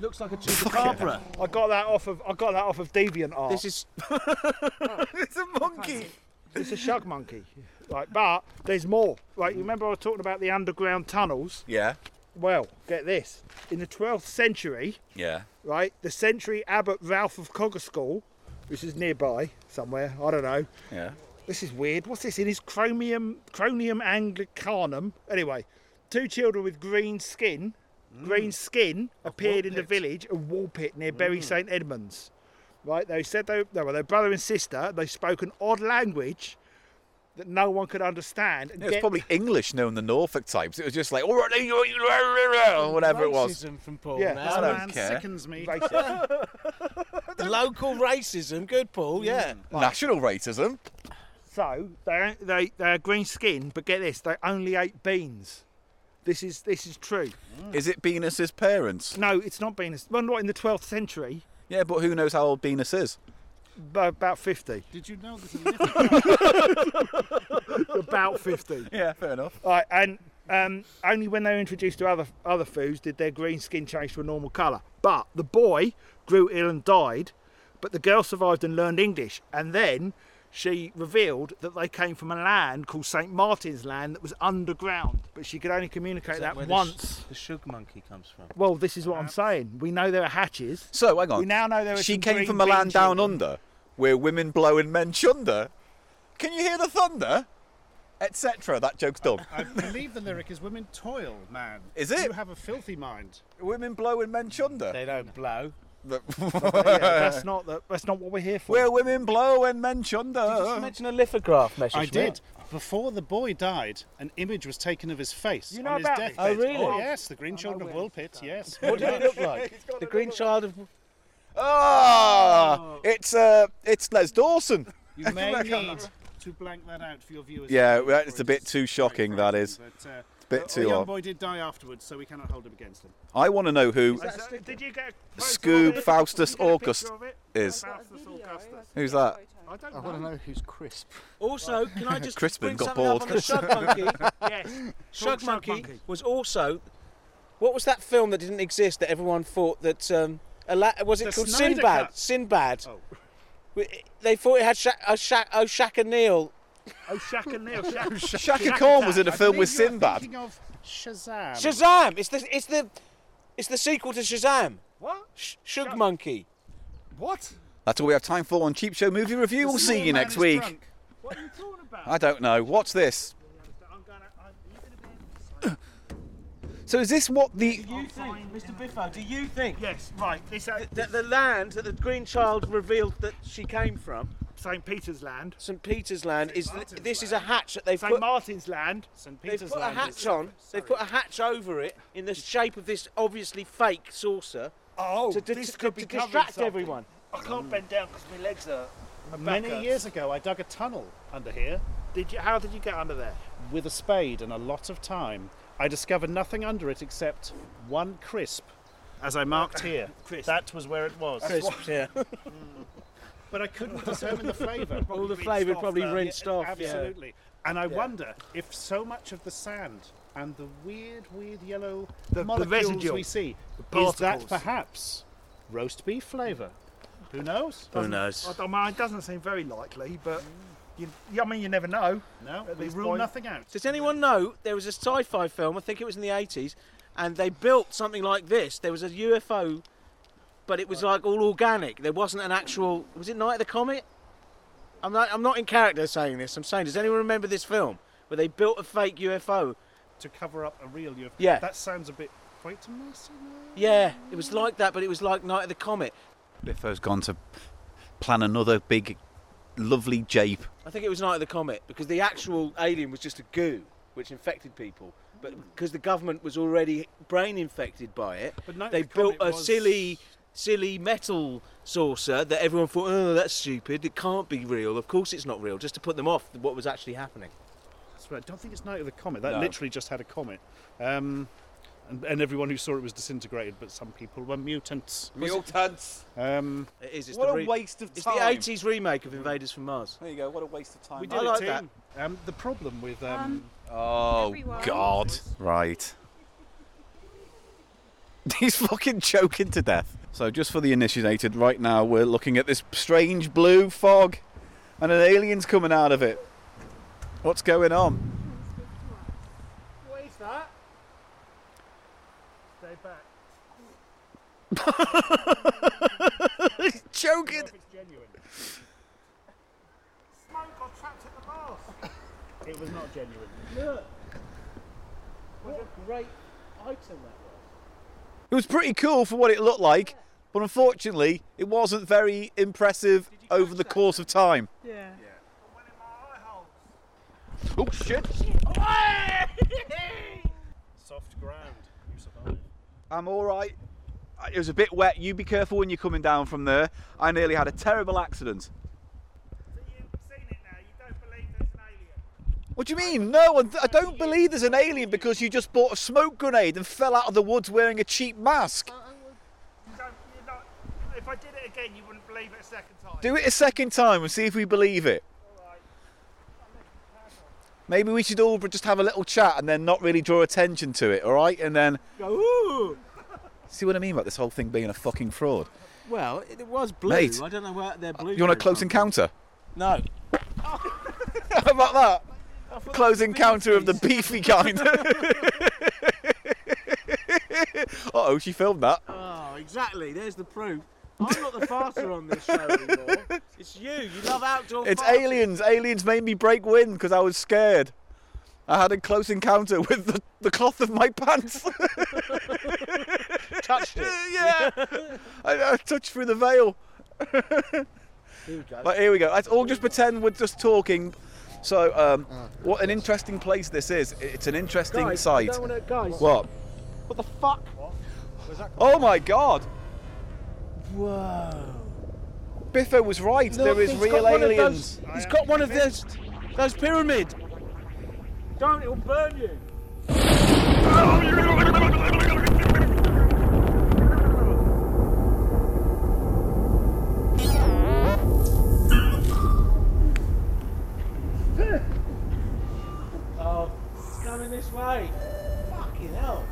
[SPEAKER 2] Looks like a chupacabra.
[SPEAKER 4] I got that off of I got that off of DeviantArt.
[SPEAKER 2] This is
[SPEAKER 1] It's a monkey.
[SPEAKER 4] it's a shug monkey, right? But there's more. Right, you remember I was talking about the underground tunnels?
[SPEAKER 1] Yeah.
[SPEAKER 4] Well, get this. In the 12th century,
[SPEAKER 1] Yeah.
[SPEAKER 4] right, the century abbot Ralph of Coggeshall, which is nearby somewhere, I don't know.
[SPEAKER 1] Yeah.
[SPEAKER 4] This is weird. What's this in his chromium Chronium Anglicanum? Anyway, two children with green skin,
[SPEAKER 1] Mm.
[SPEAKER 4] green skin appeared in the village of Woolpit near Bury
[SPEAKER 1] Mm.
[SPEAKER 4] St Edmunds. Right, they said they, they were their brother and sister. They spoke an odd language that no one could understand. and
[SPEAKER 1] It was
[SPEAKER 4] get-
[SPEAKER 1] probably English, knowing the Norfolk types. It was just like, all right, you- you- you- whatever it was.
[SPEAKER 2] racism from Paul
[SPEAKER 4] Yeah.
[SPEAKER 2] now.
[SPEAKER 1] I don't
[SPEAKER 6] Oh, man
[SPEAKER 1] care.
[SPEAKER 6] sickens me.
[SPEAKER 2] The local racism. Good, Paul. Yeah.
[SPEAKER 1] National racism.
[SPEAKER 4] so they they they had green skin, but get this, they only ate beans. This is this is true.
[SPEAKER 1] Is it Venus's parents?
[SPEAKER 4] No, it's not been. Well, not in the 12th century,
[SPEAKER 1] Yeah, but who knows how old Venus is?
[SPEAKER 4] but about 50.
[SPEAKER 6] Did you know there's a mythical
[SPEAKER 4] about 50.
[SPEAKER 1] Yeah, fair enough.
[SPEAKER 4] Right, and um, only when they were introduced to other other foods did their green skin change to a normal colour. But the boy grew ill and died, but the girl survived and learned English. And then she revealed that they came from a land called St Martin's Land that was underground, but she could only communicate that,
[SPEAKER 2] where the sh-
[SPEAKER 4] once.
[SPEAKER 2] The shug monkey comes from.
[SPEAKER 4] well, this is what I'm saying. We know there
[SPEAKER 2] *laughs*
[SPEAKER 4] are hatches.
[SPEAKER 1] So hang on.
[SPEAKER 4] We now know there are
[SPEAKER 1] she
[SPEAKER 4] some
[SPEAKER 1] came
[SPEAKER 4] green
[SPEAKER 1] from a
[SPEAKER 4] bean
[SPEAKER 1] land down
[SPEAKER 4] children.
[SPEAKER 1] under, where women blow and men chunder. Can you hear the thunder? Etc. That joke's done.
[SPEAKER 6] I believe the lyric is "Women toil, man."
[SPEAKER 1] Is it?
[SPEAKER 6] You have a filthy mind.
[SPEAKER 1] women blow and men chunder.
[SPEAKER 2] They don't blow.
[SPEAKER 4] *laughs*
[SPEAKER 1] *laughs*
[SPEAKER 4] Yeah, that's not the, that's not what we're here for.
[SPEAKER 1] Where women blow and men
[SPEAKER 2] Just
[SPEAKER 1] chunder.
[SPEAKER 2] imagine a lithograph message.
[SPEAKER 6] I
[SPEAKER 2] from
[SPEAKER 6] did.
[SPEAKER 2] it.
[SPEAKER 6] Before the boy died, an image was taken of his face
[SPEAKER 4] You know
[SPEAKER 6] on his
[SPEAKER 4] about this?
[SPEAKER 6] deathbed.
[SPEAKER 2] Oh, really?
[SPEAKER 6] Oh, yes, the Green Children of Woolpit. Yes.
[SPEAKER 2] *laughs* What did it look like? the green child of.
[SPEAKER 4] Oh.
[SPEAKER 1] Ah, it's uh, it's Les Dawson.
[SPEAKER 6] *laughs* You may need to blank that out for your viewers.
[SPEAKER 1] Yeah,
[SPEAKER 6] Sorry,
[SPEAKER 1] well, it's a bit
[SPEAKER 6] it's
[SPEAKER 1] too
[SPEAKER 6] very
[SPEAKER 1] shocking, that
[SPEAKER 6] frightening,
[SPEAKER 1] is.
[SPEAKER 6] But, uh,
[SPEAKER 1] bit
[SPEAKER 6] a-
[SPEAKER 1] too
[SPEAKER 6] A young
[SPEAKER 1] hard.
[SPEAKER 6] boy did die afterwards, so we cannot hold him against him.
[SPEAKER 1] I want to know who.
[SPEAKER 4] Is that- Did you get a photo of
[SPEAKER 1] Scoob
[SPEAKER 4] it?
[SPEAKER 1] Faustus
[SPEAKER 4] Did you get a
[SPEAKER 1] August
[SPEAKER 4] picture of it?
[SPEAKER 1] is.
[SPEAKER 4] Faustus Augustus.
[SPEAKER 1] Who's that?
[SPEAKER 4] I don't
[SPEAKER 7] I
[SPEAKER 4] know.
[SPEAKER 7] want to know who's crisp.
[SPEAKER 2] Also, can I just
[SPEAKER 1] Crispin
[SPEAKER 2] bring
[SPEAKER 1] got
[SPEAKER 2] something
[SPEAKER 1] bored.
[SPEAKER 2] up on the shug monkey?
[SPEAKER 4] Yes.
[SPEAKER 2] Shug
[SPEAKER 4] Shug
[SPEAKER 2] monkey,
[SPEAKER 4] Monkey.
[SPEAKER 2] was also. What was that film that didn't exist that everyone thought that? Um, Ala- was it
[SPEAKER 6] The
[SPEAKER 2] called
[SPEAKER 6] Snyder
[SPEAKER 2] Sinbad?
[SPEAKER 6] Cut.
[SPEAKER 2] Sinbad. We- They thought it had Sha- uh, Sha- oh, Shaka Neil.
[SPEAKER 4] Oh, Shaq and
[SPEAKER 6] *laughs*
[SPEAKER 4] Neil. Shaq.
[SPEAKER 1] Shaka Khan was in a
[SPEAKER 6] I
[SPEAKER 1] film
[SPEAKER 6] believe
[SPEAKER 1] with
[SPEAKER 6] you are
[SPEAKER 1] Sinbad.
[SPEAKER 6] Thinking of Shazam.
[SPEAKER 2] Shazam! It's the it's the it's the sequel to Shazam.
[SPEAKER 4] What?
[SPEAKER 2] Sh- Shug Monkey.
[SPEAKER 4] What?
[SPEAKER 1] That's all we have time for on Cheap Show Movie Review. We'll see
[SPEAKER 6] Small
[SPEAKER 1] you
[SPEAKER 6] man
[SPEAKER 1] next
[SPEAKER 6] is
[SPEAKER 1] week.
[SPEAKER 6] drunk.
[SPEAKER 4] What are you talking about?
[SPEAKER 1] I don't know. What's this?
[SPEAKER 4] I'm gonna. I'm, you're gonna be
[SPEAKER 1] So is this what the?
[SPEAKER 2] Do you think, Mr. Biffo? Do you think
[SPEAKER 4] Yes, right. This uh,
[SPEAKER 2] that the land that the Green Child revealed that she came from,
[SPEAKER 4] St. Peter's land.
[SPEAKER 2] St. Peter's land, is th- this is a hatch that they've
[SPEAKER 4] St.
[SPEAKER 2] put
[SPEAKER 4] Martin's land.
[SPEAKER 6] St.
[SPEAKER 2] They've
[SPEAKER 6] Peter's
[SPEAKER 2] put a
[SPEAKER 6] Land
[SPEAKER 2] hatch
[SPEAKER 6] is-
[SPEAKER 2] on. They've put a hatch over it in the shape of this obviously fake saucer
[SPEAKER 4] Oh,
[SPEAKER 2] to, to,
[SPEAKER 4] this
[SPEAKER 2] to-
[SPEAKER 4] could
[SPEAKER 2] to
[SPEAKER 4] be covering
[SPEAKER 2] distract
[SPEAKER 4] something.
[SPEAKER 2] everyone.
[SPEAKER 4] I can't bend down because my legs hurt. Rebecca,
[SPEAKER 3] Many years ago, I dug a tunnel under here
[SPEAKER 4] Did you? How did you get under there?
[SPEAKER 3] with a spade and a lot of time. I discovered nothing under it except one crisp, as I
[SPEAKER 4] *laughs*
[SPEAKER 3] marked here.
[SPEAKER 4] Crisp.
[SPEAKER 3] That was where it was.
[SPEAKER 2] Crisps, yeah.
[SPEAKER 3] But I
[SPEAKER 4] *laughs*
[SPEAKER 3] couldn't determine the flavour.
[SPEAKER 2] All the
[SPEAKER 4] rinsed
[SPEAKER 2] flavour
[SPEAKER 4] off,
[SPEAKER 2] probably
[SPEAKER 4] though.
[SPEAKER 2] rinsed off. Yeah.
[SPEAKER 3] Absolutely. And I wonder if so much of the sand and the weird, weird yellow
[SPEAKER 4] The- the
[SPEAKER 3] molecules
[SPEAKER 4] residue,
[SPEAKER 3] we see
[SPEAKER 4] the
[SPEAKER 3] is that
[SPEAKER 4] particles.
[SPEAKER 3] perhaps roast beef flavour. Who knows?
[SPEAKER 4] Doesn't-
[SPEAKER 2] knows?
[SPEAKER 4] I don't know, it doesn't seem very likely, but you, I mean, you never know.
[SPEAKER 3] No,
[SPEAKER 4] At
[SPEAKER 3] we
[SPEAKER 4] this
[SPEAKER 3] rule
[SPEAKER 4] point-
[SPEAKER 3] nothing out.
[SPEAKER 2] Does anyone know there was a sci-fi film? I think it was in the eighties, and they built something like this. There was a UFO, but it was like all organic. There wasn't an actual. Was it Night of the Comet? I'm not. I'm not in character saying this. I'm saying, does anyone remember this film where they built a fake UFO?
[SPEAKER 3] to cover up a real UFO?
[SPEAKER 2] Yeah.
[SPEAKER 3] That sounds a bit quite to mercy.
[SPEAKER 2] Yeah, it was like that, but it was like Night of the Comet.
[SPEAKER 1] Litho's gone to plan another big, lovely jape.
[SPEAKER 2] I think it was Night of the Comet because the actual alien was just a goo which infected people. But because the government was already brain infected by it,
[SPEAKER 3] But Night of
[SPEAKER 2] they
[SPEAKER 3] the
[SPEAKER 2] built
[SPEAKER 3] Comet
[SPEAKER 2] a
[SPEAKER 3] was-
[SPEAKER 2] silly, silly metal saucer that everyone thought, oh, that's stupid. It can't be real. Of course, it's not real. Just to put them off what was actually happening.
[SPEAKER 3] That's right. I don't think it's Night of the Comet. That
[SPEAKER 1] No.
[SPEAKER 3] literally just had a comet. Um, and, and everyone who saw it was disintegrated, but some people were mutants.
[SPEAKER 1] Mutants!
[SPEAKER 3] Um,
[SPEAKER 2] It is. It's
[SPEAKER 1] What
[SPEAKER 2] the
[SPEAKER 1] a
[SPEAKER 2] re-
[SPEAKER 1] waste of
[SPEAKER 2] It's
[SPEAKER 1] time.
[SPEAKER 2] the 80s remake of Invaders from Mars.
[SPEAKER 1] There you go, what a waste of time.
[SPEAKER 3] we
[SPEAKER 2] I
[SPEAKER 3] did it
[SPEAKER 2] like
[SPEAKER 3] too.
[SPEAKER 2] that.
[SPEAKER 3] Um, the problem with um,
[SPEAKER 5] Um,
[SPEAKER 1] Oh,
[SPEAKER 5] Everyone.
[SPEAKER 1] God. Right. *laughs* He's fucking choking to death. So, just for the initiated, right now we're looking at this strange blue fog and an alien's coming out of it. What's going on?
[SPEAKER 4] What is that? Stay back.
[SPEAKER 1] He's choking!
[SPEAKER 4] If it's genuine. Smoke got trapped at the mast.
[SPEAKER 3] it was not genuine.
[SPEAKER 2] Great item that
[SPEAKER 1] It was pretty cool for what it looked like, but unfortunately, it wasn't very impressive over the course of time.
[SPEAKER 4] Went in my eye hole.
[SPEAKER 1] Oh, shit!
[SPEAKER 3] Soft ground. You survived.
[SPEAKER 1] I'm all right. It was a bit wet. You be careful when you're coming down from there. I nearly had a terrible accident.
[SPEAKER 4] So you've seen it now. You don't believe there's an alien.
[SPEAKER 1] What do you mean? No, I- I don't believe there's an alien because you just bought a smoke grenade and fell out of the woods wearing a cheap mask.
[SPEAKER 4] You don't. You're not. If I did it again, you wouldn't believe it a second time.
[SPEAKER 1] Do it a second time and see if we believe it. Maybe we should all just have a little chat and then not really draw attention to it, all right? And then. See what I mean about this whole thing being a fucking fraud?
[SPEAKER 2] Well, it, it was blue.
[SPEAKER 1] Mate. uh,
[SPEAKER 2] I don't know where they're blue.
[SPEAKER 1] You want a
[SPEAKER 2] came
[SPEAKER 1] close
[SPEAKER 2] from.
[SPEAKER 1] encounter? *laughs*
[SPEAKER 2] No.
[SPEAKER 1] How about that? Close encounter of the beefy kind. *laughs* uh oh, she filmed that.
[SPEAKER 2] Oh, exactly. There's the proof. I'm not the farter on this show anymore. It's you. You love outdoor.
[SPEAKER 1] It's
[SPEAKER 2] farting.
[SPEAKER 1] aliens. Aliens made me break wind because I was scared. I had a close encounter *laughs* with the, the cloth of my pants. *laughs*
[SPEAKER 2] Touched it.
[SPEAKER 1] yeah. I, I touched through the veil. *laughs*
[SPEAKER 2] Here we go.
[SPEAKER 1] But here we go. Let's all just pretend we're just talking. So, um, what an interesting place this is. It's an interesting
[SPEAKER 2] guys, I
[SPEAKER 1] site.
[SPEAKER 2] don't wanna- guys, what?
[SPEAKER 1] What?
[SPEAKER 2] the fuck?
[SPEAKER 1] Oh my god!
[SPEAKER 2] Whoa.
[SPEAKER 1] Biffo was right. there is real aliens.
[SPEAKER 2] he's got one of those, those pyramids. Don't, it'll burn you. oh, it's coming this way. Fucking hell.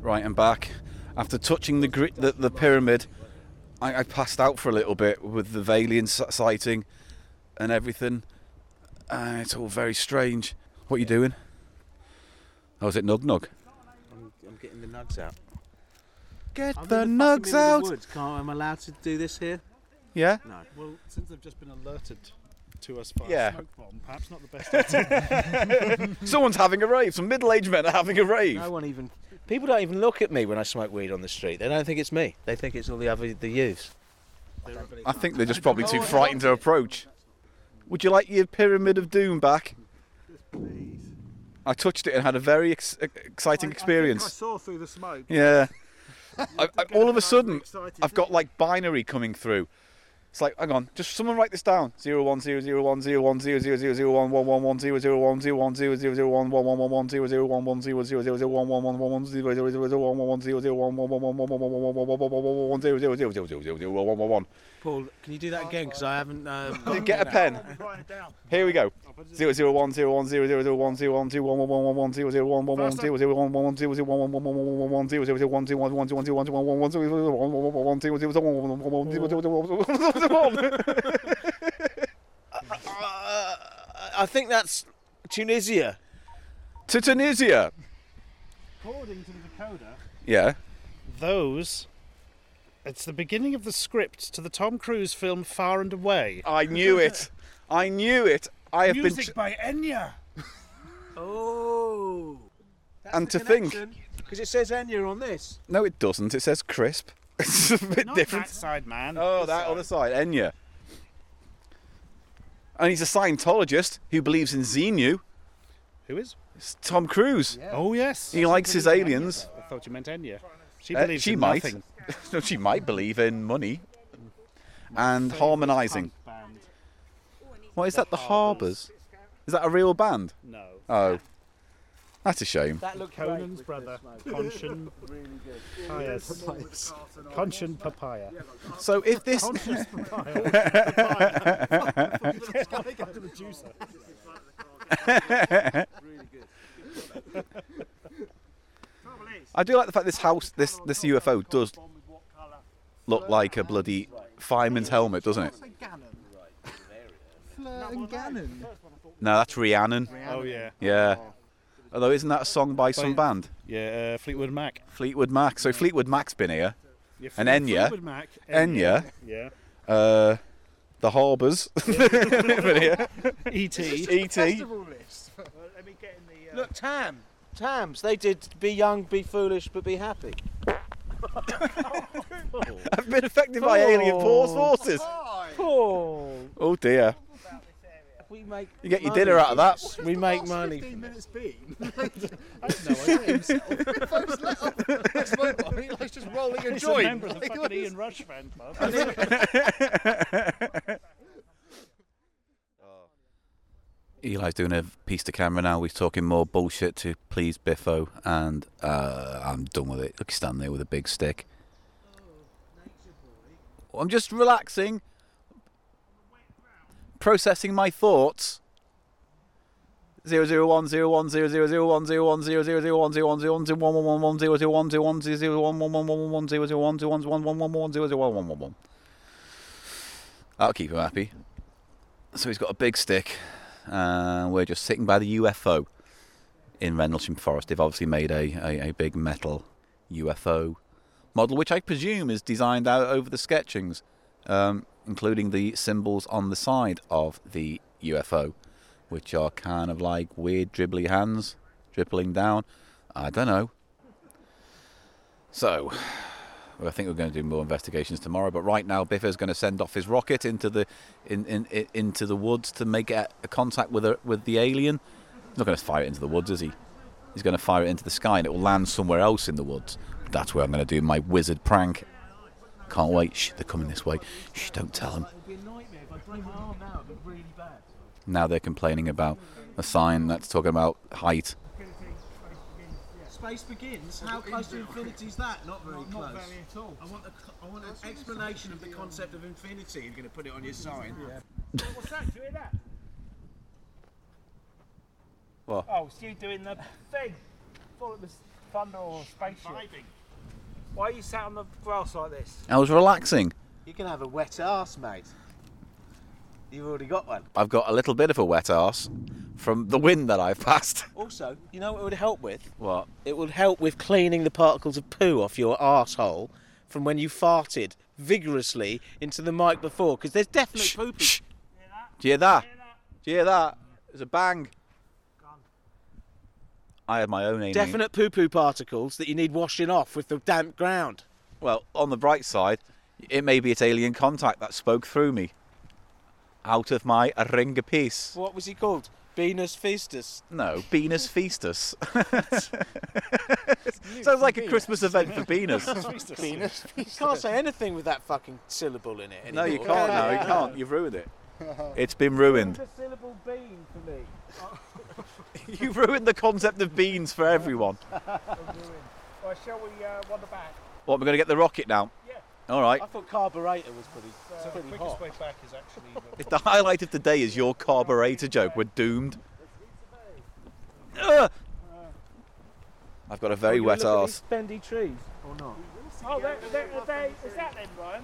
[SPEAKER 1] Right, I'm back. After touching the, gr- the, the pyramid, I, I passed out for a little bit with the Valian s- sighting and everything. Uh, it's all very strange. What are you doing? Oh, is it Nug Nug?
[SPEAKER 2] I'm, I'm getting the nugs out.
[SPEAKER 1] Get
[SPEAKER 2] I'm
[SPEAKER 1] the
[SPEAKER 2] in fucking
[SPEAKER 1] nugs
[SPEAKER 2] middle of
[SPEAKER 1] out!
[SPEAKER 2] the woods. Can't, am I allowed to do this here?
[SPEAKER 1] Yeah?
[SPEAKER 2] No.
[SPEAKER 3] Well, since they've just been alerted to us by
[SPEAKER 1] Yeah.
[SPEAKER 3] a smoke bomb, perhaps not the
[SPEAKER 1] *laughs*
[SPEAKER 3] best idea.
[SPEAKER 1] Someone's having a rave. Some middle aged men are having a rave.
[SPEAKER 2] No one even. People don't even look at me when I smoke weed on the street. They don't think it's me. They think it's all the other the youths.
[SPEAKER 1] I think they're just probably too frightened to approach. Would you like your pyramid of doom back? I touched it and had a very ex- exciting
[SPEAKER 4] I,
[SPEAKER 1] experience.
[SPEAKER 4] saw through the smoke.
[SPEAKER 1] Yeah. I, I,
[SPEAKER 4] get
[SPEAKER 1] all of a
[SPEAKER 4] overexcited,
[SPEAKER 1] sudden, I've
[SPEAKER 4] didn't
[SPEAKER 1] got like binary coming through. It's like, hang on, just someone write this down. Zero one zero zero one zero one zero zero zero zero one one one one zero zero one zero one zero zero zero one one one one one zero zero one one zero zero zero zero one one one one one zero zero zero zero one one one zero zero one one one one one one one one one one one one one one zero zero zero zero zero zero zero one one one one.
[SPEAKER 2] Paul, can you do that again? Because I haven't. Um, *laughs*
[SPEAKER 1] Did get a pen. Here we go.
[SPEAKER 6] Oh,
[SPEAKER 1] Zero zero one zero one zero zero zero one zero one two one one one one one zero zero one one one zero zero one one one zero zero one one one one one one one zero zero zero one zero one one zero one zero one zero one one zero zero one one one one zero zero zero one one one zero zero one one one.
[SPEAKER 2] uh, I think that's Tunisia.
[SPEAKER 1] To Tunisia.
[SPEAKER 6] According to the Dakota,
[SPEAKER 1] Yeah.
[SPEAKER 6] those. It's the beginning of the script to the Tom Cruise film Far and Away.
[SPEAKER 1] I knew it. I knew it. I have been.
[SPEAKER 4] Music by Enya.
[SPEAKER 2] Oh.
[SPEAKER 1] And to think-
[SPEAKER 2] Because it says Enya on this.
[SPEAKER 1] No, it doesn't. It says crisp. *laughs* It's a bit
[SPEAKER 6] Not
[SPEAKER 1] different.
[SPEAKER 6] that side, man.
[SPEAKER 1] Oh, that other side, Enya. And he's a Scientologist who believes in Xenu.
[SPEAKER 6] Who is?
[SPEAKER 1] It's Tom Cruise.
[SPEAKER 6] Oh yes.
[SPEAKER 1] He likes his aliens.
[SPEAKER 6] I thought you meant Enya. She
[SPEAKER 1] Uh,
[SPEAKER 6] believes
[SPEAKER 1] she
[SPEAKER 6] in
[SPEAKER 1] might.
[SPEAKER 6] nothing.
[SPEAKER 1] *laughs* no, she might believe in money and harmonising.
[SPEAKER 6] Punk band.
[SPEAKER 1] What is that? The Harbours? Is that a real band?
[SPEAKER 6] No.
[SPEAKER 1] Oh, that's a shame.
[SPEAKER 2] That looked
[SPEAKER 6] Conan's brother, Conscian. Yes. Conscian papaya. Oh,
[SPEAKER 1] So if this,
[SPEAKER 6] *laughs*
[SPEAKER 1] I do like the fact this house, this this UFO does look like a bloody fireman's helmet, doesn't it? No, that's Rhiannon.
[SPEAKER 6] Oh yeah.
[SPEAKER 1] Yeah. Although isn't that a song by some band?
[SPEAKER 6] Yeah. Uh, Fleetwood Mac.
[SPEAKER 1] Fleetwood Mac. So Fleetwood Mac's been here.
[SPEAKER 6] Yeah,
[SPEAKER 1] And Enya.
[SPEAKER 6] Fleetwood Mac.
[SPEAKER 1] Enya,
[SPEAKER 6] Yeah.
[SPEAKER 1] uh, the Harbours. been here. *laughs*
[SPEAKER 6] E.T.
[SPEAKER 1] E.T.
[SPEAKER 4] Let me get in the. Uh,
[SPEAKER 2] Look, Tam. Tams. They did be young, be foolish, but be happy.
[SPEAKER 1] *laughs* I've been affected by alien force forces.
[SPEAKER 2] Paul.
[SPEAKER 1] Oh dear.
[SPEAKER 2] We make.
[SPEAKER 1] You get your
[SPEAKER 2] money.
[SPEAKER 1] dinner out of that.
[SPEAKER 2] We make money. from it. *laughs*
[SPEAKER 4] *laughs*
[SPEAKER 7] He's just rolling a
[SPEAKER 6] He's a
[SPEAKER 4] *laughs*
[SPEAKER 6] member of the fucking Ian Rush fan club.
[SPEAKER 1] Eli's doing a piece to camera now. He's talking more bullshit to please Biffo, and uh, I'm done with it. Look, he's standing there with a big stick. I'm just relaxing, processing my thoughts. Zero zero one zero one zero zero zero one zero one zero zero zero one zero one zero one zero one one one one zero zero one zero one zero zero one one one one one zero zero one zero one one one one one zero zero one one one one. That'll keep him happy. So he's got a big stick and we're just sitting by the UFO in Rendlesham Forest. They've obviously made a, a, a big metal UFO model, which I presume is designed out over the sketchings, um, including the symbols on the side of the UFO, which are kind of like weird dribbly hands dribbling down. I don't know. So, well, I think we're going to do more investigations tomorrow. But right now, Biffa's going to send off his rocket into the in, in, in into the woods to make a, a contact with a, with the alien. He's not going to fire it into the woods, is he? He's going to fire it into the sky, and it will land somewhere else in the woods. That's where I'm going to do my wizard prank. Can't wait. Shh, they're coming this way. Shh, don't tell them.
[SPEAKER 2] It'd be a nightmare if I broke my arm now. It'd be really bad.
[SPEAKER 1] Now they're complaining about a sign that's talking about height.
[SPEAKER 2] Space begins. How close to infinity is that? Not very close. Not very at all. I want, a, I want an explanation of the concept of infinity. You're going to put it on your sign.
[SPEAKER 4] what's that? Do you hear that?
[SPEAKER 1] What?
[SPEAKER 4] Oh, it's you doing the thing. Thought it was thunder or spaceship. Why are you sat on the grass like this?
[SPEAKER 1] I was relaxing.
[SPEAKER 2] You can have a wet ass, mate. You've already got one.
[SPEAKER 1] I've got a little bit of a wet arse from the wind that I've passed.
[SPEAKER 2] Also, you know what it would help with?
[SPEAKER 1] What?
[SPEAKER 2] It would help with cleaning the particles of poo off your arsehole from when you farted vigorously into the mic before, because there's definitely poo poo.
[SPEAKER 1] Do you hear that? Do you hear that? There's a bang. I had my own aiming.
[SPEAKER 2] Definite poo poo particles that you need washing off with the damp ground.
[SPEAKER 1] Well, on the bright side, it may be it's alien contact that spoke through me.
[SPEAKER 6] out of my ring piece.
[SPEAKER 2] What was he called? Venus Feastus.
[SPEAKER 6] No, Venus Feastus. Sounds like a Christmas event for *laughs* Venus.
[SPEAKER 2] Venus Feastus. You can't say anything with that fucking syllable in it
[SPEAKER 6] No,
[SPEAKER 2] anymore.
[SPEAKER 6] you can't. No, you can't. You've ruined it. It's
[SPEAKER 2] *laughs*
[SPEAKER 6] been ruined.
[SPEAKER 2] The syllable bean for me.
[SPEAKER 6] You've ruined the concept of beans for everyone.
[SPEAKER 4] Well, shall we uh, wander back?
[SPEAKER 6] What, we're going to get the rocket now?
[SPEAKER 4] Yeah.
[SPEAKER 6] All right.
[SPEAKER 2] I thought carburetor was pretty,
[SPEAKER 4] Uh,
[SPEAKER 2] pretty
[SPEAKER 4] quickest
[SPEAKER 2] hot.
[SPEAKER 4] way back is actually. the-
[SPEAKER 6] If the highlight of the day is your carburetor joke, we're doomed. Ugh. I've got a very wet ass.
[SPEAKER 2] Bendy trees or not?
[SPEAKER 4] oh, there, there, there, is that then, Brian?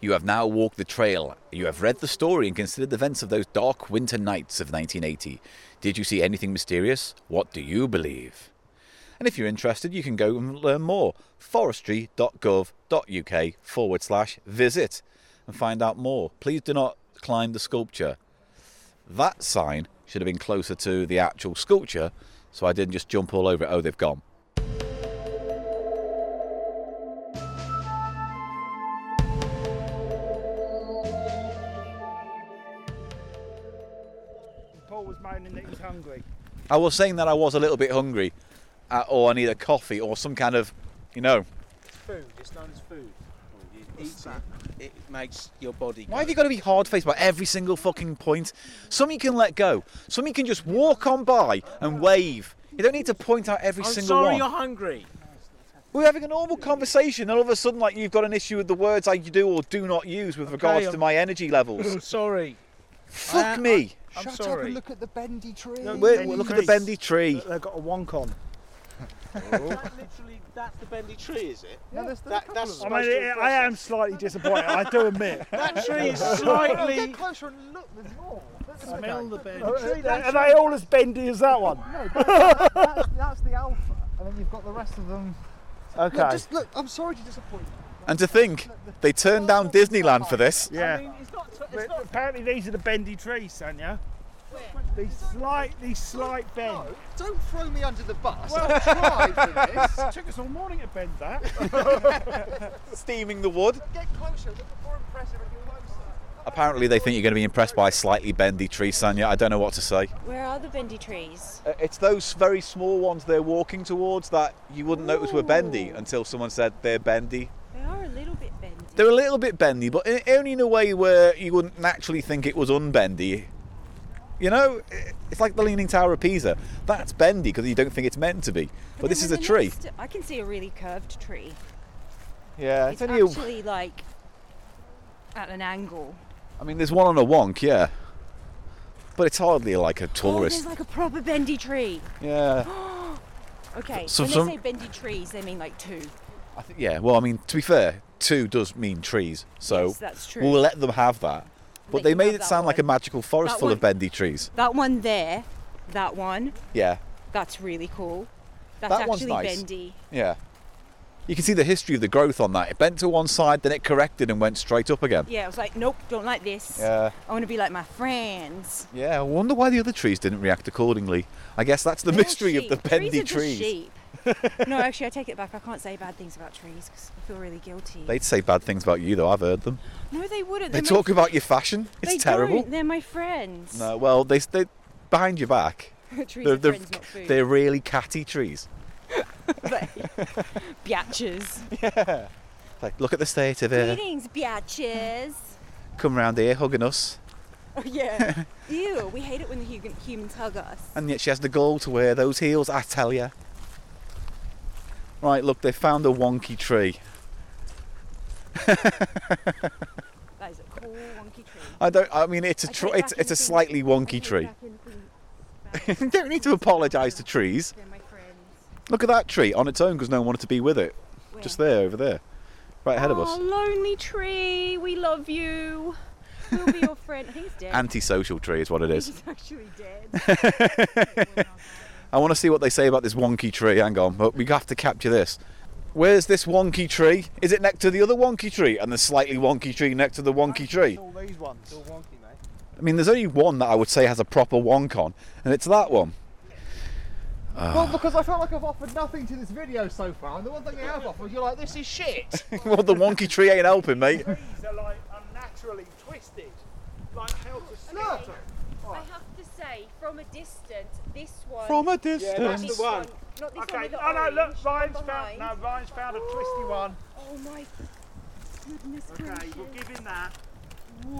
[SPEAKER 6] You have now walked the trail. You have read the story and considered the events of those dark winter nights of 1980. Did you see anything mysterious? What do you believe? And if you're interested, you can go and learn more. forestry.gov.uk forward slash visit and find out more. Please do not climb the sculpture. That sign should have been closer to the actual sculpture so I didn't just jump all over it. Oh, they've gone.
[SPEAKER 4] Paul was moaning that he's hungry.
[SPEAKER 6] I was saying that I was a little bit hungry, uh, or I need a coffee or some kind of, you know.
[SPEAKER 2] Food. It's known as food. You eat that. It makes your body.
[SPEAKER 6] Why have you got to be hard faced by every single fucking point? Some you can let go. Some you can just walk on by and wave. You don't need to point out every
[SPEAKER 2] I'm
[SPEAKER 6] single
[SPEAKER 2] sorry,
[SPEAKER 6] one.
[SPEAKER 2] you're hungry.
[SPEAKER 6] We're having a normal conversation, and all of a sudden, like you've got an issue with the words I do or do not use with regards
[SPEAKER 2] *laughs*
[SPEAKER 6] to
[SPEAKER 2] I'm- Uh,
[SPEAKER 6] my energy
[SPEAKER 2] *laughs*
[SPEAKER 6] levels.
[SPEAKER 2] Sorry.
[SPEAKER 6] Fuck
[SPEAKER 2] I-
[SPEAKER 6] me.
[SPEAKER 2] I'm
[SPEAKER 7] Shut up
[SPEAKER 2] sorry.
[SPEAKER 7] and look at the bendy tree.
[SPEAKER 4] No,
[SPEAKER 6] Wait,
[SPEAKER 4] Bendy
[SPEAKER 6] look at the
[SPEAKER 4] trees.
[SPEAKER 6] bendy tree.
[SPEAKER 4] They've got a wonk on.
[SPEAKER 2] That literally, that's the bendy tree, is it?
[SPEAKER 7] No, there's- there's a
[SPEAKER 2] That,
[SPEAKER 7] couple
[SPEAKER 2] that's
[SPEAKER 7] of
[SPEAKER 4] I
[SPEAKER 2] supposed
[SPEAKER 4] mean,
[SPEAKER 2] to
[SPEAKER 4] I
[SPEAKER 2] impress
[SPEAKER 4] am slightly disappointed. I do admit.
[SPEAKER 2] us. That tree is
[SPEAKER 7] them. Oh,
[SPEAKER 2] *laughs* slightly.
[SPEAKER 7] get closer and look. There's more. That's the
[SPEAKER 11] Smell
[SPEAKER 7] guy.
[SPEAKER 11] the bed.
[SPEAKER 4] *laughs* Are they all as bendy as that one?
[SPEAKER 7] No, that's, that's, that's the alpha, and then you've got the rest of them.
[SPEAKER 4] Okay.
[SPEAKER 7] Look, just look. I'm sorry to disappoint.
[SPEAKER 6] And to think, they turned down Disneyland for this.
[SPEAKER 4] yeah.
[SPEAKER 2] I mean, it's not. It's
[SPEAKER 4] But
[SPEAKER 2] not
[SPEAKER 4] apparently these are the bendy trees, Sanya. These slightly slight bend.
[SPEAKER 7] No, don't throw me under the bus. I'll
[SPEAKER 4] *laughs*
[SPEAKER 7] try for this.
[SPEAKER 4] It took us all morning to bend that. *laughs*
[SPEAKER 6] Steaming the wood.
[SPEAKER 7] Get closer. Look more impressive and you'll notice.
[SPEAKER 6] Apparently, they think you're going to be impressed by a slightly bendy tree, Sanya. I don't know what to say.
[SPEAKER 5] Where are the bendy trees?
[SPEAKER 6] Uh, It's those very small ones they're walking towards that you wouldn't notice were bendy
[SPEAKER 5] Ooh.
[SPEAKER 6] until someone said they're bendy.
[SPEAKER 5] They are a little bit bendy.
[SPEAKER 6] They're a little bit bendy, but in, only in a way where you wouldn't naturally think it was unbendy. You know, i- it's like the Leaning Tower of Pisa. That's bendy because you don't think it's meant to be. But, this
[SPEAKER 5] then
[SPEAKER 6] is a
[SPEAKER 5] with the
[SPEAKER 6] tree.
[SPEAKER 5] next- I can see a really curved tree.
[SPEAKER 6] yeah,
[SPEAKER 5] It's
[SPEAKER 6] it's only. a-
[SPEAKER 5] actually like at an angle.
[SPEAKER 6] I mean, there's one on a wonk, yeah. But it's hardly like a
[SPEAKER 5] Oh,
[SPEAKER 6] tourist.
[SPEAKER 5] there's like a proper bendy tree.
[SPEAKER 6] yeah.
[SPEAKER 5] Okay,
[SPEAKER 6] So
[SPEAKER 5] when
[SPEAKER 6] some-
[SPEAKER 5] they say bendy trees, they mean like two.
[SPEAKER 6] I think, yeah, well, I mean, to be fair, two does mean trees, so
[SPEAKER 5] Yes, that's true.
[SPEAKER 6] we'll let them have that. But
[SPEAKER 5] Let
[SPEAKER 6] they
[SPEAKER 5] them
[SPEAKER 6] made
[SPEAKER 5] have
[SPEAKER 6] it
[SPEAKER 5] that
[SPEAKER 6] sound like a
[SPEAKER 5] one.
[SPEAKER 6] magical forest
[SPEAKER 5] That
[SPEAKER 6] full of
[SPEAKER 5] one.
[SPEAKER 6] bendy trees.
[SPEAKER 5] That one there, that one,
[SPEAKER 6] Yeah,
[SPEAKER 5] that's really cool. That's
[SPEAKER 6] That one's
[SPEAKER 5] actually
[SPEAKER 6] nice.
[SPEAKER 5] bendy.
[SPEAKER 6] yeah. You can see the history of the growth on that. It bent to one side, then it corrected and went straight up again.
[SPEAKER 5] Yeah, I was like, nope, don't like this.
[SPEAKER 6] Yeah,
[SPEAKER 5] I want to be like my friends.
[SPEAKER 6] yeah. I wonder why the other trees didn't react accordingly. I guess that's the
[SPEAKER 5] They're all
[SPEAKER 6] mystery of the
[SPEAKER 5] sheep. Trees
[SPEAKER 6] bendy
[SPEAKER 5] are just sheep.
[SPEAKER 6] *laughs*
[SPEAKER 5] no, actually, I take it back. I can't say bad things about trees because I feel really guilty.
[SPEAKER 6] They'd say bad things about you, though. I've heard them.
[SPEAKER 5] no, they wouldn't.
[SPEAKER 6] They
[SPEAKER 5] They're my
[SPEAKER 6] talk
[SPEAKER 5] fr-
[SPEAKER 6] about your fashion. It's
[SPEAKER 5] they
[SPEAKER 6] terrible.
[SPEAKER 5] Don't. They're my friends.
[SPEAKER 6] No, well, they they behind your back.
[SPEAKER 5] *laughs* trees
[SPEAKER 6] They're,
[SPEAKER 5] are
[SPEAKER 6] they're,
[SPEAKER 5] friends, not food.
[SPEAKER 6] they're really catty trees.
[SPEAKER 5] *laughs* biatches.
[SPEAKER 6] Like, look at the state of it.
[SPEAKER 5] Greetings, biatches.
[SPEAKER 6] Come round here, hugging us.
[SPEAKER 5] *laughs* Oh,
[SPEAKER 6] *laughs*
[SPEAKER 5] yeah. Ew, we hate it when the hugan- humans hug us.
[SPEAKER 6] And yet she has the gall to wear those heels, I tell ya. Right, look, they found a wonky tree.
[SPEAKER 5] That is a cool, wonky tree.
[SPEAKER 6] I don't. I mean, it's a
[SPEAKER 5] I
[SPEAKER 6] tr-
[SPEAKER 5] take
[SPEAKER 6] it's,
[SPEAKER 5] back
[SPEAKER 6] it's a
[SPEAKER 5] anything-
[SPEAKER 6] slightly
[SPEAKER 5] I
[SPEAKER 6] wonky
[SPEAKER 5] take
[SPEAKER 6] tree.
[SPEAKER 5] back anything bad.
[SPEAKER 6] *laughs* you don't need to apologise to trees.
[SPEAKER 5] They're my friends.
[SPEAKER 6] Look at that tree on its own because no one wanted to be with it.
[SPEAKER 5] Where?
[SPEAKER 6] Just there, over there, right ahead of
[SPEAKER 5] oh,
[SPEAKER 6] us.
[SPEAKER 5] lonely tree, we love you. We'll be your friend. I think it's dead.
[SPEAKER 6] Antisocial tree is what it
[SPEAKER 5] I think
[SPEAKER 6] is.
[SPEAKER 5] *laughs* He's actually dead.
[SPEAKER 6] *laughs* I want to see what they say about this wonky tree. Hang on, but we have to capture this. Where's this wonky tree? Is it next to the other wonky tree and the slightly wonky tree next to the wonky tree?
[SPEAKER 4] All these ones.
[SPEAKER 6] I mean, there's only one that I would say has a proper wonk on, and it's that one.
[SPEAKER 7] well, because I felt like I've offered nothing to this video so far, and the one thing I have offered, you're like, this is shit.
[SPEAKER 6] *laughs* well, the wonky tree ain't helping,
[SPEAKER 7] *laughs*
[SPEAKER 6] mate.
[SPEAKER 4] Trees are like unnaturally twisted, like hell to skelter.
[SPEAKER 12] I have to say, from a distance, this one.
[SPEAKER 13] From a
[SPEAKER 4] Yeah, that's
[SPEAKER 13] distance.
[SPEAKER 4] the one.
[SPEAKER 12] Not this
[SPEAKER 4] Okay,
[SPEAKER 12] one.
[SPEAKER 4] oh no, look, Ryan's found,
[SPEAKER 12] behind.
[SPEAKER 4] no, Ryan's found a twisty one.
[SPEAKER 12] Oh my goodness
[SPEAKER 4] Okay,
[SPEAKER 12] gracious.
[SPEAKER 4] we'll give him that.
[SPEAKER 2] We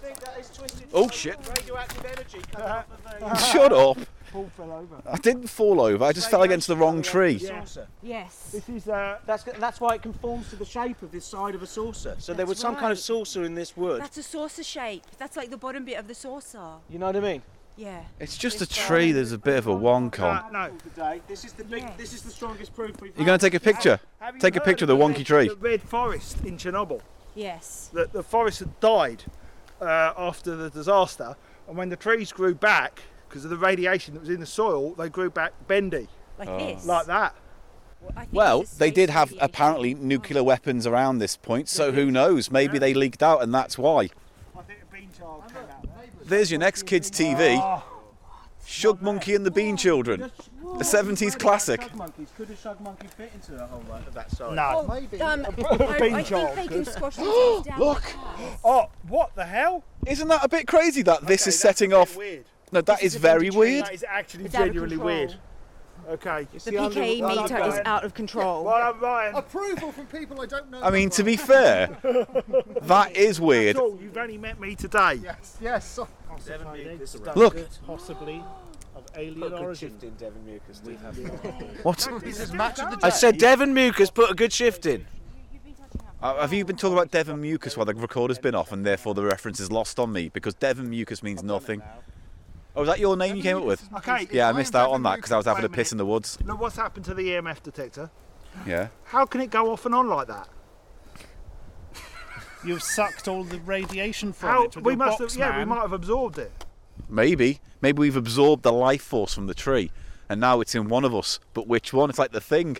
[SPEAKER 2] think that is twisted.
[SPEAKER 6] Oh, shit.
[SPEAKER 2] Radioactive energy coming
[SPEAKER 4] Uh-huh.
[SPEAKER 2] off of the
[SPEAKER 6] *laughs* Shut up.
[SPEAKER 2] Paul fell over.
[SPEAKER 6] I didn't fall over. I just fell against the wrong tree.
[SPEAKER 4] Yeah.
[SPEAKER 5] Yes.
[SPEAKER 4] This is, uh,
[SPEAKER 2] That's g- that's why it conforms to the shape of this side of a saucer. So there
[SPEAKER 5] That's
[SPEAKER 2] was some kind of
[SPEAKER 5] right.
[SPEAKER 2] saucer in this wood.
[SPEAKER 5] That's a saucer shape. That's like the bottom bit of the saucer.
[SPEAKER 2] you know what I mean?
[SPEAKER 5] Yeah.
[SPEAKER 6] It's just a tree. There's a bit of a wonk on.
[SPEAKER 4] uh, no.
[SPEAKER 2] Today, this is the big, this is the strongest proof we've
[SPEAKER 6] You're going to take a picture?
[SPEAKER 4] Have you
[SPEAKER 6] Take a
[SPEAKER 4] heard
[SPEAKER 6] picture of the wonky
[SPEAKER 4] red-
[SPEAKER 6] tree.
[SPEAKER 4] The red forest in Chernobyl.
[SPEAKER 5] Yes.
[SPEAKER 4] The, the forest had died uh, after the disaster, and when the trees grew back, because of the radiation that was in the soil, they grew back bendy,
[SPEAKER 5] Like this.
[SPEAKER 4] like that.
[SPEAKER 5] I think
[SPEAKER 6] Oh. Well,
[SPEAKER 5] it's a
[SPEAKER 6] they did
[SPEAKER 5] safe
[SPEAKER 6] have
[SPEAKER 5] radiation.
[SPEAKER 6] apparently nuclear weapons around this point, so who knows? Maybe they leaked out and that's why.
[SPEAKER 4] I think a bean child came out
[SPEAKER 6] There's your next
[SPEAKER 4] Oh.
[SPEAKER 6] kids' TV Shug Monkey and the Bean Children. A 70s classic.
[SPEAKER 2] monkeys. Could a shug monkey fit into that whole right of that side?
[SPEAKER 4] No.
[SPEAKER 7] Maybe.
[SPEAKER 5] Um,
[SPEAKER 4] Bean
[SPEAKER 5] I, I
[SPEAKER 4] jar.
[SPEAKER 5] think they can squash
[SPEAKER 4] *gasps*
[SPEAKER 5] themselves down.
[SPEAKER 6] Look.
[SPEAKER 5] like that.
[SPEAKER 4] Oh, what the hell?
[SPEAKER 6] Isn't that a bit crazy that this
[SPEAKER 4] Okay,
[SPEAKER 6] is
[SPEAKER 4] that's
[SPEAKER 6] setting
[SPEAKER 4] a bit
[SPEAKER 6] off?
[SPEAKER 4] Weird.
[SPEAKER 6] No, that is very weird.
[SPEAKER 4] That is actually
[SPEAKER 5] It's out of
[SPEAKER 4] genuinely
[SPEAKER 5] control.
[SPEAKER 4] weird. Okay.
[SPEAKER 5] The PK meter is out of control.
[SPEAKER 4] Well, I'm Ryan.
[SPEAKER 7] Approval from people I don't know.
[SPEAKER 6] I mean,
[SPEAKER 7] that
[SPEAKER 6] to
[SPEAKER 7] well.
[SPEAKER 6] be fair, that is weird.
[SPEAKER 4] That's all, Oh, You've only met me today.
[SPEAKER 7] Yes, yes. so-
[SPEAKER 6] Look,
[SPEAKER 3] possibly of alien origin.
[SPEAKER 2] Devon Mucus.
[SPEAKER 6] what?
[SPEAKER 13] This is match of the
[SPEAKER 2] I
[SPEAKER 13] day.
[SPEAKER 2] said Devon Mucus put a good shift in.
[SPEAKER 6] Uh, have you been talking about Devon Mucus while the recorder's been off and therefore the reference is lost on me? Because Devon Mucus means nothing. Oh, is that your name you came up with?
[SPEAKER 4] Okay.
[SPEAKER 6] Yeah, I
[SPEAKER 4] if
[SPEAKER 6] missed
[SPEAKER 4] am
[SPEAKER 6] out
[SPEAKER 4] Devon
[SPEAKER 6] on that because I was
[SPEAKER 4] Lucas,
[SPEAKER 6] having
[SPEAKER 4] wait
[SPEAKER 6] a piss in
[SPEAKER 4] minute.
[SPEAKER 6] the woods.
[SPEAKER 4] Look what's happened to the EMF detector.
[SPEAKER 6] Yeah.
[SPEAKER 4] How can it go off and on like that?
[SPEAKER 3] You've sucked all the radiation from
[SPEAKER 4] How
[SPEAKER 3] it with
[SPEAKER 4] we
[SPEAKER 3] your
[SPEAKER 4] must
[SPEAKER 3] box,
[SPEAKER 4] have, yeah, we
[SPEAKER 3] man.
[SPEAKER 4] might have absorbed it.
[SPEAKER 6] Maybe. Maybe we've absorbed the life force from the tree and now it's in one of us. But which one? It's like the thing,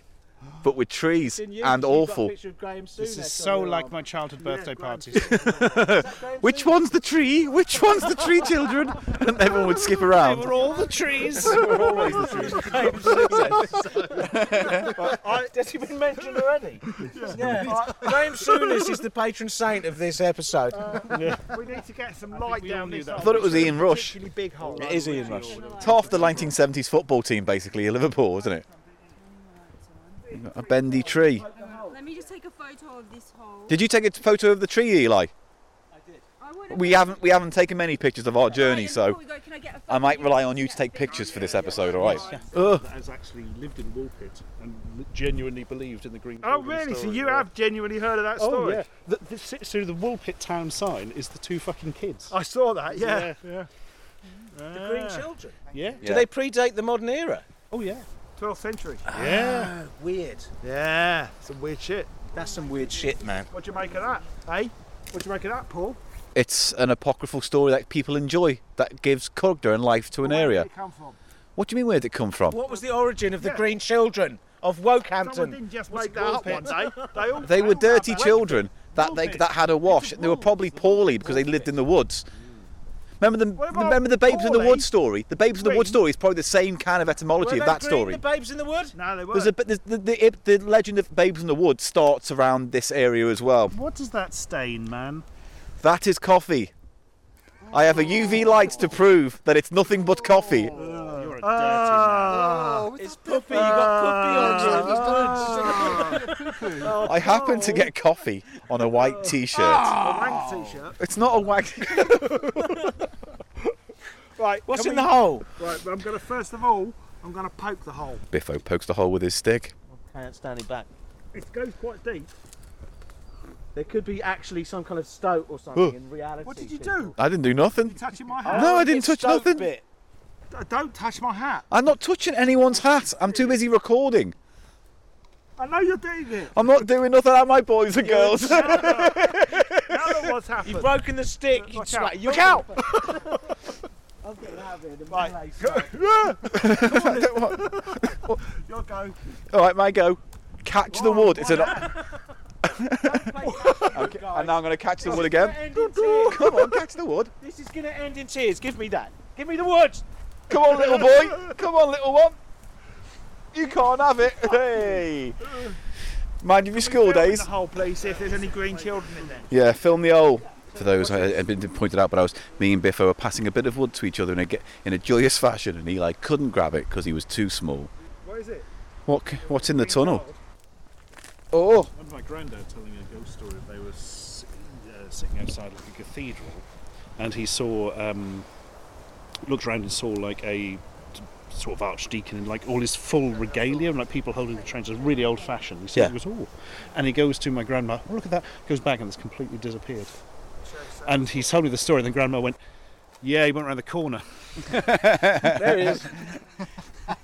[SPEAKER 6] but with trees and awful.
[SPEAKER 3] This is so like my childhood birthday parties.
[SPEAKER 6] Which one's the tree? Which one's the tree, children? And everyone would skip around.
[SPEAKER 3] We're all the
[SPEAKER 6] *laughs*
[SPEAKER 3] trees.
[SPEAKER 2] Has he been mentioned already? yeah. James Souness is the patron saint of this episode.
[SPEAKER 4] We need to get some light
[SPEAKER 3] we all
[SPEAKER 4] down
[SPEAKER 3] knew
[SPEAKER 4] this.
[SPEAKER 3] that.
[SPEAKER 6] I thought it was Ian Rush.
[SPEAKER 4] Really big hole.
[SPEAKER 2] it is Ian Rush.
[SPEAKER 6] It's half the 1970s football team, basically, in Liverpool, isn't it? A bendy tree.
[SPEAKER 12] Let me just take a photo of this hole.
[SPEAKER 6] Did you take a photo of the tree, Eli?
[SPEAKER 12] I would
[SPEAKER 6] We haven't we haven't taken many pictures of our journey, so I might rely on you to take pictures for this episode. All right? Ugh.
[SPEAKER 3] that has actually lived in Woolpit and li- genuinely believed in the green.
[SPEAKER 4] Oh
[SPEAKER 3] Gorgon
[SPEAKER 4] really? So
[SPEAKER 3] story,
[SPEAKER 4] you
[SPEAKER 3] yeah.
[SPEAKER 4] have genuinely heard of that
[SPEAKER 3] Oh
[SPEAKER 4] story?
[SPEAKER 3] yeah. The, the, si- so the Woolpit town sign is the two fucking kids.
[SPEAKER 4] I saw that. Oh, Yeah.
[SPEAKER 3] yeah.
[SPEAKER 2] The Green Children.
[SPEAKER 3] Yeah.
[SPEAKER 6] Yeah.
[SPEAKER 2] Do they predate the modern era?
[SPEAKER 3] Oh yeah.
[SPEAKER 4] 12th century.
[SPEAKER 3] Ah. Yeah.
[SPEAKER 2] Weird.
[SPEAKER 4] Yeah. Some weird shit.
[SPEAKER 2] That's some weird shit, man.
[SPEAKER 4] What do you make of that? Hey, what do you make of that, Paul?
[SPEAKER 6] It's an apocryphal story that people enjoy that gives character and life to an area.
[SPEAKER 4] Where did it come from?
[SPEAKER 6] What do you mean? Where did it come from?
[SPEAKER 2] What was the origin of the
[SPEAKER 4] Yeah.
[SPEAKER 2] Green Children of
[SPEAKER 4] Someone
[SPEAKER 2] Wokehampton?
[SPEAKER 4] didn't just
[SPEAKER 2] What's
[SPEAKER 4] make
[SPEAKER 2] it
[SPEAKER 4] that up
[SPEAKER 2] called,
[SPEAKER 4] one day. *laughs* They all
[SPEAKER 6] They
[SPEAKER 4] they
[SPEAKER 6] were
[SPEAKER 4] all
[SPEAKER 6] dirty
[SPEAKER 4] have that.
[SPEAKER 6] children that they that had a wash. They were probably poorly because they lived in the woods. Remember the
[SPEAKER 4] What about
[SPEAKER 6] remember the babes in the
[SPEAKER 4] poorly?
[SPEAKER 6] wood story. The babes in the wood
[SPEAKER 4] Green?
[SPEAKER 6] story is probably the same kind of
[SPEAKER 2] Were
[SPEAKER 6] etymology
[SPEAKER 2] they
[SPEAKER 6] of that
[SPEAKER 2] green,
[SPEAKER 6] story.
[SPEAKER 2] The Babes in the Wood?
[SPEAKER 4] No, they
[SPEAKER 6] There's
[SPEAKER 4] weren't.
[SPEAKER 6] a bit. There's, the, the, it, the legend of Babes in the Wood starts around this area as well.
[SPEAKER 3] What does that stain, man?
[SPEAKER 6] That is coffee. I have a UV light to prove that it's nothing but coffee.
[SPEAKER 3] You're a dirty
[SPEAKER 4] Ah.
[SPEAKER 7] Oh,
[SPEAKER 2] It's Puppy. You
[SPEAKER 4] Uh,
[SPEAKER 2] got Puppy on. so it's good.
[SPEAKER 4] Ah. *laughs*
[SPEAKER 6] I happen to get coffee on a white T-shirt.
[SPEAKER 4] A wank t-shirt.
[SPEAKER 6] It's not a wag.
[SPEAKER 4] *laughs* Right.
[SPEAKER 2] What's
[SPEAKER 4] can
[SPEAKER 2] in
[SPEAKER 4] we-
[SPEAKER 2] the hole?
[SPEAKER 4] Right. I'm gonna first of all, I'm gonna poke the hole.
[SPEAKER 6] *laughs* Biffo pokes the hole with his stick.
[SPEAKER 2] Okay, that's standing back.
[SPEAKER 4] It goes quite deep.
[SPEAKER 2] There could be actually some kind of stoat or something in reality.
[SPEAKER 4] What did you
[SPEAKER 2] people.
[SPEAKER 4] do?
[SPEAKER 6] I didn't do nothing.
[SPEAKER 4] You touching my
[SPEAKER 2] Oh,
[SPEAKER 4] hat?
[SPEAKER 6] No, I didn't
[SPEAKER 2] it's
[SPEAKER 6] touch
[SPEAKER 2] stoat
[SPEAKER 6] nothing.
[SPEAKER 2] Bit.
[SPEAKER 4] D- Don't touch my hat.
[SPEAKER 6] I'm not touching anyone's hat. I'm too busy recording.
[SPEAKER 4] I know you're doing *laughs* it.
[SPEAKER 6] I'm not doing nothing at my boys and girls. *laughs*
[SPEAKER 4] Now look what's happened.
[SPEAKER 2] You've broken the stick. You
[SPEAKER 4] Watch out.
[SPEAKER 2] slut. Look out!
[SPEAKER 4] I'll get out of here. Right. Your go.
[SPEAKER 6] All right, my go. Catch the wood. It's an. okay, and now I'm going to catch the wood
[SPEAKER 4] *laughs*
[SPEAKER 6] again.
[SPEAKER 2] End in tears.
[SPEAKER 6] Come on, catch the wood.
[SPEAKER 2] This is going to end in tears. Give me that. Give me the wood.
[SPEAKER 6] Come on, little boy. Come on, little one. You can't have it. Hey. Mind you, your school
[SPEAKER 4] Fill in
[SPEAKER 6] days.
[SPEAKER 4] The whole place. If there's any green children in there.
[SPEAKER 6] Yeah, film the hole. For those, I had been pointed out, but I was me and Biffo were passing a bit of wood to each other in a ge- in a joyous fashion, and Eli couldn't grab it because he was too small.
[SPEAKER 4] What is it?
[SPEAKER 6] What c- what's in the tunnel? Oh,
[SPEAKER 3] I remember my granddad telling a ghost story. They were s- uh, sitting outside like a cathedral, and he saw, um, looked around and saw like a t- sort of archdeacon in like all his full regalia and like people holding the trains. It was really old fashioned. So
[SPEAKER 6] Yeah.
[SPEAKER 3] He goes, oh, and he goes to my grandma. Oh, look at that. Goes back and it's completely disappeared. And he told me the story, and then grandma went, yeah, he went round the corner.
[SPEAKER 2] There it is.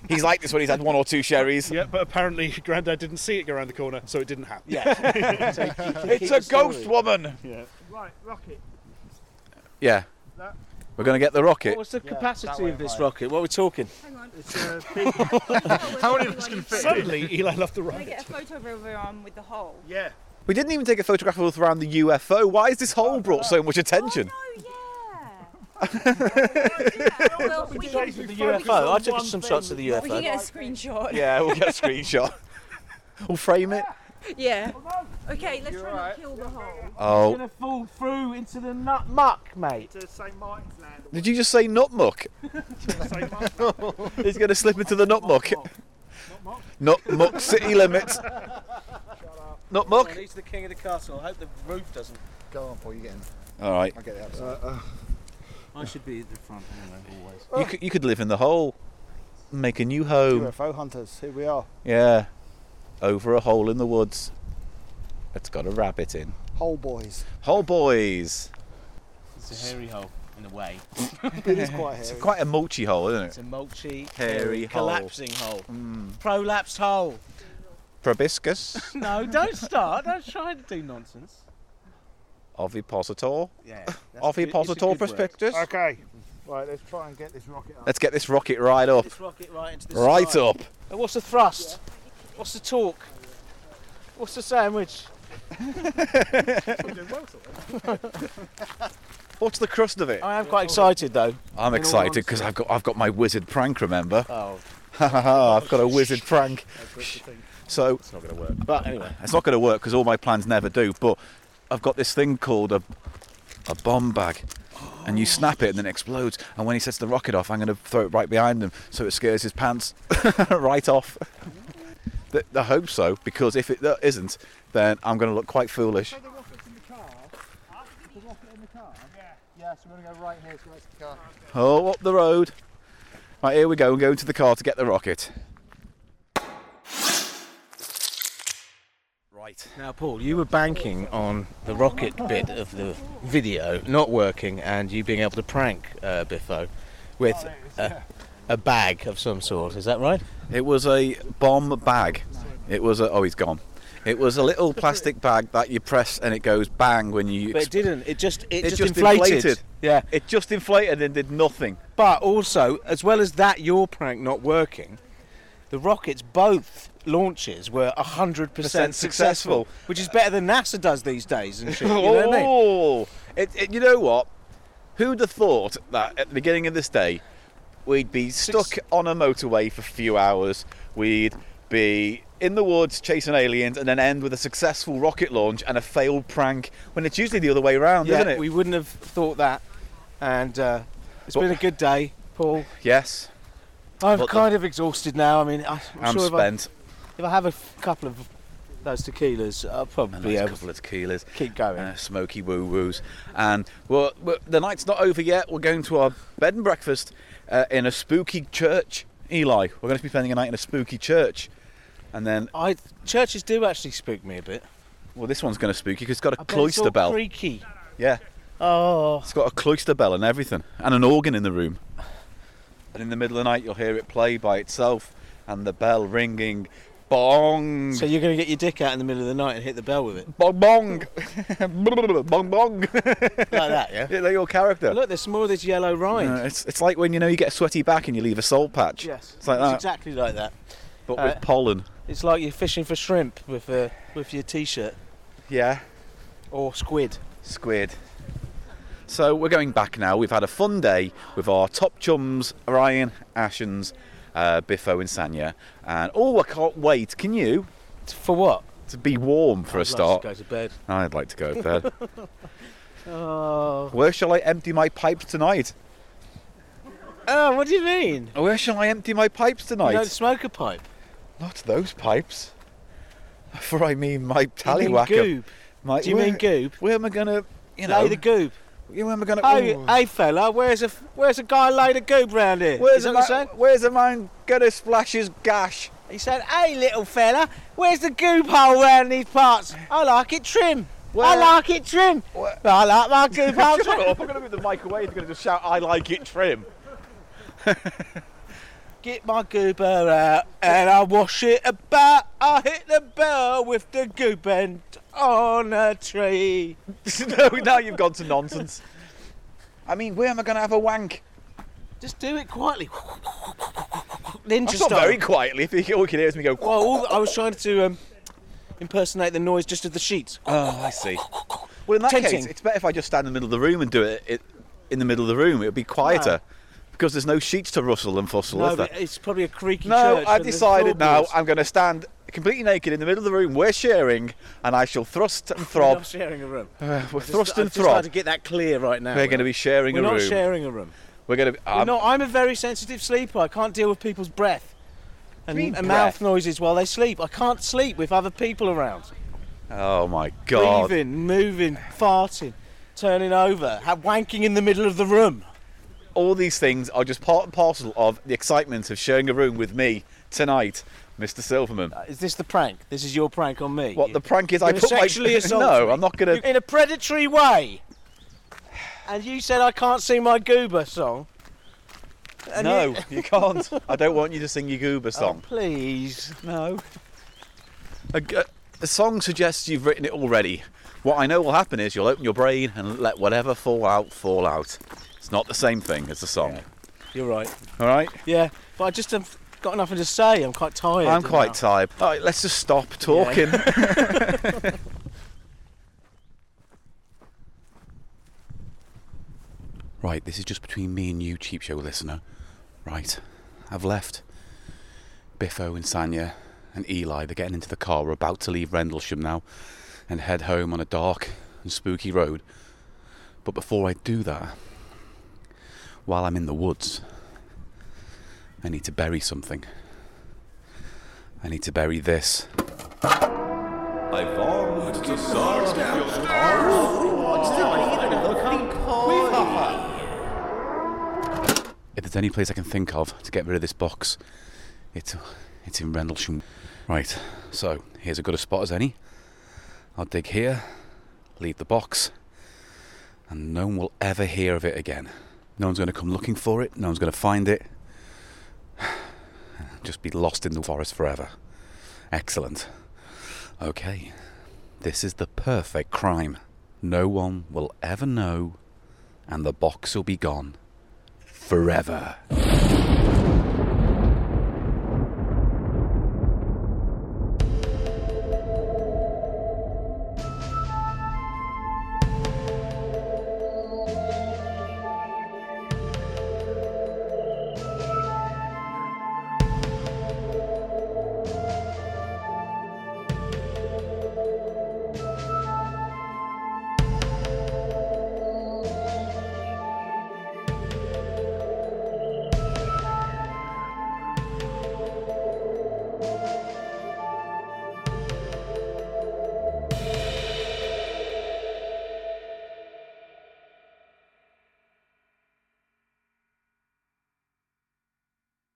[SPEAKER 6] he's like this when he's had one or two sherries.
[SPEAKER 3] Yeah, but apparently *laughs* granddad didn't see it go around the corner, so it didn't happen.
[SPEAKER 6] Yeah, it's a ghost woman.
[SPEAKER 3] Yeah.
[SPEAKER 4] Right, rocket.
[SPEAKER 6] Yeah,
[SPEAKER 4] That-
[SPEAKER 6] we're gonna get the rocket.
[SPEAKER 2] What was the
[SPEAKER 8] Yeah, that
[SPEAKER 2] capacity
[SPEAKER 8] way,
[SPEAKER 2] of this
[SPEAKER 8] right.
[SPEAKER 2] rocket? What are we talking?
[SPEAKER 5] Hang on.
[SPEAKER 4] It's a big. *laughs*
[SPEAKER 5] How many of us can fit? Can
[SPEAKER 3] Suddenly, Eli left the
[SPEAKER 5] I
[SPEAKER 3] right.
[SPEAKER 5] get a photo of everyone with the hole?
[SPEAKER 4] yeah.
[SPEAKER 6] We didn't even take a photograph of around the UFO. Why has this hole brought so much attention?
[SPEAKER 5] Oh, yeah. well, we can,
[SPEAKER 2] The UFO. I took some shots of the
[SPEAKER 5] we can
[SPEAKER 2] UFO.
[SPEAKER 5] get a screenshot.
[SPEAKER 6] Yeah, we'll get a screenshot. *laughs* We'll frame it.
[SPEAKER 5] Yeah. Okay, let's try and kill the hole.
[SPEAKER 2] It's
[SPEAKER 6] Oh,
[SPEAKER 2] gonna fall through into the nut muck, mate.
[SPEAKER 4] To St Martin's Land.
[SPEAKER 6] did you just say
[SPEAKER 4] *laughs*
[SPEAKER 6] nut muck?
[SPEAKER 4] St Martin's.
[SPEAKER 6] He's going to slip into the nut muck. Nut muck
[SPEAKER 4] *laughs*
[SPEAKER 6] city limits. Nut muck.
[SPEAKER 2] He's the king of the castle. I hope the roof doesn't.
[SPEAKER 8] Go on, Paul, you get in.
[SPEAKER 6] All right.
[SPEAKER 8] I'll get the outside.
[SPEAKER 2] I should be at the front anyway, always.
[SPEAKER 6] You could, you could live in the hole, make a new home.
[SPEAKER 8] UFO hunters, here we are.
[SPEAKER 6] Yeah. Over a hole in the woods. It's got a rabbit in.
[SPEAKER 8] Hole boys.
[SPEAKER 6] Hole boys.
[SPEAKER 2] It's a hairy hole in a way.
[SPEAKER 8] It is quite
[SPEAKER 6] It's
[SPEAKER 8] hairy.
[SPEAKER 6] quite a mulchy hole, isn't it?
[SPEAKER 2] It's a mulchy,
[SPEAKER 6] Hairy hole.
[SPEAKER 2] collapsing hole, Mm. prolapsed hole. *laughs*
[SPEAKER 6] Proboscis. *laughs*
[SPEAKER 2] No, don't start. don't try to do nonsense.
[SPEAKER 6] Ovipositor.
[SPEAKER 2] Yeah. *laughs*
[SPEAKER 6] Ovipositor prospectus.
[SPEAKER 4] okay. Right, let's try and get this rocket up.
[SPEAKER 6] Let's get this rocket right up.
[SPEAKER 2] Let's rocket right into the
[SPEAKER 6] Right
[SPEAKER 2] sky.
[SPEAKER 6] up.
[SPEAKER 2] Uh, What's the thrust? What's the talk? What's the sandwich?
[SPEAKER 6] What's the crust of it?
[SPEAKER 2] I am quite excited though. In all
[SPEAKER 6] I'm excited because I've got I've got my wizard prank. Remember,
[SPEAKER 2] Oh,
[SPEAKER 6] Ha, ha, ha, I've got a wizard prank. So
[SPEAKER 3] It's not going to work.
[SPEAKER 2] but anyway.
[SPEAKER 6] it's not going to work because all my plans never do. But I've got this thing called a a bomb bag, and you snap it and then it explodes. And when he sets the rocket off, I'm going to throw it right behind him so it scares his pants *laughs* right off. Th- I hope so because if it that isn't, then I'm going to look quite foolish.
[SPEAKER 8] The rocket's in the car. The rocket in the car? Yeah. Yeah, so we're going to go right here to next to the car.
[SPEAKER 6] Oh, up the road. Right, here we go. I'm going to the car to get the rocket. Right.
[SPEAKER 2] Now, Paul, you were banking on the rocket bit of the video not working and you being able to prank uh, Biffo with a, a bag of some sort. Is that right?
[SPEAKER 6] It was a bomb bag. It was a. Oh, he's gone. It was a little plastic bag that you press and it goes bang when you.
[SPEAKER 2] But it didn't. It just it,
[SPEAKER 6] It
[SPEAKER 2] just,
[SPEAKER 6] just
[SPEAKER 2] inflated.
[SPEAKER 6] inflated.
[SPEAKER 2] Yeah.
[SPEAKER 6] It just inflated and did *laughs* nothing.
[SPEAKER 2] But also, as well as that, your prank not working, the rockets both launches were hundred percent successful,
[SPEAKER 6] successful.
[SPEAKER 2] which is better than NASA does these days and shit. You know what I *laughs* mean?
[SPEAKER 6] oh, it, it, you know what? Who'd have thought that at the beginning of this day, we'd be stuck on a motorway for a few hours, we'd be in the woods chasing aliens, and then end with a successful rocket launch and a failed prank. When it's usually the other way around,
[SPEAKER 2] Yeah,
[SPEAKER 6] isn't it?
[SPEAKER 2] we wouldn't have thought that. And uh, it's
[SPEAKER 6] But-
[SPEAKER 2] been a good day, Paul.
[SPEAKER 6] yes,
[SPEAKER 2] I'm
[SPEAKER 6] But the-
[SPEAKER 2] kind of exhausted now. I mean, I- I'm,
[SPEAKER 6] I'm
[SPEAKER 2] sure if I,
[SPEAKER 6] spent.
[SPEAKER 2] if I have a f- couple of those tequilas, I'll
[SPEAKER 6] And
[SPEAKER 2] probably
[SPEAKER 6] those
[SPEAKER 2] be able to
[SPEAKER 6] couple of tequilas.
[SPEAKER 2] keep going.
[SPEAKER 6] uh, smoky woo woos. And well, well, the night's not over yet. We're going to our bed and breakfast uh, in a spooky church. Eli, we're going to be spending a night in a spooky church. And then,
[SPEAKER 2] I churches do actually spook me a bit.
[SPEAKER 6] well, this one's going to spook you 'cause it's got a
[SPEAKER 2] I bet it's
[SPEAKER 6] cloister
[SPEAKER 2] all
[SPEAKER 6] bell.
[SPEAKER 2] Creaky.
[SPEAKER 6] Yeah,
[SPEAKER 2] Oh.
[SPEAKER 6] it's got a cloister bell and everything, and an organ in the room. And in the middle of the night, you'll hear it play by itself, and the bell ringing, bong,
[SPEAKER 2] So you're going to get your dick out in the middle of the night and hit the bell with it
[SPEAKER 6] bong, bong,
[SPEAKER 1] *laughs*
[SPEAKER 6] bong, bong.
[SPEAKER 2] like that, yeah.
[SPEAKER 6] *laughs* Yeah, they're your character.
[SPEAKER 2] Look, there's some more of this yellow rind.
[SPEAKER 6] No, it's, it's like when you know you get a sweaty back and you leave a salt patch.
[SPEAKER 2] Yes,
[SPEAKER 6] It's like that.
[SPEAKER 2] exactly like that.
[SPEAKER 6] But
[SPEAKER 2] Uh,
[SPEAKER 6] with pollen.
[SPEAKER 2] It's like you're fishing for shrimp with uh, with your t-shirt
[SPEAKER 6] Yeah.
[SPEAKER 2] or squid.
[SPEAKER 6] Squid. So we're going back now. We've had a fun day with our top chums, Ryan, Ashens, uh, Biffo, and Sanya. And oh, I can't wait. Can you?
[SPEAKER 2] For what?
[SPEAKER 6] To be warm for a start.
[SPEAKER 2] go to bed.
[SPEAKER 6] I'd like to go to
[SPEAKER 2] *laughs*
[SPEAKER 6] bed.
[SPEAKER 2] Oh.
[SPEAKER 6] Where shall I empty my pipes tonight?
[SPEAKER 2] Oh, what do you mean?
[SPEAKER 6] Where shall I empty my pipes
[SPEAKER 2] You
[SPEAKER 6] tonight?
[SPEAKER 2] don't smoke a pipe.
[SPEAKER 6] Not those pipes. For I mean my
[SPEAKER 2] You mean
[SPEAKER 6] tallywhacker.
[SPEAKER 2] goob.
[SPEAKER 6] My,
[SPEAKER 2] Do you
[SPEAKER 6] where,
[SPEAKER 2] mean goob?
[SPEAKER 6] Where am I gonna?
[SPEAKER 2] Lay
[SPEAKER 6] You know.
[SPEAKER 2] the Oh, goob.
[SPEAKER 6] where am I gonna? Oh,
[SPEAKER 2] Hey,
[SPEAKER 6] ooh.
[SPEAKER 2] hey fella, where's a where's a guy laid a goob round here?
[SPEAKER 6] where's
[SPEAKER 2] Is
[SPEAKER 6] a
[SPEAKER 2] that what you're
[SPEAKER 6] man?
[SPEAKER 2] saying?
[SPEAKER 6] Where's a man gonna splash his gash?
[SPEAKER 2] He said, "Hey, little fella, where's the goob hole round these parts? I like it trim. I
[SPEAKER 6] Where-
[SPEAKER 2] like it trim.
[SPEAKER 6] Where-
[SPEAKER 2] I like my goob hole
[SPEAKER 6] *laughs* Shut
[SPEAKER 2] trim.
[SPEAKER 6] up! I'm gonna move the mic away. You're gonna just shout, "I like it trim." *laughs*
[SPEAKER 2] Get my goober out and I wash it about. I hit the bell with the goob end on a tree.
[SPEAKER 6] no, now you've gone to nonsense. I mean, where am I gonna have a wank?
[SPEAKER 2] Just do it
[SPEAKER 6] *laughs*
[SPEAKER 2] quietly. Ninja
[SPEAKER 6] That's
[SPEAKER 2] style.
[SPEAKER 6] not very quietly. If you, all you can hear is me go.
[SPEAKER 2] Well, all, I was trying to um, impersonate the noise just of the sheets.
[SPEAKER 6] Oh, I see. Well, in that case,
[SPEAKER 2] Tenting.
[SPEAKER 6] it's better if I just stand in the middle of the room and do it, it in the middle of the room. It would be quieter because there's no sheets to rustle and fussle,
[SPEAKER 2] no,
[SPEAKER 6] is there?
[SPEAKER 2] but it's probably a creaky
[SPEAKER 6] No,
[SPEAKER 2] church.
[SPEAKER 6] I've
[SPEAKER 2] and the
[SPEAKER 6] decided now
[SPEAKER 2] floorboards.
[SPEAKER 6] I'm going to stand completely naked in the middle of the room we're sharing and I shall thrust and
[SPEAKER 2] I'm
[SPEAKER 6] throb.
[SPEAKER 2] sharing a room.
[SPEAKER 6] Uh, *sighs* we're
[SPEAKER 2] Just-
[SPEAKER 6] thrust
[SPEAKER 2] I've
[SPEAKER 6] and
[SPEAKER 2] just tried
[SPEAKER 6] throb.
[SPEAKER 2] to get that clear right now.
[SPEAKER 6] We're going to be sharing
[SPEAKER 2] We're
[SPEAKER 6] a
[SPEAKER 2] not
[SPEAKER 6] room.
[SPEAKER 2] sharing a room.
[SPEAKER 6] We're going to be.
[SPEAKER 2] We're
[SPEAKER 6] Um,
[SPEAKER 2] not- I'm a very sensitive sleeper. I can't deal with people's breath and,
[SPEAKER 6] mean
[SPEAKER 2] and mouth
[SPEAKER 6] breath?
[SPEAKER 2] noises while they sleep. I can't sleep with other people around.
[SPEAKER 6] oh my god.
[SPEAKER 2] Breathing, moving, farting, turning over, ha- wanking in the middle of the room.
[SPEAKER 6] All these things are just part and parcel of the excitement of sharing a room with me tonight, Mr. Silverman.
[SPEAKER 2] Is this the prank? This is your prank on me.
[SPEAKER 6] What the prank is, I
[SPEAKER 2] You're
[SPEAKER 6] put *laughs* my.
[SPEAKER 2] sexually assaulting
[SPEAKER 6] no,
[SPEAKER 2] me.
[SPEAKER 6] I'm not going to.
[SPEAKER 2] in a predatory way. And you said I can't sing my Goober song. And
[SPEAKER 6] No,
[SPEAKER 2] *laughs* you-
[SPEAKER 6] you can't. I don't want you to sing your Goober
[SPEAKER 2] Oh,
[SPEAKER 6] song.
[SPEAKER 2] please.
[SPEAKER 6] No. A, g- a song suggests you've written it already. What I know will happen is you'll open your brain and let whatever fall out fall out. It's not the same thing as the song.
[SPEAKER 2] You're right.
[SPEAKER 6] All right?
[SPEAKER 2] Yeah, but I just have got nothing to say. I'm quite tired.
[SPEAKER 6] I'm
[SPEAKER 2] now.
[SPEAKER 6] quite tired. All right, let's just stop talking. right, this is just between me and you, cheap show listener. Right, I've left. Biffo and Sanya and Eli, they're getting into the car. We're about to leave Rendlesham now and head home on a dark and spooky road. But before I do that, while I'm in the woods, I need to bury something. I need to bury this. If there's any place I can think of to get rid of this box, it's it's in Rendlesham. Right, so here's a good a spot as any. I'll dig here, leave the box, and no one will ever hear of it again. No one's going to come looking for it. No one's going to find it. Just be lost in the forest forever. Excellent. Okay, this is the perfect crime. No one will ever know, and the box will be gone forever.